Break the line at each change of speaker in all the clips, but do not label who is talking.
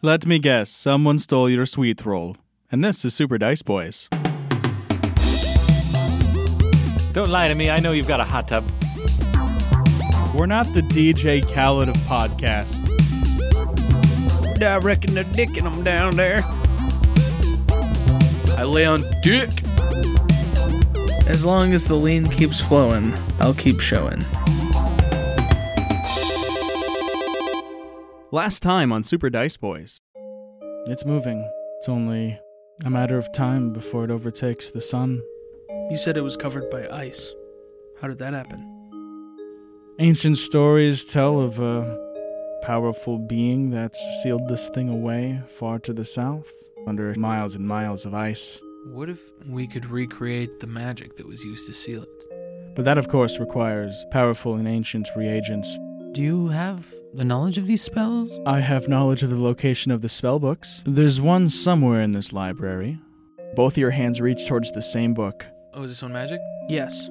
Let me guess, someone stole your sweet roll. And this is Super Dice Boys.
Don't lie to me. I know you've got a hot tub.
We're not the DJ Khaled of podcasts.
I reckon they're dicking them down there.
I lay on dick.
As long as the lean keeps flowing, I'll keep showing.
Last time on Super Dice Boys. It's moving. It's only a matter of time before it overtakes the sun.
You said it was covered by ice. How did that happen?
Ancient stories tell of a powerful being that's sealed this thing away far to the south, under miles and miles of ice.
What if we could recreate the magic that was used to seal it?
But that, of course, requires powerful and ancient reagents.
Do you have the knowledge of these spells?
I have knowledge of the location of the spell books. There's one somewhere in this library. Both your hands reach towards the same book.
Oh, is this one magic?
Yes.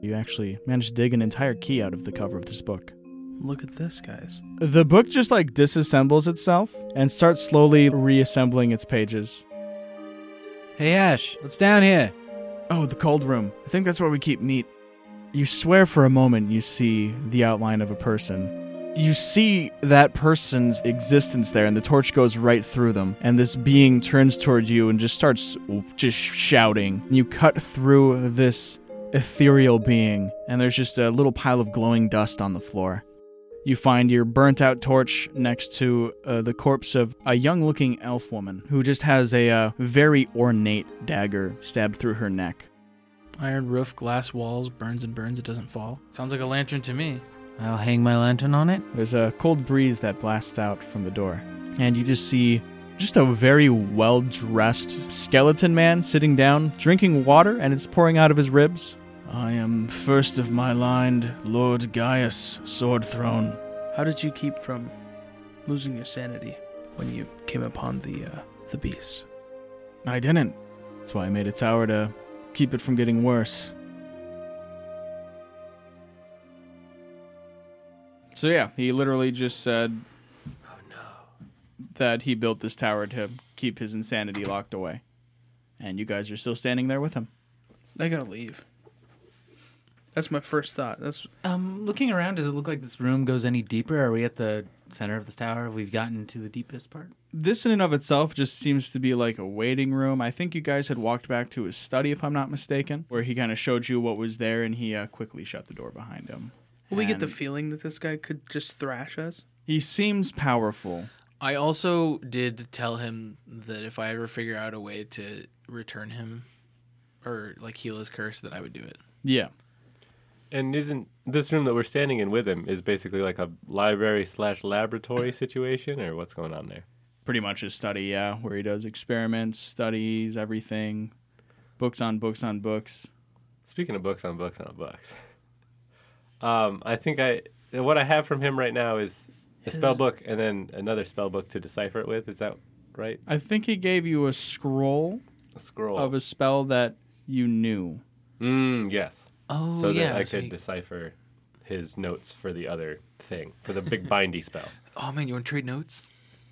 You actually manage to dig an entire key out of the cover of this book.
Look at this, guys.
The book just like disassembles itself and starts slowly reassembling its pages.
Hey, Ash, what's down here?
Oh, the cold room. I think that's where we keep meat. You swear for a moment you see the outline of a person. You see that person's existence there, and the torch goes right through them. And this being turns toward you and just starts just shouting. You cut through this ethereal being, and there's just a little pile of glowing dust on the floor. You find your burnt out torch next to uh, the corpse of a young looking elf woman who just has a uh, very ornate dagger stabbed through her neck.
Iron roof, glass walls, burns and burns, it doesn't fall. Sounds like a lantern to me.
I'll hang my lantern on it.
There's a cold breeze that blasts out from the door, and you just see just a very well dressed skeleton man sitting down, drinking water, and it's pouring out of his ribs. I am first of my line, Lord Gaius Sword Throne.
How did you keep from losing your sanity when you came upon the uh, the beast?
I didn't. That's why I made a tower to keep it from getting worse. So yeah, he literally just said that he built this tower to keep his insanity locked away. And you guys are still standing there with him.
I gotta leave. That's my first thought. That's
Um, looking around, does it look like this room goes any deeper? Are we at the center of this tower? Have we gotten to the deepest part?
This in and of itself just seems to be like a waiting room. I think you guys had walked back to his study, if I'm not mistaken, where he kind of showed you what was there and he uh, quickly shut the door behind him.
we get the
And
feeling that this guy could just thrash us.
he seems powerful.
I also did tell him that if I ever figure out a way to return him or like heal his curse, that I would do it.
Yeah.
And isn't this room that we're standing in with him is basically like a library slash laboratory situation, or what's going on there?
pretty much his study, yeah, where he does experiments, studies, everything, books on books on books.
Speaking of books on books on books, um, I think I what I have from him right now is a spell book and then another spell book to decipher it with. Is that right?
I think he gave you a scroll
A scroll.
of a spell that you knew.
mm, yes.
Oh,
so
yeah.
that I
so
could
you-
decipher his notes for the other thing, for the big bindy spell,
Oh man, you want to trade notes?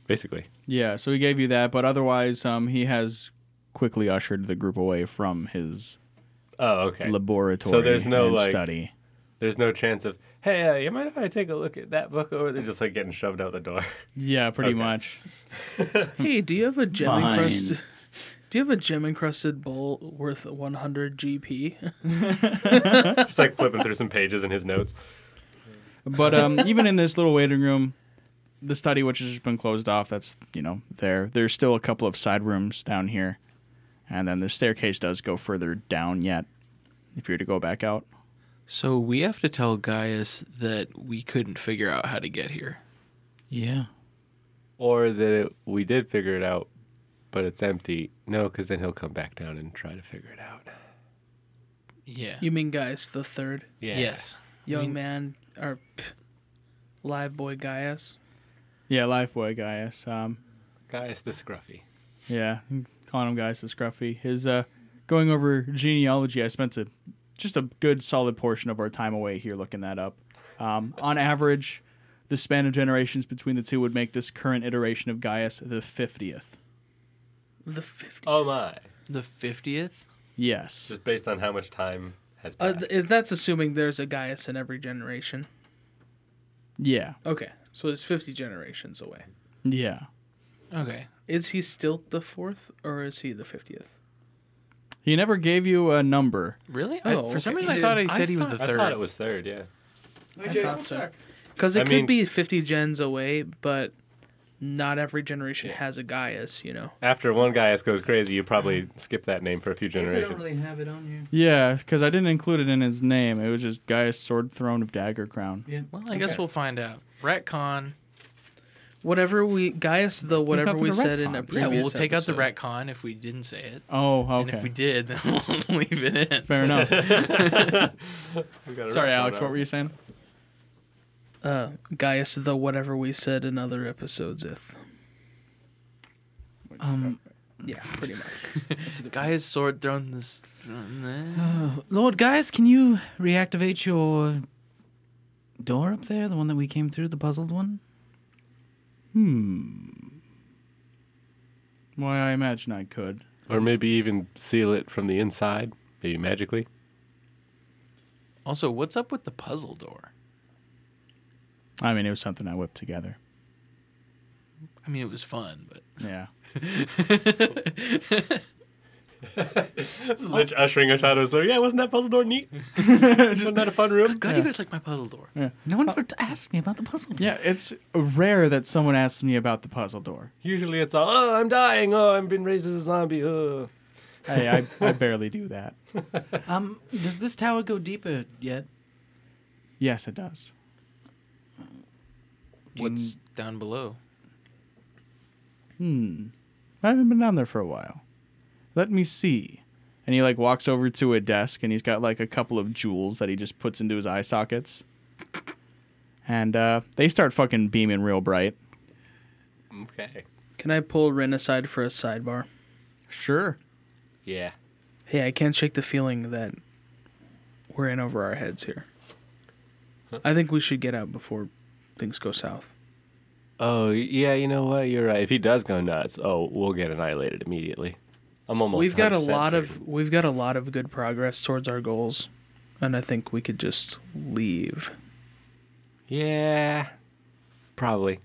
basically.
Yeah, so he gave you that, but otherwise, um, he has quickly ushered the group away from his
Oh, okay.
laboratory
So there's no,
and
like-
study.
There's no chance of hey, uh, you mind if I take a look at that book over there? Just like getting shoved out the door.
Yeah, pretty
Okay.
much.
Hey, do you have a gem
Mine.
encrusted? Do you have a gem encrusted bowl worth 100 GP?
Just like flipping through some pages in his notes.
But um, even in this little waiting room, the study, which has just been closed off, that's you know there. There's still a couple of side rooms down here, and then the staircase does go further down yet. If you were to go back out,
So we have to tell Gaius that we couldn't figure out how to get here.
Yeah.
Or that it, we did figure it out, but it's empty. No, because then he'll come back down and try to figure it out.
Yeah.
You mean guys, the third
Yeah.
Yes.
young
mean-
man or pff, live boy Gaius?
yeah, life boy Gaius. Um,
Gaius the Scruffy.
yeah, calling him Gaius the Scruffy. His uh, going over genealogy. I spent a just a good solid portion of our time away here looking that up. Um, on average, The span of generations between the two would make this current iteration of Gaius the 50th.
The 50.
Oh my!
The fiftieth.
Yes.
Just based on how much time has
Oh,
Uh,
passed.
th- is that's assuming there's a Gaius in every generation?
Yeah.
Okay, so it's 50 generations away.
Yeah.
Okay.
Is he still the fourth, or is he the 50th?
He never gave you a number.
Really?
Oh,
I, for some
okay.
reason, I
Dude,
thought he said he was
I
the
thought-
third.
I thought it was third. Yeah.
I thought so. Because it
I
could
mean-
be 50 gens away, but not every generation has a Gaius, you know?
After one guy goes crazy, you probably skip that name for a few generations.
have it on you.
Yeah, because I didn't include it in his name. It was just Gaius Sword Throne of Dagger Crown.
Well, I guess we'll find out. Retcon.
Whatever we, Gaius, the whatever
nothing
we
to
said
retcon.
in
Yeah,
a
Yeah,
previous
we'll take
episode.
out the retcon if we didn't say it,
Oh, okay.
and if we did, then we'll leave it in.
Fair enough.
We got a
Sorry,
retcon
Alex,
on
what
it.
were you saying?
Uh, Gaius, the whatever we said in other episodes, if.
Um,
Yeah, pretty much.
Gaius sword thrown this.
Lord Gaius, can you reactivate your door up there? The one that we came through, the puzzled one?
Why, I imagine I could.
Or maybe even seal it from the inside, maybe magically.
Also, what's up with the puzzle door?
I mean, it was something I whipped together.
I mean, it was fun, but
Yeah.
Lich ushering us out of his room. Yeah, wasn't that puzzle door neat? wasn't that a fun room?
glad you guys like my puzzle door.
No one ever asked me about the puzzle.
Yeah, it's rare that someone asks me about the puzzle door.
Usually it's all, oh, I'm dying. Oh, I'm being raised as a zombie. Oh.
Hey, I, I barely do that.
Um, does this tower go deeper yet?
Yes, it does.
Do you
What's
kn-
down below?
Hmm. I haven't been down there for a while. Let me see. And he like walks over to a desk and he's got like a couple of jewels that he just puts into his eye sockets. And uh, they start fucking beaming real bright.
Okay.
Can I pull Ren aside for a sidebar?
Sure.
Yeah.
Hey, I can't shake the feeling that we're in over our heads here. I think we should get out before things go south.
Oh, yeah, you know what? You're right. If he does go nuts, oh, we'll get annihilated immediately. I'm almost
we've got a
100%
lot
certain.
of we've got a lot of good progress towards our goals, and I think we could just leave.
Yeah. Probably.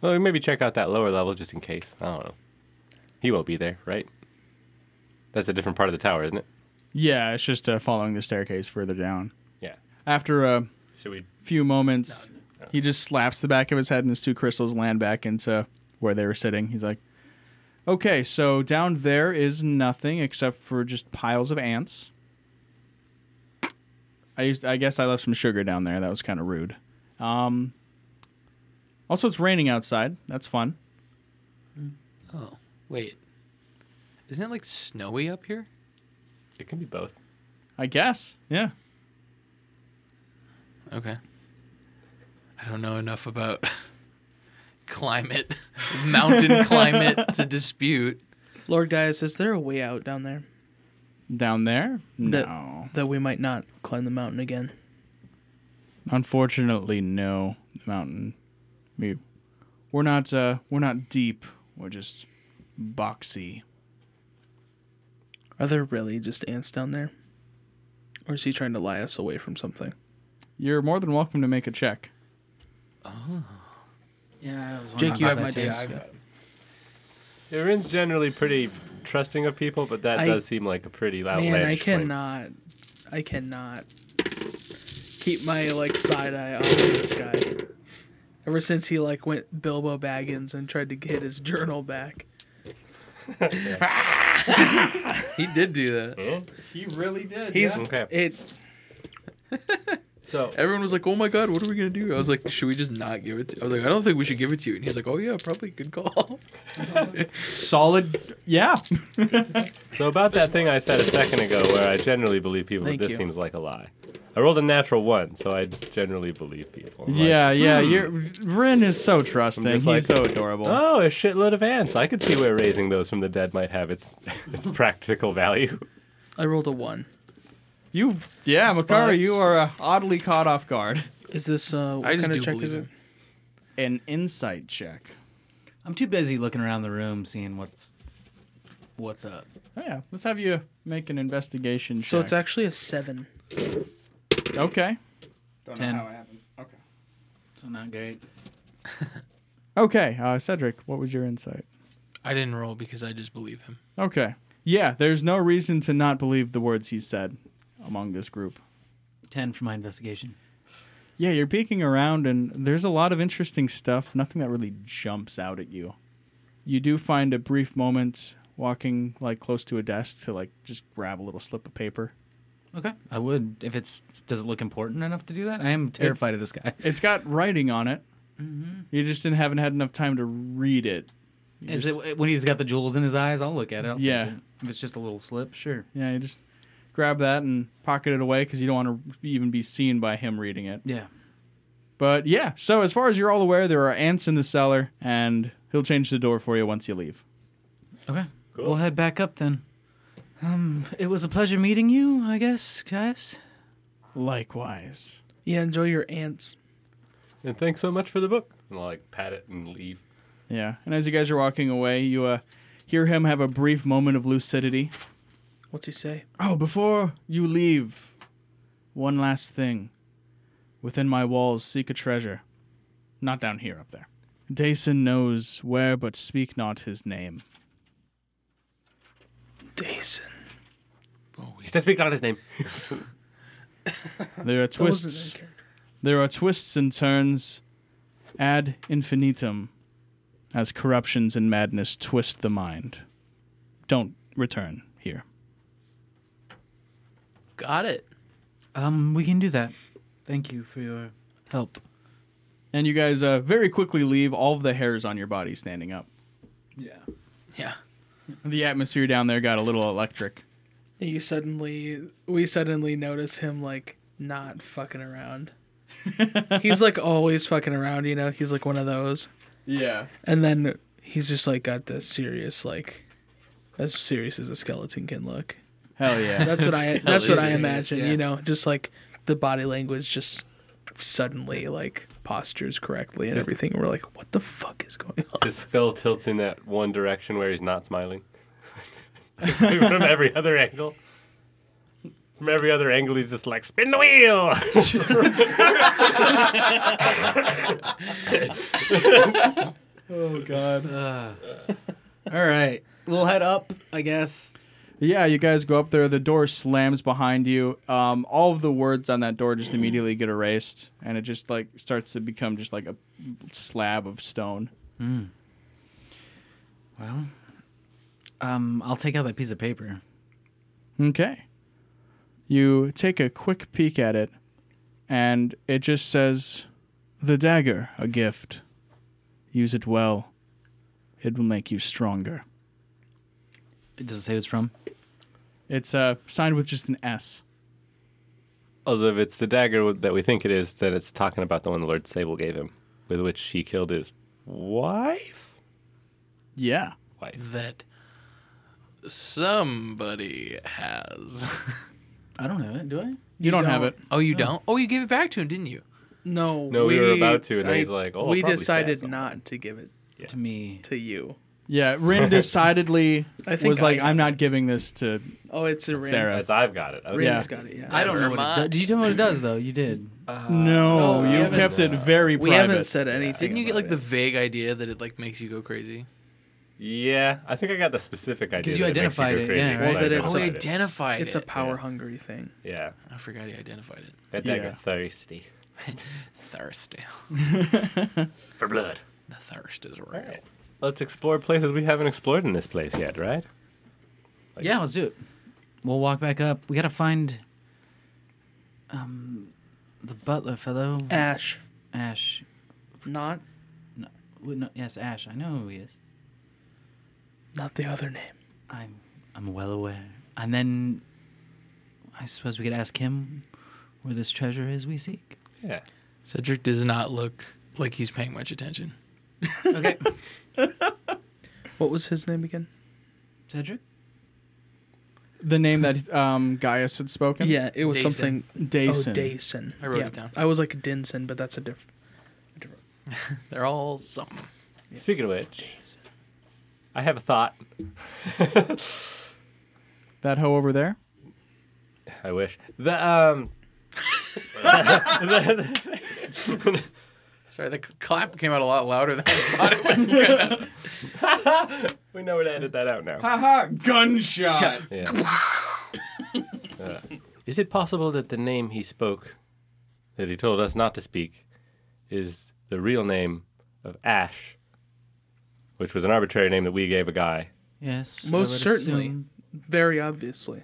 Well, maybe check out that lower level just in case. I don't know. He won't be there, right? That's a different part of the tower, isn't it?
Yeah, it's just uh, following the staircase further down.
Yeah.
After uh, a
Should we?
few moments, he just slaps the back of his head and his two crystals land back into where they were sitting. He's like, Okay, so down there is nothing except for just piles of ants. I used I guess I left some sugar down there. That was kind of rude. Um Also it's raining outside. That's fun.
Oh, wait. Isn't it like snowy up here?
It can be both.
I guess. Yeah.
Okay. I don't know enough about climate, mountain climate to dispute.
Lord guys, is there a way out down there
Down there?
That-
No.
that we might not climb the mountain again?
Unfortunately, no mountain. We, we're not uh, we're not deep. We're just boxy.
Are there really just ants down there? Or is he trying to lie us away from something?
You're more than welcome to make a check.
Yeah, I was
Jake, you have my
idea.
dice.
Irin's generally pretty trusting of people, but that
I-
does seem like a pretty loud
Man, I cannot, I cannot keep my like side eye off of this guy. Ever since he like went Bilbo Baggins and tried to get his journal back.
He did do that.
He really did.
He's
Okay.
it.
So,
Everyone was like, "Oh my god, what are we gonna do?" I was like, "Should we just not give it?" To-? I was like, "I don't think we should give it to you." And he's like, "Oh yeah, probably good call."
Solid, yeah.
so about that thing I said a second ago, where I generally believe people, but
Thank
this
you.
seems like a lie. I rolled a natural one, so I generally believe people. I'm like,
yeah, yeah. You're Rin is so trusting.
I'm
He's
just like-
so adorable.
Oh, a shitload of ants. I could see where raising those from the dead might have its its practical value.
I rolled a one.
you, yeah, Makara,
But-
you are uh, oddly caught off guard.
Is this uh, what
I just
kind
do
of check
believe
is it?
him.
An insight check.
I'm too busy looking around the room, seeing what's what's up.
Oh, yeah, let's have you make an investigation check.
So it's actually a seven.
okay.
Ten.
happened. Okay.
So not great.
Okay, uh, Cedric, what was your insight?
I didn't roll because I just believe him.
Okay. Yeah, there's no reason to not believe the words he said among this group.
Ten for my investigation.
Yeah, you're peeking around, and there's a lot of interesting stuff. Nothing that really jumps out at you. You do find a brief moment walking like close to a desk to like just grab a little slip of paper.
Okay, I would if it's. Does it look important enough to do that? I am terrified of this guy.
It's got writing on it. You just didn't haven't had enough time to read it. You
Is
just-
it when he's got the jewels in his eyes? I'll look at it. I'll take
Yeah.
it. If it's just a little slip, sure.
Yeah, you just grab that and pocket it away because you don't want to even be seen by him reading it.
Yeah.
But yeah, so as far as you're all aware, there are ants in the cellar, and he'll change the door for you once you leave.
Okay.
Cool.
We'll head back up then. Um, it was a pleasure meeting you, I guess, guys.
Likewise.
Yeah, enjoy your ants.
And thanks so much for the book. And I'll like pat it and leave.
Yeah, and as you guys are walking away, you uh, hear him have a brief moment of lucidity.
What's he say?
Oh, before you leave, one last thing. Within my walls, seek a treasure. Not down here, up there. Dason knows where, but speak not his name.
Dason.
Oh, we
He said, speak out his name.
There are
That wasn't in
twists.
character.
There are twists and turns ad infinitum as corruptions and madness twist the mind. Don't return here.
got it.
Um, we can do that. Thank you for your help.
And you guys uh, very quickly leave all of the hairs on your body standing up.
Yeah.
Yeah.
The atmosphere down there got a little electric.
You suddenly, we suddenly notice him like not fucking around. he's like always fucking around, you know. He's like one of those,
Yeah.
and then he's just like got the serious, like as serious as a skeleton can look.
Hell yeah.
That's what I. That's what I
Skeleton,
imagine.
yeah.
You know, just like the body language, just suddenly like postures correctly and everything. We're like, what the fuck is going on?
His skull tilts in that one direction where he's not smiling. From every other angle. From every other angle, he's just like, spin the wheel!
oh, God.
All right. We'll head up, I guess.
Yeah, you guys go up there. The door slams behind you. Um, all of the words on that door just immediately get erased, and it just like starts to become just like a slab of stone.
Well, um, I'll take out that piece of paper.
Okay. You take a quick peek at it, and it just says, The dagger, a gift. Use it well. It will make you stronger.
It doesn't say it's from.
It's uh, signed with just an S.
Although if it's the dagger that we think it is, then it's talking about the one Lord Sable gave him, with which he killed his wife?
Yeah.
Wife.
That somebody has.
I don't know it, do I?
You, don't, have it.
Oh, you don't? Oh, you gave it back to him, didn't you?
No,
No, we were about to, and then he's like, "Oh, I'll
we
probably stab
decided
someone."
not to give it
To me.
to you."
Yeah, Rin decidedly
I think
was like,
I-
I'm not giving this to.
Oh, it's a Rin.
Sarah.
That's I've got it. Okay.
Yeah.
Rin's got it. Yeah,
I don't know what it does. Did you tell me what it does, though? You did.
no,
Uh, no, we
you
haven't- uh,
kept it very
we
private.
haven't said anything.
Didn't you get
about
like the
it.
vague idea that it like makes you go crazy?
Yeah, I think I got the specific idea.
Because you
that it makes
identified
go
it,
crazy
yeah,
'cause
right.
I
Well, that
Oh,
it's
we
identified it.
identified
It's a
it.
power hungry thing.
Yeah,
I forgot he identified it.
that dagger
Yeah.
thirsty
Thirsty.
for blood.
The thirst is real.
All right, let's explore places we haven't explored in this place yet, right?
yeah, let's do it. We'll walk back up. We gotta find um the butler fellow
Ash,
Ash.
not
Wait, no, yes, Ash. I know who he is.
not the other name.
I'm I'm well aware. And then I suppose we could ask him where this treasure is we seek.
Yeah.
Cedric does not look like he's paying much attention.
Okay,
What was his name again?
Cedric.
The name that um, Gaius had spoken.
Yeah, it was
Dason.
something.
Dason.
Oh, Dason.
I wrote
Yeah.
it down.
I was like Dinson, but that's a different.
They're all something.
Speaking of which, I have a thought.
that hoe over there.
I wish the um.
Sorry, the c- clap came out a lot louder than I thought it was gonna.
we know where to edit that out now.
Haha! Gunshot.
Yeah. Uh, is it possible that the name he spoke, that he told us not to speak, is the real name of Ash, which was an arbitrary name that we gave a guy?
Yes. I
Most
would
certainly.
assume.
Very obviously.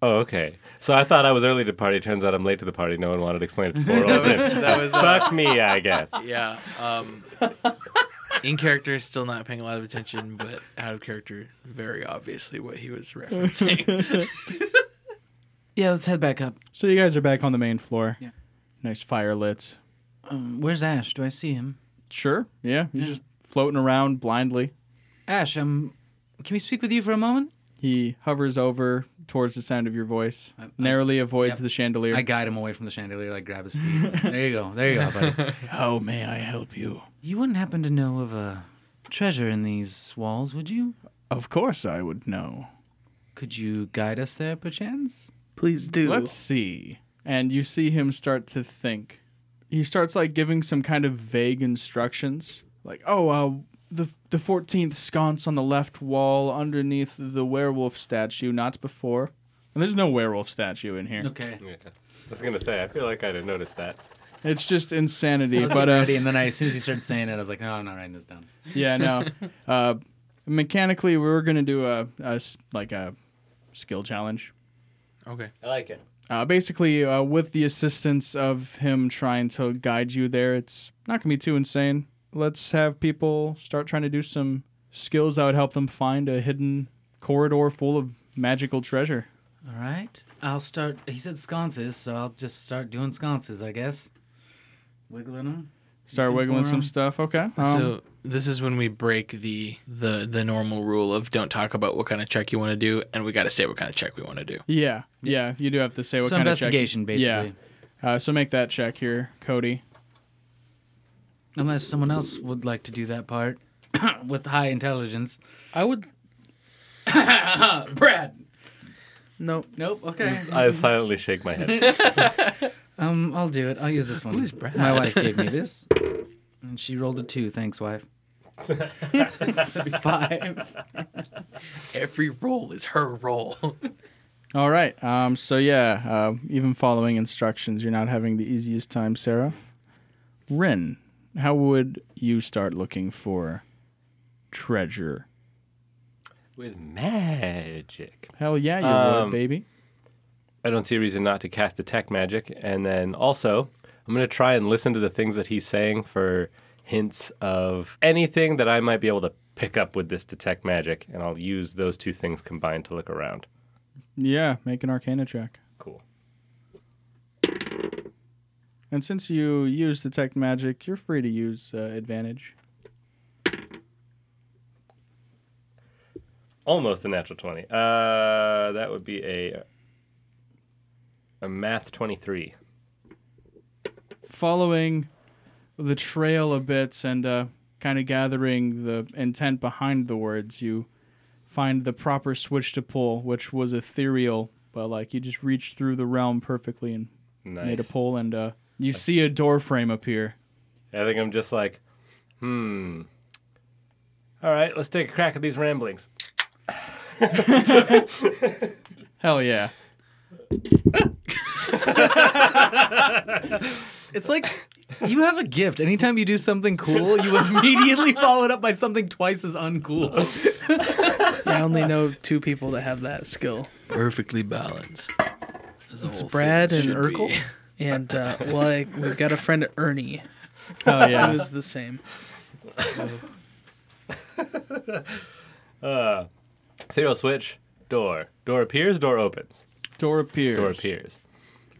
Oh, okay. So I thought I was early to the party. Turns out I'm late to the party. No one wanted to explain it to Moral.
That was that was uh,
Fuck me, I guess.
yeah. Um, in character, still not paying a lot of attention, but out of character, very obviously what he was referencing.
Yeah, let's head back up.
So you guys are back on the main floor.
Yeah.
Nice fire lit.
Um, where's Ash? Do I see him?
Sure. Yeah. He's
Yeah.
just floating around blindly.
Ash, um, can we speak with you for a moment?
He hovers over towards the sound of your voice,
I- I-
narrowly avoids
Yep.
the chandelier.
I guide him away from the chandelier, like grab his feet. there you go. There you go, buddy.
How Oh, may I help you?
You wouldn't happen to know of a treasure in these walls, would you?
Of course I would know.
Could you guide us there, perchance?
Please do.
Let's see. And you see him start to think. He starts like giving some kind of vague instructions, like, "Oh, uh, the the fourteenth sconce on the left wall, underneath the werewolf statue, not before." And there's no werewolf statue in here.
Okay.
Yeah. I was gonna say. I feel like I'd have noticed that.
It's just insanity.
I was
But
getting
uh,
ready, and then I, as soon as he started saying it, I was like, "No, I'm not writing this down."
yeah, no. Uh, mechanically, we were gonna do a, a s- like a skill challenge.
okay.
I like it.
Uh, basically, uh, with the assistance of him trying to guide you there, it's not gonna be too insane. Let's have people start trying to do some skills that would help them find a hidden corridor full of magical treasure.
All right. I'll start. He said sconces, so I'll just start doing sconces, I guess. Wiggling them.
Start
Looking
wiggling
for
some
'em.
stuff. Okay. Um,
so this is when we break the the the normal rule of don't talk about what kind of check you want to do, and we got to say what kind of check we want to do.
yeah, yeah, you do have to say what
so
kind
investigation,
of check.
basically.
Yeah. Uh, so make that check here, Cody.
Unless someone else would like to do that part with high intelligence.
I would.
Brad.
No.
Nope. Okay.
I silently shake my head.
Um, I'll do it. I'll use this one. Who's Brad? My wife gave me this, and she rolled a two. Thanks, wife. That'd be five.
Every roll is her roll.
All right. Um, so yeah, uh, even following instructions, you're not having the easiest time, Sarah. Rin, how would you start looking for treasure?
With magic.
Hell yeah, you
Um,
would, baby.
I don't see a reason not to cast detect magic. And then also, I'm going to try and listen to the things that he's saying for hints of anything that I might be able to pick up with this detect magic. And I'll use those two things combined to look around.
Yeah, make an Arcana check.
Cool.
And since you use detect magic, you're free to use uh, advantage.
Almost a natural 20. Uh, that would be a, a math 23.
Following the trail a bit and uh, kind of gathering the intent behind the words, you find the proper switch to pull, which was ethereal, but like you just reached through the realm perfectly and
Nice.
made a pull, and uh, you see a door frame appear.
I think I'm just like, hmm. All right, let's take a crack at these ramblings.
Hell yeah.
It's like you have a gift. Anytime you do something cool, you immediately follow it up by something twice as uncool.
I only know two people that have that skill.
Perfectly balanced. As a
It's
whole
Brad
thing
and
should
Urkel.
be.
And uh, well, I, we've got a friend Ernie
Oh
who
yeah.
is the same.
Serial switch, door. Door appears, door opens.
door appears.
Door appears.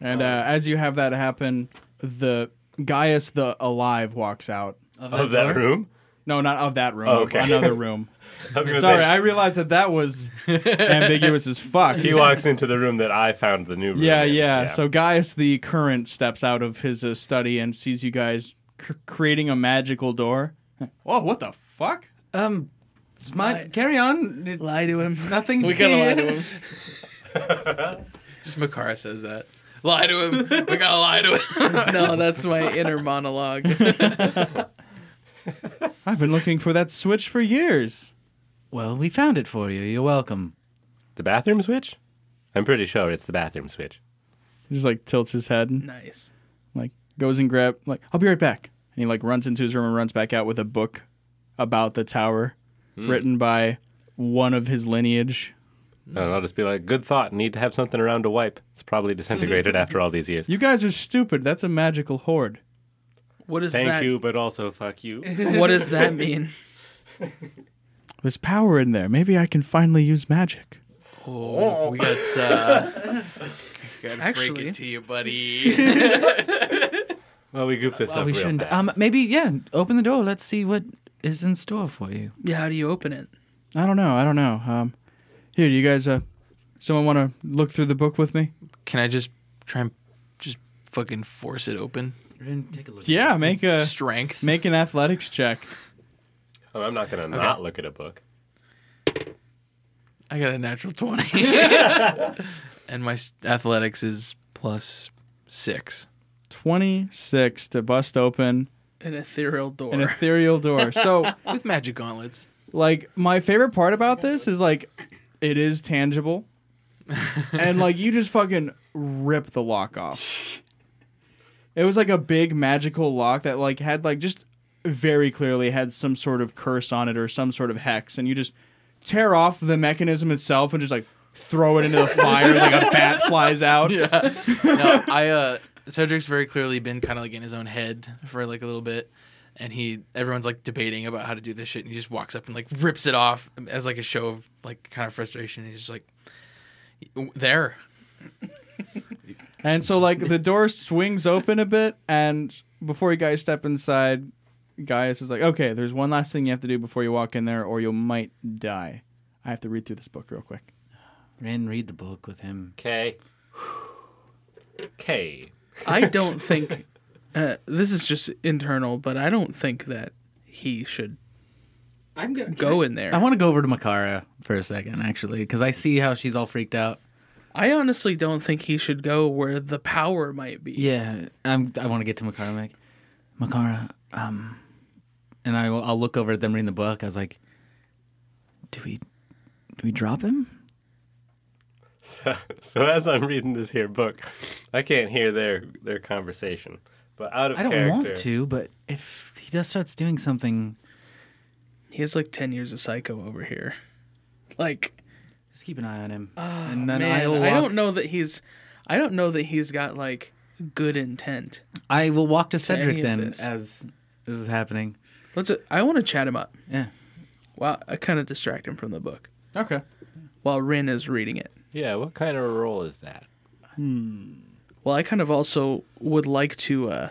And uh, as you have that happen, the Gaius the Alive walks out.
Of that room?
No, not of that room.
Oh, okay.
Another room.
I was gonna
Sorry,
say,
I realized that that was ambiguous as fuck.
he walks into the room that I found the new room.
yeah,
in.
yeah, So Gaius the Current steps out of his uh, study and sees you guys cr- creating a magical door. Whoa, what the fuck?
Um, my, carry on. It-
Lie to him.
nothing.
We
see
gotta lie
it.
to him. Just Makara says that. Lie to him. We gotta lie to him.
No, that's my inner monologue.
I've been looking for that switch for years.
Well, we found it for you. You're welcome.
the bathroom switch. I'm pretty sure it's the bathroom switch.
He just like tilts his head and
nice.
like goes and grab like I'll be right back. And he like runs into his room and runs back out with a book about the tower written by one of his lineage.
And I'll just be like, good thought. Need to have something around to wipe. It's probably disintegrated after all these years.
You guys are stupid. That's a magical horde.
What is
Thank
that?
you, but also fuck you.
What does that mean?
There's power in there. Maybe I can finally use magic.
Oh, we got. Uh, gotta break
Actually-
it to you, buddy.
Well, we goofed this up.
we
real
shouldn't.
fast.
Um, maybe yeah. Open the door. Let's see what is in store for you.
Yeah, how do you open it?
I don't know. I don't know. Um, here, you guys. Uh, someone want to look through the book with me?
Can I just try and just fucking force it open?
Take a look.
Yeah, make a
Strength.
make an athletics check.
Oh, I'm not gonna not look at a book.
I got a natural 20. and my s- athletics is plus six.
Twenty six to bust open
An ethereal door.
an ethereal door. So.
With magic gauntlets.
Like my favorite part about this is like it is tangible. and like you just fucking rip the lock off. It was like a big magical lock that like had like just very clearly had some sort of curse on it or some sort of hex and you just tear off the mechanism itself and just like throw it into the fire like a bat flies out.
No, I, uh, Cedric's very clearly been kind of like in his own head for like a little bit. And he, everyone's like debating about how to do this shit. And he just walks up and like rips it off as like a show of like kind of frustration. He's just like, there.
And so like the door swings open a bit, and before you guys step inside, Gaius is like, "Okay, there's one last thing you have to do before you walk in there, or you might die." I have to read through this book real quick.
Ren, read the book with him.
K. K.
I don't think uh, this is just internal, but I don't think that he should
I'm gonna
go in there.
I want to go over to Makara for a second, actually, because I see how she's all freaked out.
I honestly don't think he should go where the power might be.
Yeah, I'm, I want to get to Makara. I'm like, Makara, um, and I will, I'll look over at them reading the book. I was like, do we, do we drop him?
So as I'm reading this here book, I can't hear their their conversation. But out of
I don't
character,
want to, but if he does starts doing something,
He has like 10 years of psycho over here. Like,
just keep an eye on him, and then
Ah, man,
I'll walk,
I don't know that he's, I don't know that he's got like good intent.
I will walk to Cedric
any of
then
this.
as this is happening.
Let's, I want to chat him up.
Yeah,
Well, I kind of distract him from the book
Okay.
while Rin is reading it.
Yeah, what kind of role is that?
Well, I kind of also would like to uh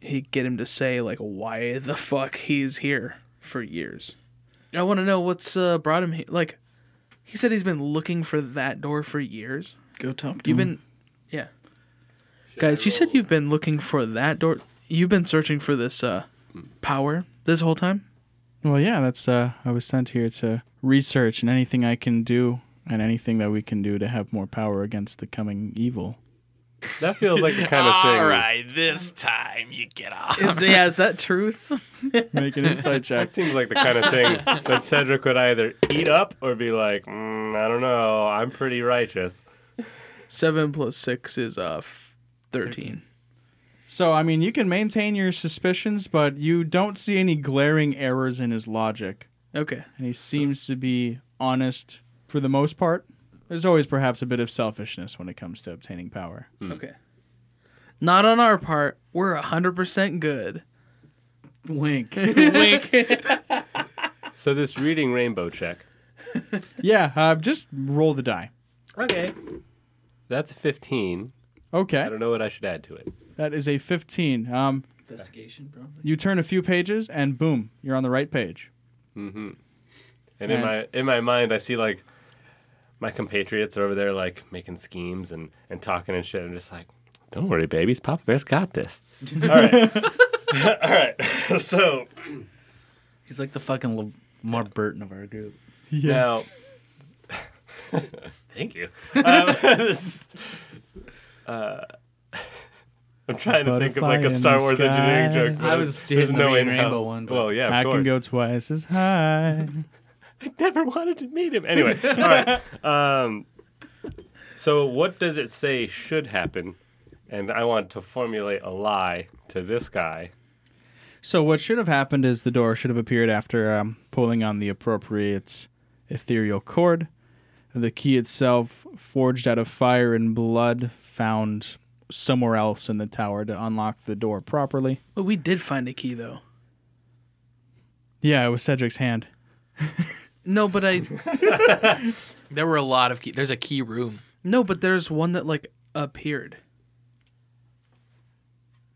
he get him to say like why the fuck he's here for years. I want to know what's uh, brought him here. Like he said he's been looking for that door for years.
go talk to
You've
him.
been yeah. Guys, you said you've been looking for that door. You've been searching for this uh power this whole time?
Well, yeah, that's uh, I was sent here to research and anything I can do and anything that we can do to have more power against the coming evil.
That feels like the kind of thing.
this time you get off.
Is, yeah, is that truth?
Make an insight check.
That seems like the kind of thing that Cedric would either eat up or be like, mm, I don't know, I'm pretty righteous.
7 plus 6 is uh f- 13.
So, I mean, you can maintain your suspicions, but you don't see any glaring errors in his logic.
Okay.
and he seems to be honest for the most part. There's always perhaps a bit of selfishness when it comes to obtaining power.
Okay. Not on our part. We're 100% good.
wink.
So this reading rainbow check,
Yeah, uh, just roll the die.
Okay.
that's 15. I
Okay,
don't know what I should add to it.
that is a 15. Um,
Investigation, bro.
You turn a few pages, and boom, you're on the right page.
And in my in my mind, I see like my compatriots are over there like making schemes and and talking and shit. I'm just like, don't worry, babies. Papa Bear's got this. All right, all right. so
He's like the fucking Lamar Burton of our group.
now, thank you. Um, this is- uh, I'm trying to think of like
Butterfly in
a Star
the
Wars engineering joke.
sky.
but
I was
there's
doing
no
the
way in
Rainbow
hell-
one, but-
Well, yeah, of
I can
course.
go twice as high.
never wanted to meet him. Anyway, all right. Um, so what does it say should happen? And I want to formulate a lie to this guy.
So what should have happened is the door should have appeared after um, pulling on the appropriate ethereal cord. The key itself, forged out of fire and blood, found somewhere else in the tower to unlock the door properly.
Well, we did find a key though.
Yeah, it was Cedric's hand.
No, but I
There were a lot of key. There's a key room.
no, but there's one that like appeared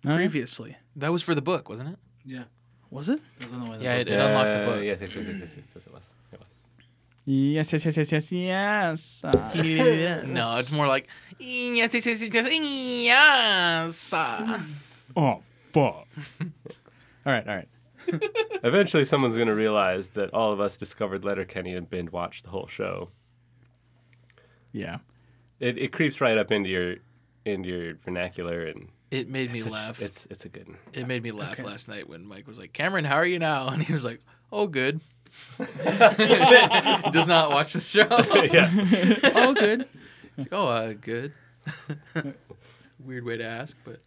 All right.
previously.
That was for the book, wasn't it?
Yeah.
Was it?
That's the only way that
Yeah, it,
worked.
it unlocked the
Uh,
book.
Yes, yes, yes, yes, yes, yes, it was. It was.
Yes, yes, yes, yes, yes, yes. Uh,
Yeah.
No, it's more like yes, yes, yes, yes, yes. uh."
oh, fuck. all right, all right.
Eventually, someone's going to realize that all of us discovered Letterkenny and binge watched the whole show.
Yeah.
It, it creeps right up into your into your vernacular, and
It made me
it's a-
laugh.
It's it's a good. One.
It made me laugh last night when Mike was like, "Cameron, how are you now?" And he was like, "Oh, good." Does not watch the show.
yeah,
Oh, good.
It's like, oh, uh, good. Weird way to ask, but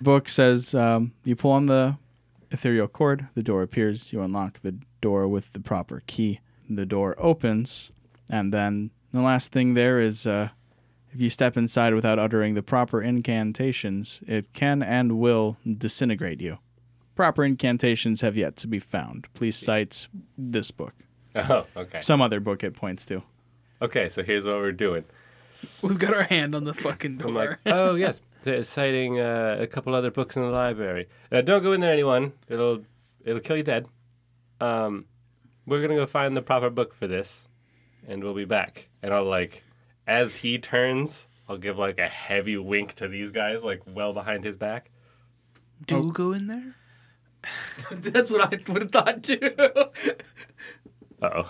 book says um, you pull on the ethereal cord, the door appears, you unlock the door with the proper key, the door opens, and then the last thing there is uh, if you step inside without uttering the proper incantations, it can and will disintegrate you. Proper incantations have yet to be found. Please cite this book.
Oh, okay.
Some other book it points to.
Okay, so here's what we're doing.
We've got our hand on the fucking
I'm like,
door.
oh yes, they're citing uh, a couple other books in the library. Uh, don't go in there, anyone. It'll it'll kill you dead. Um, we're gonna go find the proper book for this, and we'll be back. And I'll like, as he turns, I'll give like a heavy wink to these guys, like well behind his back.
Do
oh.
you go in there?
that's what I would have thought too.
Uh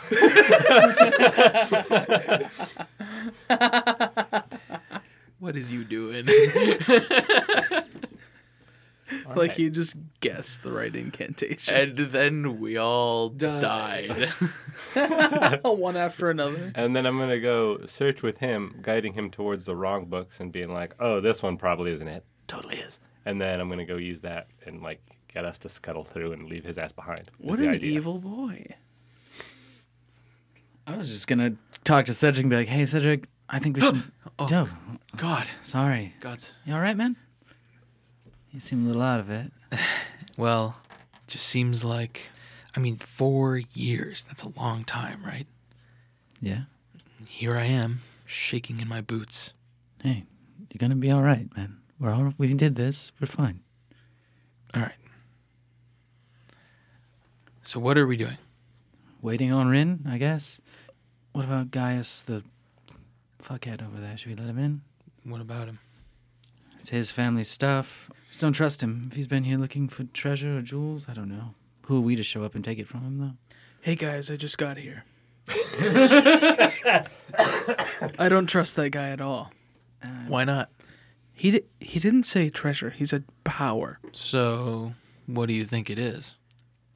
oh.
what is you doing?
Like you just guessed the right incantation.
and then we all died.
One after another.
And then I'm gonna go search with him, guiding him towards the wrong books and being like, "Oh, this one probably isn't it. Totally is." And then I'm gonna go use that and like get us to scuttle through and leave his ass behind. is
What
the
an
idea.
evil boy.
I was just gonna talk to Cedric and be like, "Hey, Cedric, I think we should." oh. No,
God,
sorry.
God's.
You all right, man? You seem a little out of it.
Well, just seems like, I mean, four years. That's a long time, right?
Yeah.
Here I am, shaking in my boots.
Hey, you're gonna be all right, man. We're all we did this. We're fine.
All right. So what are we doing?
Waiting on Rin, I guess. What about Gaius, the fuckhead over there? Should we let him in?
What about him?
It's his family stuff. Just don't trust him. If he's been here looking for treasure or jewels, I don't know. Who are we to show up and take it from him, though?
Hey guys, I just got here. I don't trust that guy at all.
Why not?
He di- he didn't say treasure. He said power.
So, what do you think it is?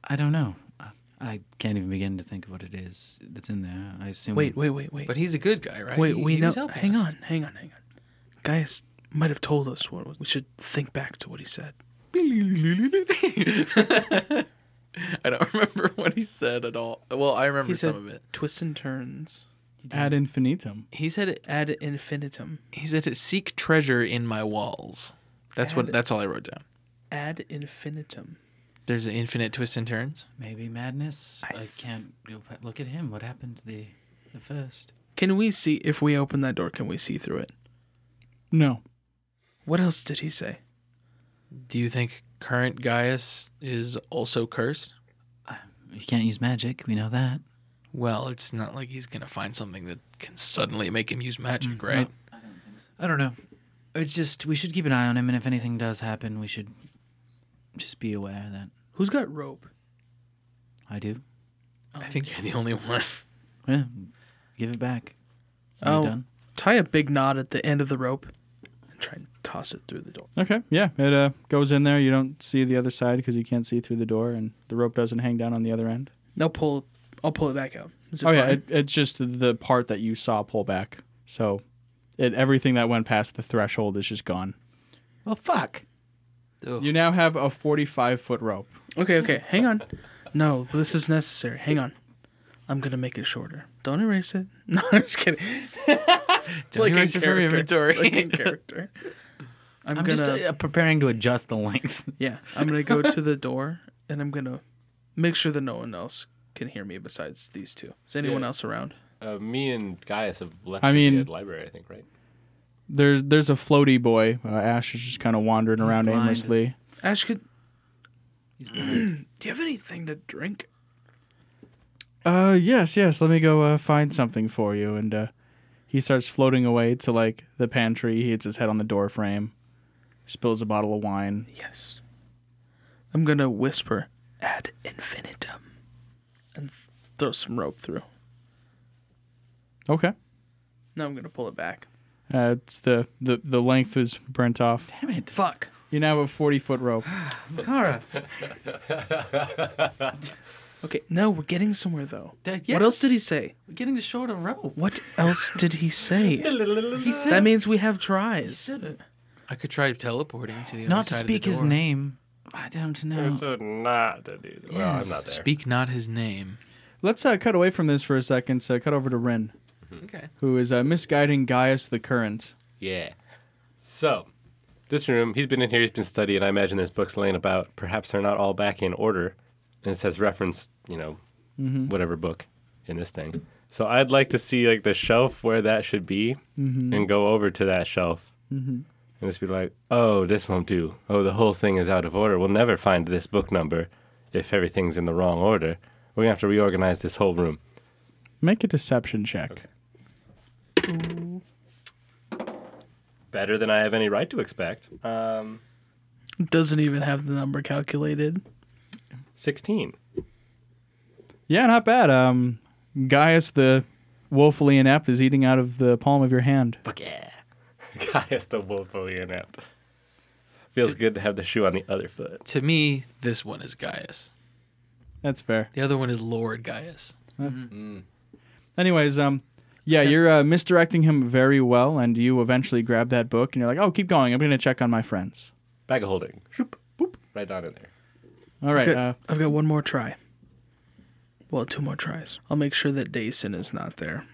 I don't know. I, I can't even begin to think of what it is that's in there. I assume.
Wait, wait, wait, wait.
But he's a good guy, right?
wait,
He-
we
he
know.
was helping
Hang
us.
on, hang on, hang on. Guys might have told us what we should think back to what he said.
I don't remember what he said at all. Well, I remember
He
some
said
of it.
twists and turns
Ad infinitum.
He said
ad infinitum.
he said seek treasure in my walls. That's what.
Ad-
That's all I wrote down.
Ad infinitum.
There's infinite twists and turns.
Maybe madness.
I
I, can't go pa- look at him. What happened to the the first?
Can we see if we open that door? Can we see through it?
No.
What else did he say?
Do you think current Gaius is also cursed?
You can't use magic. We know that.
Well, it's not like he's gonna find something that can suddenly make him use
Mm,
magic, right?
I don't know. It's just we should keep an eye on him, and if anything does happen, we should just be aware that
Who's got rope?
I do.
I think you're the only one.
Yeah, give it back. Are you
Oh.
done?
Tie a big knot at the end of the rope and try and toss it through the door.
Okay, yeah, it uh, goes in there. You don't see the other side because you can't see through the door, and the rope doesn't hang down on the other end.
I'll pull. I'll pull it back out. Is it
oh yeah,
fine?
it, it's just the part that you saw pull back. So, it, everything that went past the threshold is just gone.
Oh,
Well, fuck.
You now have a forty-five foot rope.
Okay, okay. Hang on. No, this is necessary. Hang on. I'm gonna make it shorter. Don't erase it. No, I'm just kidding.
Don't
in
erase it from your
character.
inventory.
Like in character. I'm,
I'm
gonna.
just uh, preparing to adjust the length.
yeah, I'm gonna go to the door and I'm gonna make sure that no one else can hear me besides these two. Is anyone
Yeah.
else around?
Uh, me and Gaius have left
I
I
mean-
mean, the library, I think, right?
There's there's a floaty boy. Uh, Ash is just kind of wandering around
blind.
aimlessly.
Ash, could. Do you have anything to drink?
Uh, yes, yes. Let me go uh, find something for you. And uh, he starts floating away to like the pantry. He hits his head on the door frame, spills a bottle of wine.
Yes. I'm gonna whisper ad infinitum and th- throw some rope through.
Okay.
Now I'm gonna pull it back.
Uh, it's the, the the length is burnt off.
Damn it,
Fuck.
You now have a forty foot rope.
Makara.
Okay, no, we're getting somewhere though.
That-
What else did he say?
We're getting the shorter rope.
What else did he say?
He said
that means we have tries.
said-
I could try teleporting to the other
not to
side of the
speak his
door.
name. I don't know.
So not to do that. Well, I'm not there.
Speak not his name.
Let's uh, cut away from this for a second. So cut over to Rin,
Okay.
who is uh, misguiding Gaius the current.
Yeah. So, this room, he's been in here, he's been studying. I imagine there's books laying about. Perhaps they're not all back in order. And it says reference, you know, whatever book in this thing. So, I'd like to see, like, the shelf where that should be and go over to that shelf. And just be like, oh, this won't do. Oh, the whole thing is out of order. We'll never find this book number if everything's in the wrong order. We're going to have to reorganize this whole room.
Make a deception check.
Better than I have any right to expect. Um,
Uh, Doesn't even have the number calculated.
16.
Yeah, not bad. Um, Gaius the woefully inept is eating out of the palm of your hand.
Gaius the woefully inept. Feels good to have the shoe on the other foot.
To me, this one is Gaius.
That's fair.
The other one is Lord Gaius.
Anyways, um, yeah, you're uh, misdirecting him very well, and you eventually grab that book, and you're like, "Oh, keep going. I'm gonna check on my friends."
Bag of holding. Shoop, boop, right on in there.
All right.
I've got,
Uh,
I've got one more try. Well, two more tries. I'll make sure that Dayson is not there.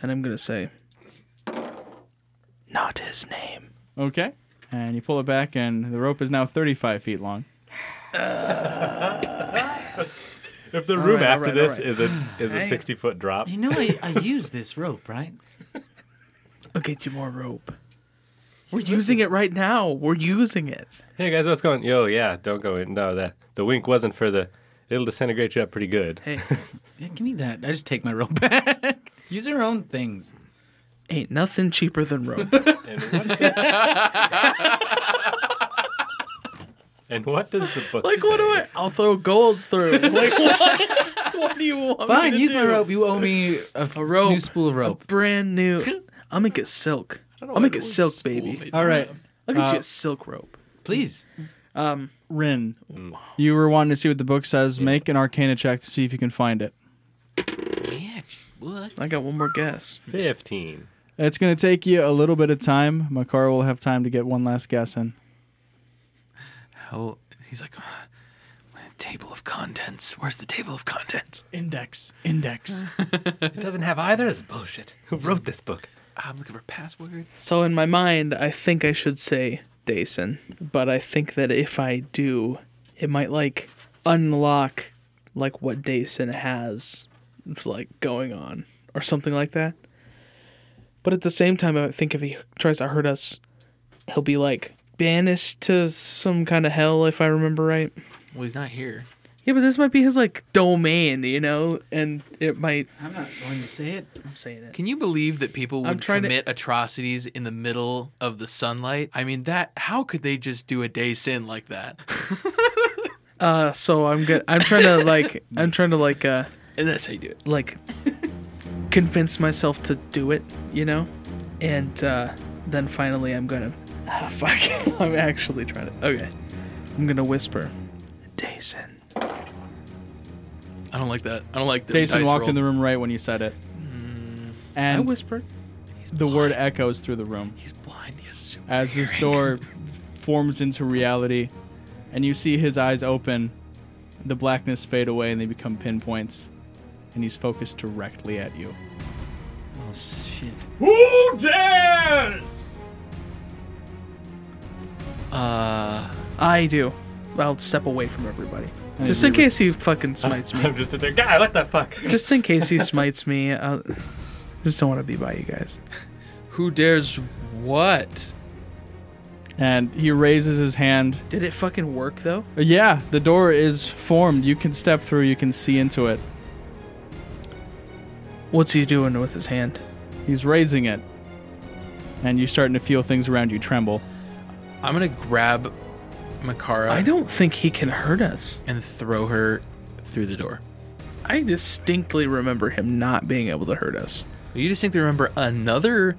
And I'm gonna say not his name.
okay. And you pull it back, and the rope is now 35 feet long.
If the room
right, all right,
after
all
this
right.
is a is a sixty foot drop,
You know, I, I use this rope, right?
I'll get you more rope. We're using it right now. We're using it.
hey guys, what's going? Yo, yeah, don't go in. No, that the wink wasn't for the. It'll disintegrate you up pretty good.
Hey,
Yeah, give me that. I just take my rope back. use your own things.
ain't nothing cheaper than rope.
And what does? and what does the book
Like, what do I? I'll throw gold through. Like, what? what do you want?
Fine,
me to
use my
do?
rope. You owe me a, rope. new spool of rope.
Brand new. I'll make it silk. I'll make it silk, baby.
All right,
I'll get you a silk rope.
Please.
Rin,
Mm.
you were wanting to see what the book says. Make an Arcana check to see if you can find it.
I got one more guess.
Fifteen.
It's gonna take you a little bit of time. Makar will have time to get one last guess in.
How, he's like, "Ah, table of contents. Where's the table of contents?
Index. Index.
It doesn't have either. This is bullshit. Who wrote this book?
Ah, I'm looking for a password.
So in my mind, I think I should say Dason, but I think that if I do, it might like unlock like what Dason has like going on or something like that. But at the same time, I think if he tries to hurt us, he'll be like, banished to some kind of hell, if I remember right.
Well, he's not here.
Yeah, but this might be his like domain, you know, and it might.
I'm not going to say it.
I'm saying it.
Can you believe that people
I'm
would
trying to-
commit atrocities in the middle of the sunlight? I mean, that how could they just do a day sin like that?
Uh, so I'm good. I'm trying to like. I'm trying to like. uh
and that's how you do it.
like convince myself to do it, you know? And uh, then finally I'm gonna ah, fuck I'm actually trying to okay. I'm gonna whisper Dason.
I don't like that. I don't like the
Jason
dice
walked
roll. Mm.
in the room right when you said it.
I
And
whisper.
the word echoes through the room
He's blind. He has super
as this
hearing.
door forms into reality. And you see his eyes open, the blackness fade away, and they become pinpoints. And he's focused directly at you.
Oh shit.
Uh,
I do. I'll step away from everybody.
And
Just
he
in
re-
case he fucking smites me.
I'm just there. God, what the fuck?
Just in case he smites me. uh, I just don't want to be by you guys.
who dares what?
And he raises his hand. Uh,
Did it fucking work though?
Yeah, the door is formed. You can step through, you can see into it.
What's he doing with his hand?
He's raising it. And you're starting to feel things around you tremble.
I'm gonna grab Makara
I don't think he can hurt us.
and throw her through the door.
I distinctly remember him not being able to hurt us.
You just think they remember another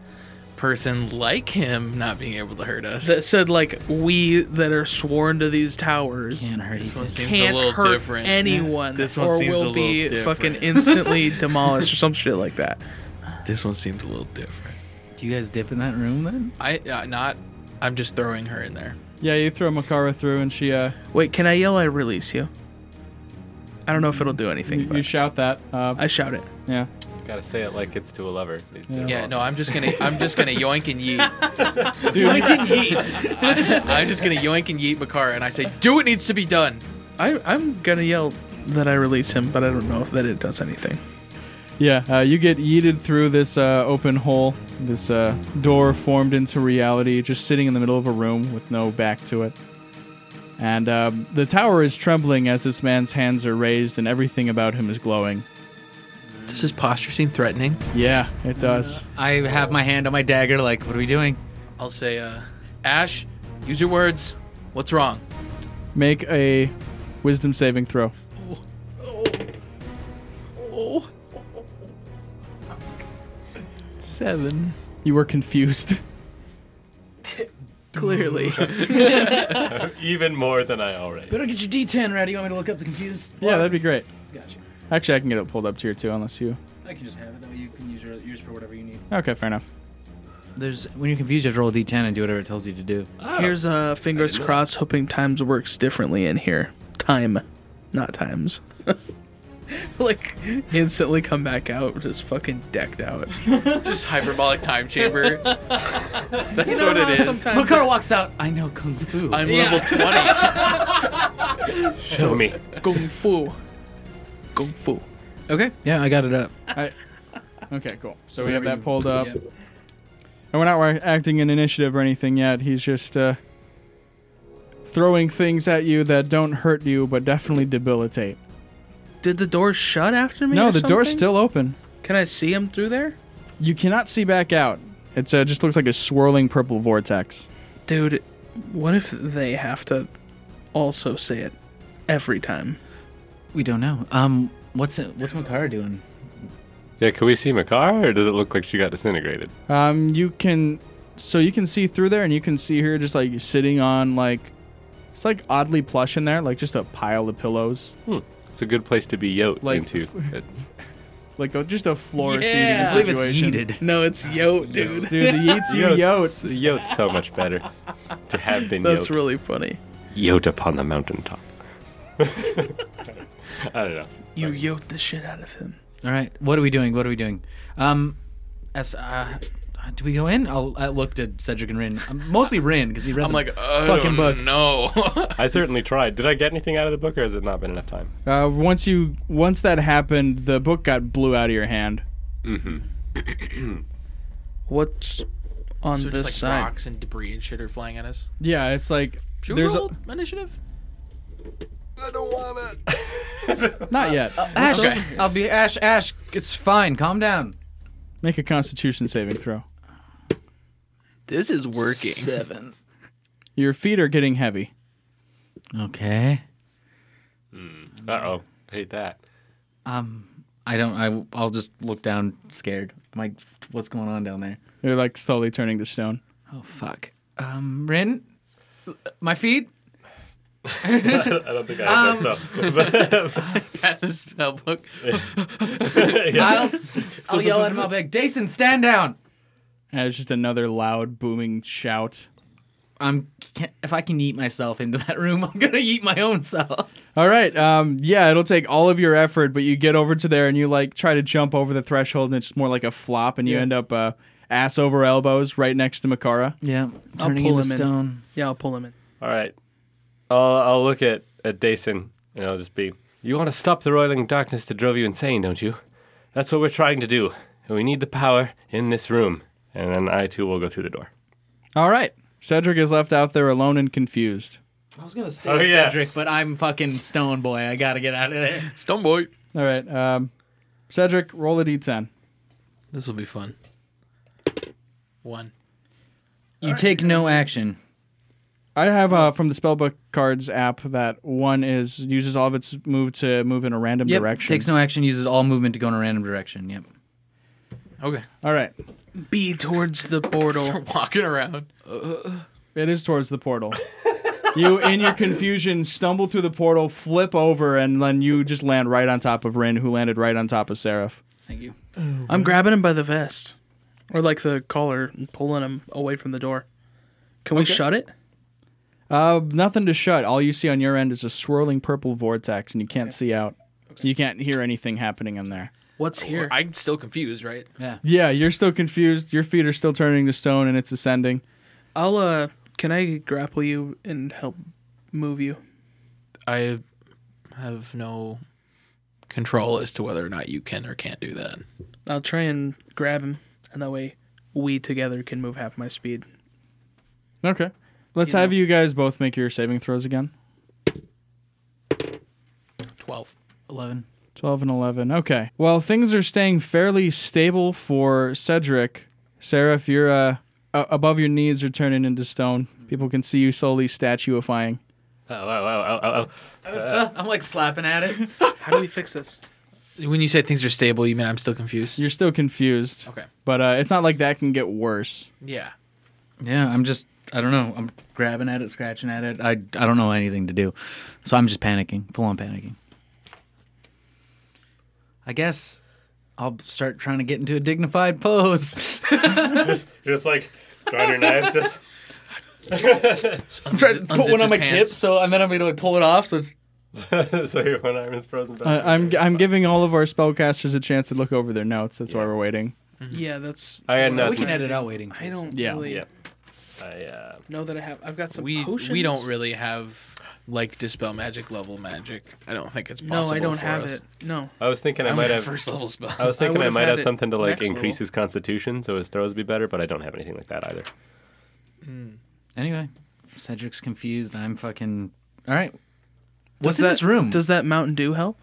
person like him not being able to hurt us.
that said like we that are sworn to these towers
Can't hurt
this
you.
one
dude.
seems
can't
a little
hurt
different.
anyone
This one
or
seems
will
a
be
little
fucking
different.
instantly demolished or some shit like that.
This one seems a little different.
Do you guys dip in that room then?
I uh, not. I'm just throwing her in there.
Yeah, you throw Makara through, and she, uh,
Wait, can I yell I release you? I don't know if it'll do anything,
you,
but
you shout that. Uh,
I shout it.
yeah.
Gotta say it like it's to a lover.
Yeah, no, I'm just gonna, I'm just gonna yoink and yeet. I, am just gonna yoink and yeet Makara, and I say, do what needs to be done.
I I'm gonna yell that I release him, but I don't know if that it does anything.
Yeah, uh, you get yeeted through this uh, open hole, this uh, door formed into reality, just sitting in the middle of a room with no back to it. And um, the tower is trembling as this man's hands are raised and everything about him is glowing.
Does his posture seem threatening?
Yeah, it does.
I have my hand on my dagger. Like, what are we doing?
I'll say, uh, Ash, use your words. What's wrong?
Make a wisdom saving throw.
Seven.
You were confused.
Clearly.
Even more than I already.
Better get your D10 ready. You want me to look up the confused?
yeah, that'd be great.
Gotcha.
Actually, I can get it pulled up to here too, unless you.
I can just have it. That way you can use your, yours for whatever you need.
Okay, fair enough.
There's when you're confused, you have to roll a D10 and do whatever it tells you to do.
Here's uh fingers crossed hoping times works differently in here. Time, not times. like instantly come back out just fucking decked out.
Just hyperbolic time chamber. That's what it is.
Makara walks out. Uh, I know kung fu.
I'm level twenty.
Show me.
Kung fu. Kung fu.
Okay.
yeah, I got it up.
I, okay, cool. So we have that pulled up.
Yep.
And we're not wa- acting in initiative or anything yet. He's just uh, throwing things at you that don't hurt you, but definitely debilitate.
Did the door shut after me?
no,
or
the door's
something?
still open.
Can I see him through there?
You cannot see back out. It uh, just looks like a swirling purple vortex.
Dude, what if they have to also say it every time?
We don't know. Um, what's it, what's Makara doing?
Yeah, can we see Makar, or does it look like she got disintegrated?
Um, you can, so you can see through there, and you can see her just like sitting on like, it's like oddly plush in there, like just a pile of pillows,
Hmm. It's a good place to be yote
Like-
into.
like a, just a floor
Yeah. I
seating
believe
situation.
No, it's yo, dude.
Dude, the yeets you yote.
Yote's, yote's so much better to have been
That's
yote.
really funny.
yote upon the mountaintop. I don't know.
You yoked the shit out of him.
All right, what are we doing? What are we doing? Um, as uh, do we go in? I'll, I looked at Cedric and Rin. Um, mostly Rin because he read.
I'm
the
like, I
fucking
fucking
book.
No.
I certainly tried. Did I get anything out of the book, or has it not been enough time?
Uh, once you once that happened, the book got blew out of your hand.
What's on
so
this
just like
side.
rocks and debris and shit are flying at us.
Yeah, it's like
Should
there's
we
a-
roll initiative? I don't want it.
not yet.
Ash,
Okay.
I'll be Ash. Ash, it's fine. Calm down.
Make a Constitution saving throw.
This is working.
Seven.
Your feet are getting heavy.
Okay.
Uh oh. I hate that.
Um, I don't. I I'll just look down, scared. I'm like, what's going on down there?
They're like slowly turning to stone.
Oh fuck. Um, Rin, my feet.
I don't think I have that stuff.
That's a spell book.
I'll I'll yell at him. I'll be like, Jason, stand down.
And it's just another loud booming shout.
I'm. Can, if I can eat myself into that room, I'm gonna eat my own self.
All right. Um, yeah, it'll take all of your effort, but you get over to there and you like try to jump over the threshold, and it's more like a flop, and you end up uh, ass over elbows right next to Makara.
Yeah,
I'll
turning
pull
into
him in.
stone.
Yeah, I'll pull him in.
All right. I'll, I'll look at, at Dason and I'll just be. You want to stop the roiling darkness that drove you insane, don't you? That's what we're trying to do. And we need the power in this room. And then I too will go through the door.
All right. Cedric is left out there alone and confused.
I was gonna stay
Oh,
with
yeah.
Cedric, but I'm fucking stone boy. I gotta get out of there.
Stone boy.
All right. Um, Cedric, roll a d10.
This will be fun. One.
You take no action.
I have uh, from the spellbook cards app that one is uses all of its move to move in a random
Yep.
direction.
Takes no action. Uses all movement to go in a random direction. Yep.
Okay.
all right.
Be towards the portal.
Start walking around.
It is towards the portal. you, in your confusion, stumble through the portal, flip over, and then you just land right on top of Rin, who landed right on top of Seraph.
Thank you.
I'm grabbing him by the vest, or like the collar, and pulling him away from the door. Can we shut it?
Uh, nothing to shut. All you see on your end is a swirling purple vortex, and you can't see out. You can't hear anything happening in there.
What's here?
I'm still confused, right?
Yeah, you're still confused. Your feet are still turning to stone, and it's ascending.
I'll uh can I grapple you and help move you?
I have no control as to whether or not you can or can't do that.
I'll try and grab him and that way we together can move half my speed.
Okay. Let's have you guys both make your saving throws again.
12.
Eleven.
12 and 11. Okay. Well, things are staying fairly stable for Cedric. Seraph, you're uh, uh, above your knees are turning into stone. People can see you slowly statuifying.
Oh, oh, oh, oh, oh, oh.
I'm like slapping at it.
How do we fix this?
When you say things are stable, you mean I'm still confused?
You're still confused,
Okay.
but uh, it's not like that can get worse.
Yeah.
Yeah, I'm just. I don't know. I'm grabbing at it, scratching at it. I, I don't know anything to do, so I'm just panicking, full on panicking. I guess I'll start trying to get into a dignified pose.
Just like drawing your knives. Just...
I'm trying to put
Unzips
one on
his
my
pants.
tip, so and then I'm gonna like pull it off. So it's
so your one arm is frozen back.
Uh, I'm, I'm giving all of our spellcasters a chance to look over their notes. That's why we're waiting.
Mm-hmm.
Yeah, that's
I had
we
nothing.
can edit out waiting.
I don't
Yeah.
really
Yeah. I, uh,
know that I have I've got some
We
potions.
we don't really have like dispel magic level magic. I don't think it's
No,
possible.
I don't
for
have
us.
it. No.
I was thinking I
I'm
might
a
have.
first level spell.
I was thinking I,
would've
might
had
have
it
something to like
next level.
increase his constitution so his throws be better, but I don't have anything like that either.
Anyway, Cedric's confused. I'm fucking. All right. What's
Does
in
that-
this room?
Does that Mountain Dew help?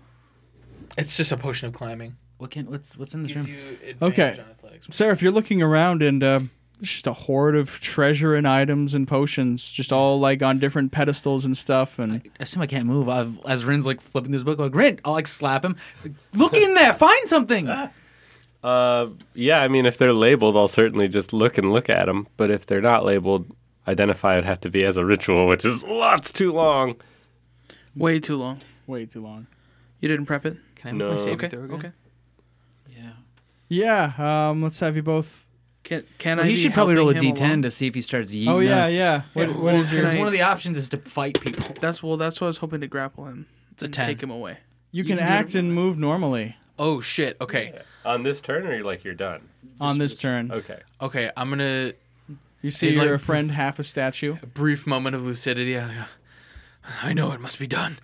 It's just a potion of climbing.
what can what's what's in this
Gives
room?
you advantage
Okay.
on athletics.
Seraph, you're looking around and uh, it's just a horde of treasure and items and potions, just all like on different pedestals and stuff. And
I assume I can't move. I've, as Rin's like flipping this book, like Rin, I'll like slap him. Look in there, find something.
Uh, yeah, I mean, if they're labeled, I'll certainly just look and look at them. But if they're not labeled, identify would have to be as a ritual, which is lots too long.
Way too long.
way too long.
You didn't prep it?
Can I make my
No.
saving
Okay.
throw again?
Okay.
Yeah.
Yeah. Um, let's have you both.
Can can
Well,
I
he
be
should probably roll a
helping him
D10
along?
to see if he starts yeeting
Oh yeah,
us.
yeah. What, what
Well,
is
can
your?
I-
Because one of the options is to fight people.
That's well that's what I was hoping to grapple him.
It's a
and
10.
Take him away.
You can act and move normally
Oh shit. Okay.
On this turn, or like you're done?
on this turn.
Okay.
Okay. I'm gonna
You see
Hey, like-
your friend half a statue.
brief moment of lucidity. I, I know it must be done,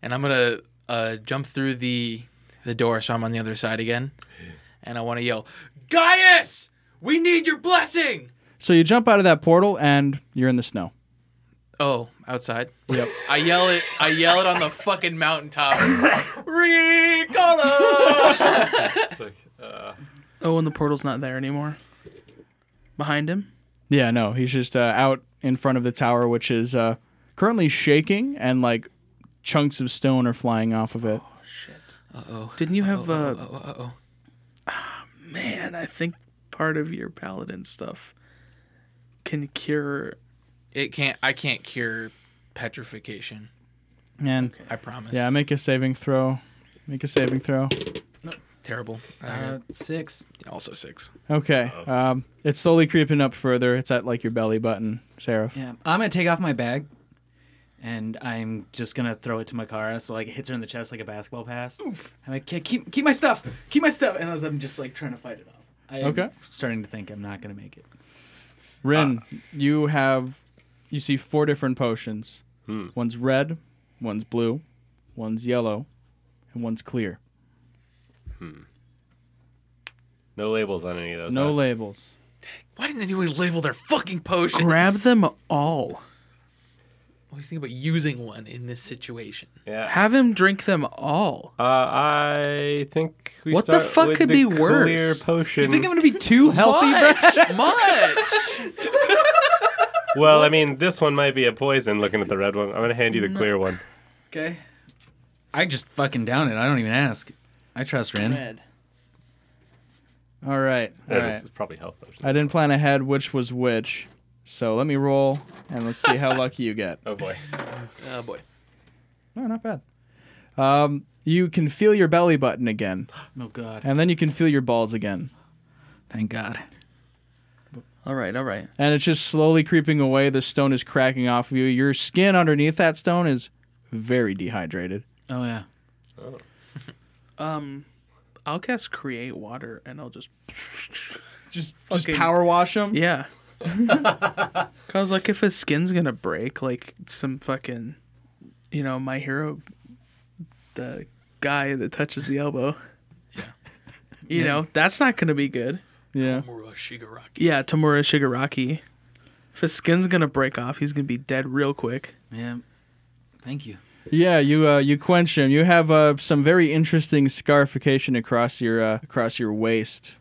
and I'm gonna uh, jump through the the door, so I'm on the other side again, and I want to yell, Gaius, we need your blessing.
So you jump out of that portal and you're in the snow.
Oh, outside.
Yep.
I yell it. I yell it on the fucking mountaintops. Ricola.
Oh, and the portal's not there anymore. Behind him?
Yeah, no, he's just uh, out in front of the tower, which is uh, currently shaking, and like chunks of stone are flying off of it.
Didn't you have uh
Oh, uh oh.
man, I think part of your paladin stuff can cure
It can't. I can't cure petrification.
And
I promise.
yeah, make a saving throw. Make a saving throw.
Terrible. Uh,
six.
also six.
Okay.
Oh.
Um, it's slowly creeping up further. It's at like your belly button, Seraph.
Yeah, I'm gonna take off my bag, and I'm just gonna throw it to Makara. So like, it hits her in the chest like a basketball pass. Oof. I'm like, "Ke- keep keep my stuff, keep my stuff, and as I'm just like trying to fight it off. I'm
Okay.
starting to think I'm not gonna make it.
Rin, you have you see four different potions. One's red, one's blue, one's yellow, and one's clear.
No labels on any of those.
No
huh?
labels.
Why didn't anyone label their fucking potion?
grab them all.
Always think about using one in this situation.
Yeah.
Have him drink them all.
Uh, I think we
What the
start
fuck
with
could be
the clear
worse?
Potion.
You think I'm gonna be too healthy?
Much, much.
well, I mean, this one might be a poison. Looking at the red one, I'm gonna hand you the clear one.
Okay. I just fucking down it. I don't even ask. I trust Rin.
All right. All
Yeah,
right.
This is probably health potion.
I didn't plan ahead which was which. So let me roll and let's see how lucky you get.
oh boy.
Oh boy.
No, not bad. Um, you can feel your belly button again,
Oh God.
and then you can feel your balls again.
Thank God.
All right, all right.
And it's just slowly creeping away. The stone is cracking off of you. Your skin underneath that stone is very dehydrated.
Oh yeah.
Um I'll cast create water and I'll just
Just, just
Fucking-
power wash them.
Yeah. Cause like if his skin's gonna break, like some fucking, you know, my hero, the guy that touches the elbow. You know that's not gonna be good.
Yeah.
Mura Shigaraki.
Yeah, Tamura Shigaraki. If his skin's gonna break off, he's gonna be dead real quick.
Yeah. Thank you.
Yeah, you uh, you quench him. You have uh, some very interesting scarification across your uh, across your waist.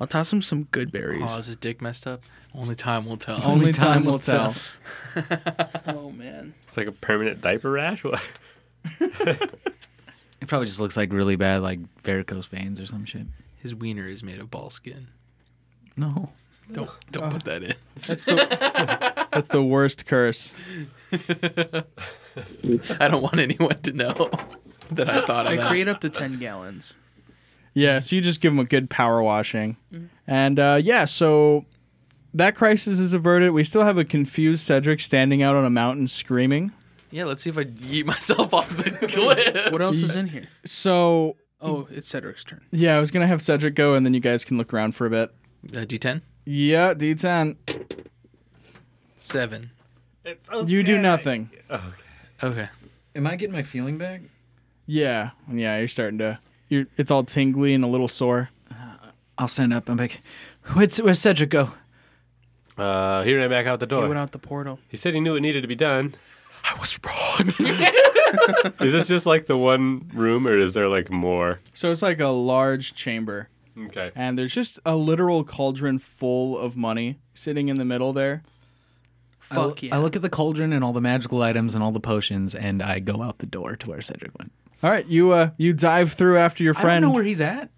I'll toss him some good berries.
Oh, is his dick messed up? Only time will tell.
Only time will tell.
Oh man.
It's like a permanent diaper rash. What?
It probably just looks like really bad, like varicose veins or some shit.
His wiener is made of ball skin.
No.
Don't don't put that in.
That's the that's the worst curse.
I don't want anyone to know that I thought of
I
that.
create up to ten gallons.
Yeah, so you just give him a good power washing. And uh, yeah, so that crisis is averted. We still have a confused Cedric standing out on a mountain screaming.
yeah, let's see if I yeet myself off the cliff.
What else is in here?
So
Oh, it's Cedric's turn.
yeah, I was gonna have Cedric go, and then you guys can look around for a bit.
Uh, D10?
Yeah, D10.
Seven.
You do nothing.
Okay.
Am I getting my feeling back?
Yeah, yeah, you're starting to. You're, it's all tingly and a little sore.
I'll stand up. I'm like, where's, where's Cedric go?
Uh, he ran back out the
He
door.
went out the portal.
He said he knew it needed to be done.
I was wrong.
Is this just like the one room, or is there like more?
So it's like a large chamber,
Okay.
and there's just a literal cauldron full of money sitting in the middle there.
I l-
Fuck yeah.
I look at the cauldron and all the magical items and all the potions, and I go out the door to where Cedric went.
All right, you uh, you dive through after your
I
friend.
don't know where he's at.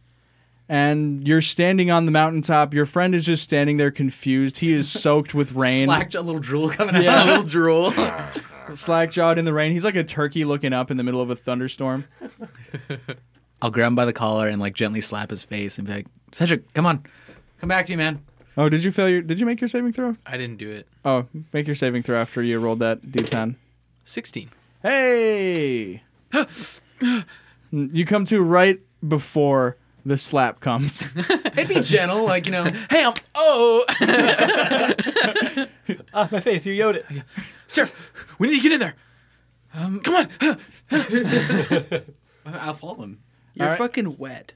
and you're standing on the mountaintop. Your friend is just standing there confused. He is soaked with rain,
Slacked a little drool coming
A
out.
little drool.
slack jawed in the rain. He's like a turkey looking up in the middle of a thunderstorm.
I'll grab him by the collar and like gently slap his face and be like, Cedric, come on, come back to me, man.
Oh, did you fail your? Did you make your saving throw?
I didn't do it.
Oh, make your saving throw after you rolled that d10.
16.
Hey, you come to right before the slap comes.
It'd be gentle, like you know.
Hey, I'm. Oh!
Ah, my face. You yelled it.
Surf, we need to get in there. Um, Come on.
I'll follow him.
You're
All right.
fucking wet.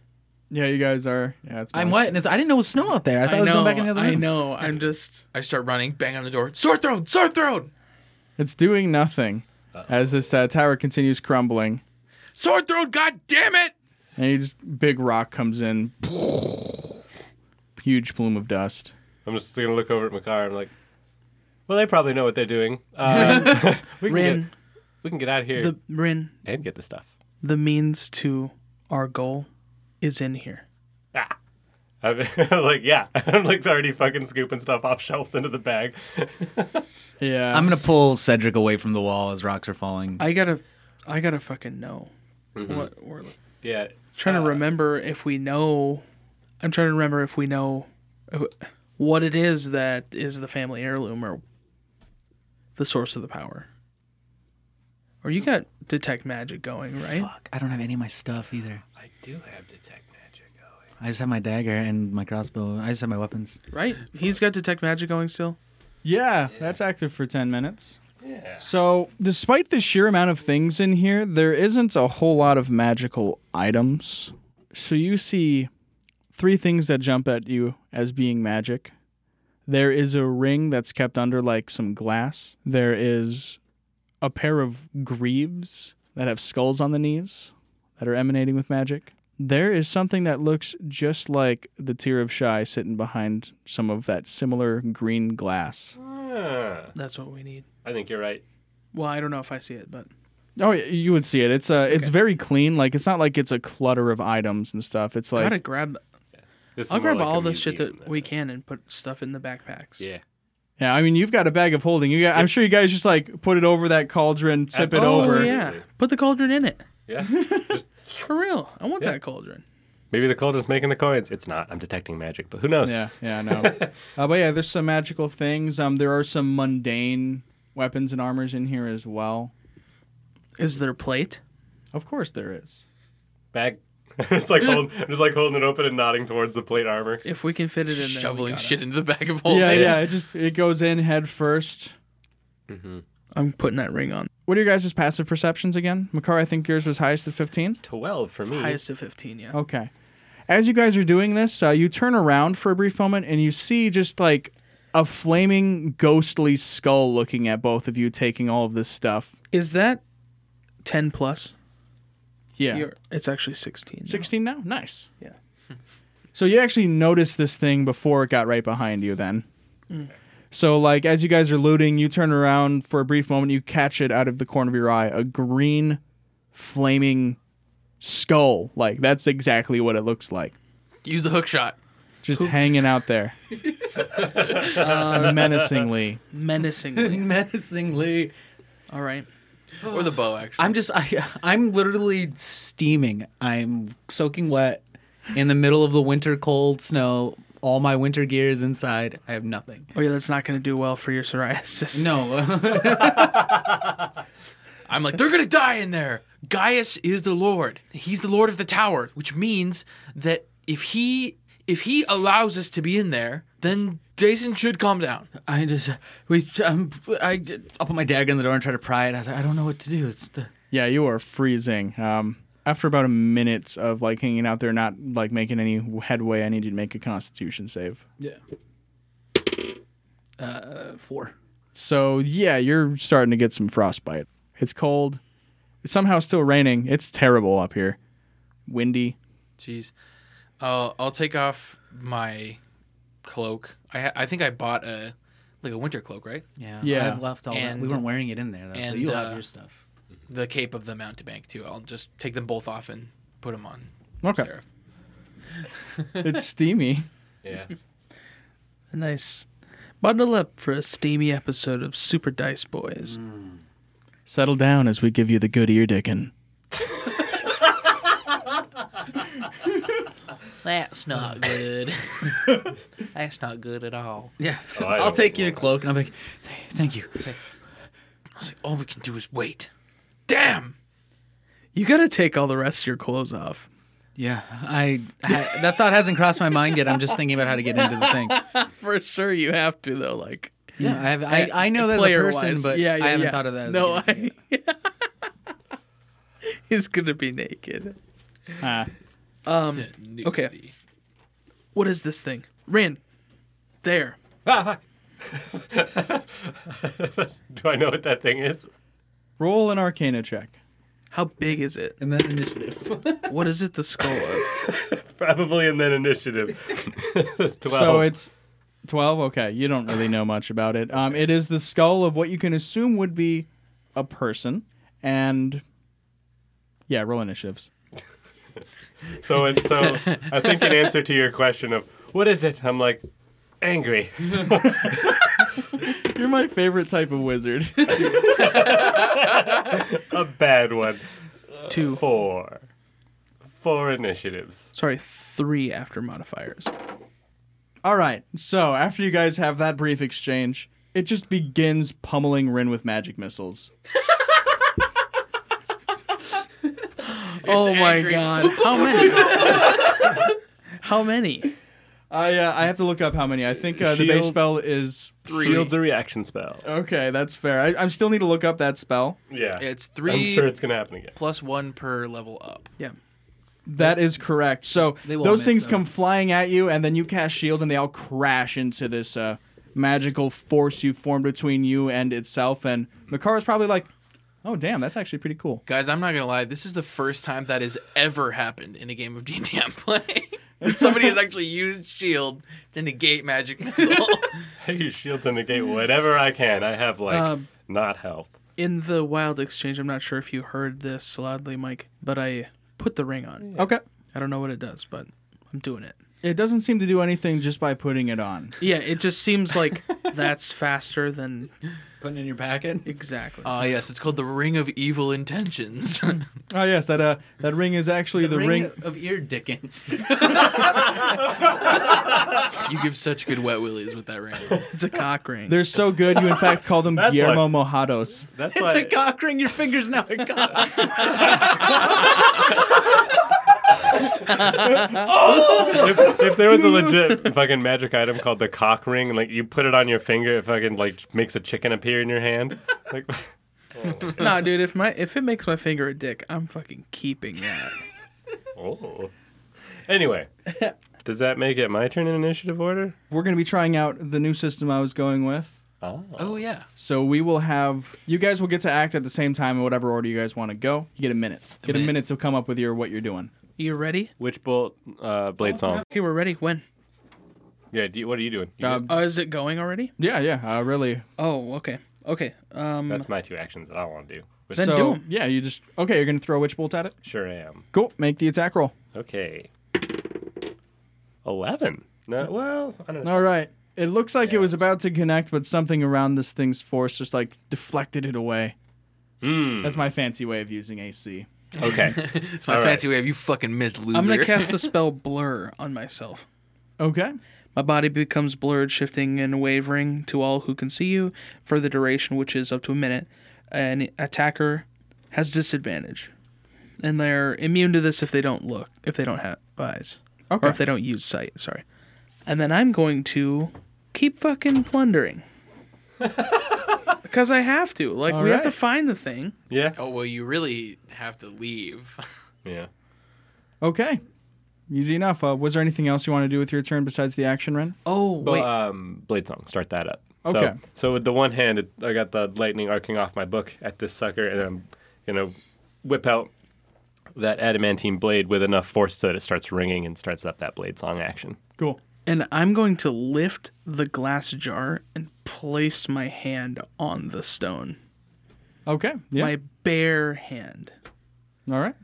Yeah, you guys are. Yeah, it's
I'm
mine.
wet, and it's, I didn't know it was snow out there. I thought I, was going back in the other
I
room.
know. I'm just.
I start running, bang on the door. Sword thrown, sword thrown,
It's doing nothing as this uh, tower continues crumbling,
sword thrown. God damn it!
and you just big rock comes in, huge plume of dust.
I'm just gonna look over at Makar. I'm like, well, they probably know what they're doing. Uh, we can
Rin,
get, we can get out of here
the Rin,
and get the stuff.
the means to our goal is in here.
I'm like, yeah, I'm like already fucking scooping stuff off shelves into the bag.
Yeah,
I'm gonna pull Cedric away from the wall as rocks are falling.
I gotta, I gotta fucking know what we're
Yeah,
trying to remember if we know. I'm trying to remember if we know who- what it is that is the family heirloom or the source of the power. Or you got detect magic going, right?
Fuck, I don't have any of my stuff either.
I do have detect magic. going.
I just have my dagger and my crossbow. I just have my weapons.
Right. He's got detect magic going still.
Yeah, that's active for 10 minutes. Yeah. So, despite the sheer amount of things in here, there isn't a whole lot of magical items. So, you see three things that jump at you as being magic. There is a ring that's kept under like some glass. There is a pair of greaves that have skulls on the knees that are emanating with magic. There is something that looks just like the tear of shy sitting behind some of that similar green glass.
Ah,
That's what we need.
I think you're right.
Well, I don't know if I see it, but
Oh, y- you would see it. It's uh, it's very clean. Like it's not like it's a clutter of items and stuff. It's like
gotta grab.
This is
I'll
more
grab
like
all
a
the shit
museum
that
than
we
that.
can and put stuff in the backpacks.
Yeah,
yeah. I mean, you've got a bag of holding. You got, I'm sure you guys just like put it over that cauldron, tip
Absolutely.
it over.
Oh yeah, put the cauldron in it.
yeah.
For real, I want
Yeah.
that cauldron.
Maybe the cauldron's making the coins. It's not. I'm detecting magic, but who knows?
Yeah, yeah, I know. uh, but yeah, there's some magical things. Um, there are some mundane weapons and armors in here as well.
Is there plate?
Of course, there is.
Bag. it's like holding, I'm just like holding it open and nodding towards the plate armor.
If we can fit it in there, we
Shoveling
gotta.
shit into the bag of holding.
yeah, yeah. It just it goes in head first.
I'm putting that ring on.
What are your guys' passive perceptions again? Makar, I think yours was highest at 15.
Twelve for me.
Highest of 15, yeah.
Okay. As you guys are doing this, uh, you turn around for a brief moment and you see just like a flaming ghostly skull looking at both of you taking all of this stuff.
Is that 10 plus?
Yeah.
You're- it's actually 16. now.
16 now? Nice.
Yeah.
So you actually noticed this thing before it got right behind you then.
Mm.
So like as you guys are looting, you turn around for a brief moment, you catch it out of the corner of your eye, a green flaming skull. Like that's exactly what it looks like.
Use the hook shot.
Just hanging out there. Um, menacingly.
Menacingly.
Menacingly,
All right.
Or the bow, actually.
I'm just I, I'm literally steaming. I'm soaking wet in the middle of the winter cold snow. All my winter gear is inside. I have nothing.
Oh, yeah, that's not going to do well for your psoriasis.
No,
I'm like, they're gonna die in there. Gaius is the Lord. He's the Lord of the Tower, which means that if he if he allows us to be in there, then Jason should calm down.
I just we um, I I'll put my dagger in the door and try to pry it. I was like, I don't know what to do. It's the
Yeah, you are freezing. Um, after about a minute of like hanging out there, not like making any headway, I need you to make a Constitution save.
uh, four.
So yeah, you're starting to get some frostbite. It's cold. It's somehow still raining. It's terrible up here. Windy.
Jeez. I'll I'll take off my cloak. I ha- I think I bought a like a winter cloak, right?
Yeah,
Yeah.
I've left all
And-
that. We weren't wearing it in there though, so
and,
you'll
uh,
have your stuff.
The cape of the mountebank too. I'll just take them both off and put them on.
Okay,
Seraph.
it's steamy.
Yeah.
Nice. Bundle up for a steamy episode of Super Dice Boys.
Mm.
Settle down as we give you the good ear dickin'.
That's not good. That's not good at all.
Yeah,
Oh, I
I'll
don't
take your
want
cloak, and I'm like, "Th- thank you.
It's like, all we can do is wait. Damn.
You got to take all the rest of your clothes off.
Yeah, I, I that thought hasn't crossed my mind yet. I'm just thinking about how to get into the thing.
For sure, you have to, though. Like,
Yeah, I, have, I, I know that's a person,
player-wise.
but
yeah, yeah,
I haven't
yeah.
thought of that. As
no,
a game.
I. He's going to be naked.
Ah.
Um, okay.
Nudity.
what is this thing? Rin, there.
Ah, fuck. Do I know what that thing is?
Roll an Arcana check.
How big is it?
And then initiative.
What is it the skull of?
Probably in that initiative. Twelve.
So it's 12? Okay, you don't really know much about it. Um, it is the skull of what you can assume would be a person. And yeah, roll initiatives.
so and so. I think in answer to your question of what is it, I'm like angry.
You're my favorite type of wizard.
A bad one.
Two.
Four. Four initiatives.
Sorry, three after modifiers.
All right, so after you guys have that brief exchange, it just begins pummeling Rin with magic missiles.
oh
angry.
my god. How many? How many?
I uh, I have to look up how many. I think uh, the base
Shield-
spell is
Three.
Shield's a reaction spell.
okay. That's fair. I, I still need to look up that spell.
Yeah.
It's
I'm
3
sure it's gonna happen again.
plus 1 per level up.
That is correct. So
They won't
those
miss,
things
though.
come flying at you, and then you cast shield, and they all crash into this uh, magical force you formed between you and itself. And Makara's probably like, "Oh damn, that's actually pretty cool."
Guys, I'm not gonna lie. This is the first time that has ever happened in a game of D&D I'm playing. That Somebody has actually used shield to negate magic missile.
I use shield to negate whatever I can. I have like
Um,
not health.
In the wild exchange, I'm not sure if you heard this loudly, Mike, but I put the ring on.
Okay,
I don't know what it does, but I'm doing it.
it doesn't seem to do anything just by putting it on.
Yeah, it just seems like that's faster than
Putting in your packet.
exactly.
Ah, yes, it's called the Ring of Evil Intentions.
Oh yes, that uh, that ring is actually the, ring.
of ear dicking.
you give such good wet willies with that ring.
it's a cock ring.
They're so good. You in fact call them
That's
Guillermo Mojados.
That's
It's a
like
cock ring. Your fingers now a cock.
if, if there was a legit fucking magic item called the cock ring, and like you put it on your finger, it fucking like makes a chicken appear in your hand. Like,
nah, dude, if my if it makes my finger a dick, I'm fucking keeping that.
oh. Anyway, does that make it my turn in initiative order?
We're gonna be trying out the new system I was going with.
Oh.
Oh yeah.
So we will have you guys will get to act at the same time in whatever order you guys want to go. You get a minute. Get a
minute.
minute to come up with your what you're doing.
You ready?
Which bolt uh, blade song?
Okay, we're ready. When?
Yeah. Do you, what are you doing? You
Uh,
get-
Oh, is it going already?
Yeah, yeah, uh, really.
Oh, okay. Okay. Um
that's my two actions that I want to do. Which
Then
so
do 'em.
yeah, you just okay. You're gonna throw a witch bolt at it.
sure am.
Cool. Make the attack roll.
Okay. Eleven. No, well, I don't know.
All right. It looks like
Yeah.
it was about to connect, but something around this thing's force just like deflected it away.
Hmm.
That's my fancy way of using AC.
Okay.
It's my
All right.
fancy way of you fucking missed loser.
I'm gonna cast the spell blur on myself.
Okay.
My body becomes blurred, shifting and wavering to all who can see you for the duration, which is up to a minute. An attacker has disadvantage, and they're immune to this if they don't look, if they don't have eyes,
Okay.
or if they don't use sight. Sorry. And then I'm going to keep fucking plundering because I have to. Like
All
we have to
right.
find the thing.
Yeah.
Oh well, you really have to leave.
Yeah.
Okay. Easy enough. Uh, was there anything else you want to do with your turn besides the action, Ren?
Oh
Well,
wait,
um, Blade Song, start that up.
Okay.
So, so with the one hand, it, I got the lightning arcing off my book at this sucker, and I'm gonna whip out that adamantine blade with enough force so that it starts ringing and starts up that Blade Song action.
Cool.
and I'm going to lift the glass jar and place my hand on the stone.
Okay. Yeah.
My bare hand.
All right.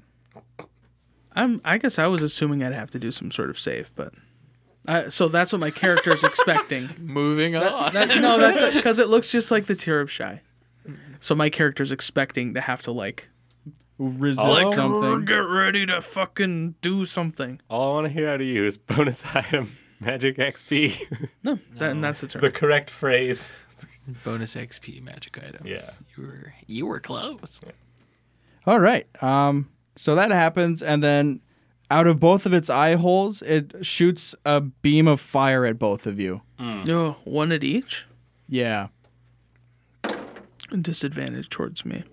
I'm. I guess I was assuming I'd have to do some sort of save, but I, so that's what my character is expecting.
Moving on.
That- no, that's because it looks just like the tear of shy. So my character's expecting to have to like
Resist
Like-
something.
get ready to fucking do something.
All I want to hear out of you is bonus item magic XP,
No, That, and that's the turn.
the correct phrase.
Bonus XP magic item.
Yeah.
You were you were close.
All right. Um, so that happens, and then out of both of its eye holes, it shoots a beam of fire at both of you.
No, one at each.
Yeah.
Disadvantage towards me.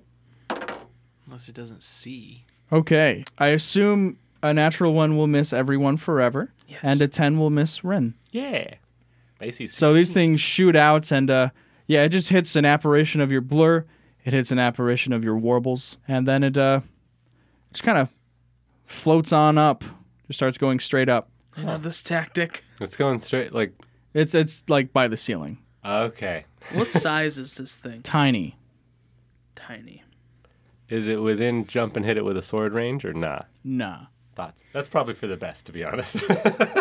Unless it doesn't see.
Okay. I assume A natural one will miss everyone forever,
Yes.
and a 10 will miss Ren.
Yeah. Macy's.
So these things shoot out, and uh, yeah, it just hits an apparition of your blur. It hits an apparition of your warbles, and then it uh, just kind of floats on up. Just starts going straight up.
I know this tactic.
It's going straight like
It's it's like by the ceiling,
okay.
What size is this thing?
tiny.
Tiny.
Is it within jump and hit it with a sword range or nah?
Nah.
Thoughts. That's probably for the best to be honest.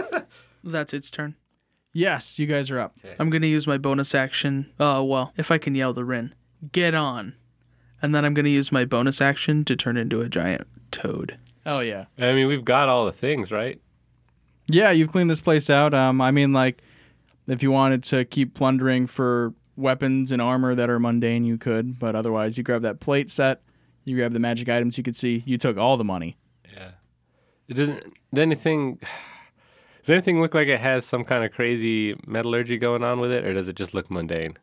That's its turn.
Yes, you guys are up.
I'm gonna use my bonus action. Uh, well, if I can yell the Rin, get on, and then I'm gonna use my bonus action to turn into a giant toad.
Hell yeah.
I mean, we've got all the things, right?
Yeah, you've cleaned this place out. Um, I mean, like, if you wanted to keep plundering for weapons and armor that are mundane, you could. But otherwise, you grab that plate set, you grab the magic items you could see. You took all the money.
Yeah. It doesn't did anything Does anything look like it has some kind of crazy metallurgy going on with it or does it just look mundane?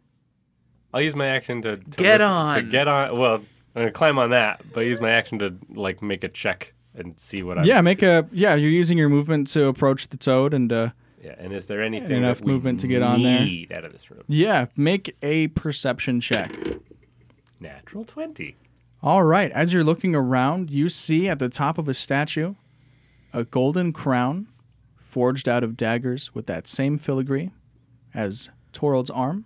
I'll use my action to, to
Get
look- to
on.
get on well, I'm gonna climb on that, but use my action to like make a check and see what I
Yeah, make a yeah. You're using your movement to approach the toad, and uh,
Yeah, and is there anything
Enough
that we
movement to get on there.
need out of this room?
yeah, make a perception check.
Natural twenty.
All right. As you're looking around, you see at the top of a statue a golden crown forged out of daggers with that same filigree as Torald's arm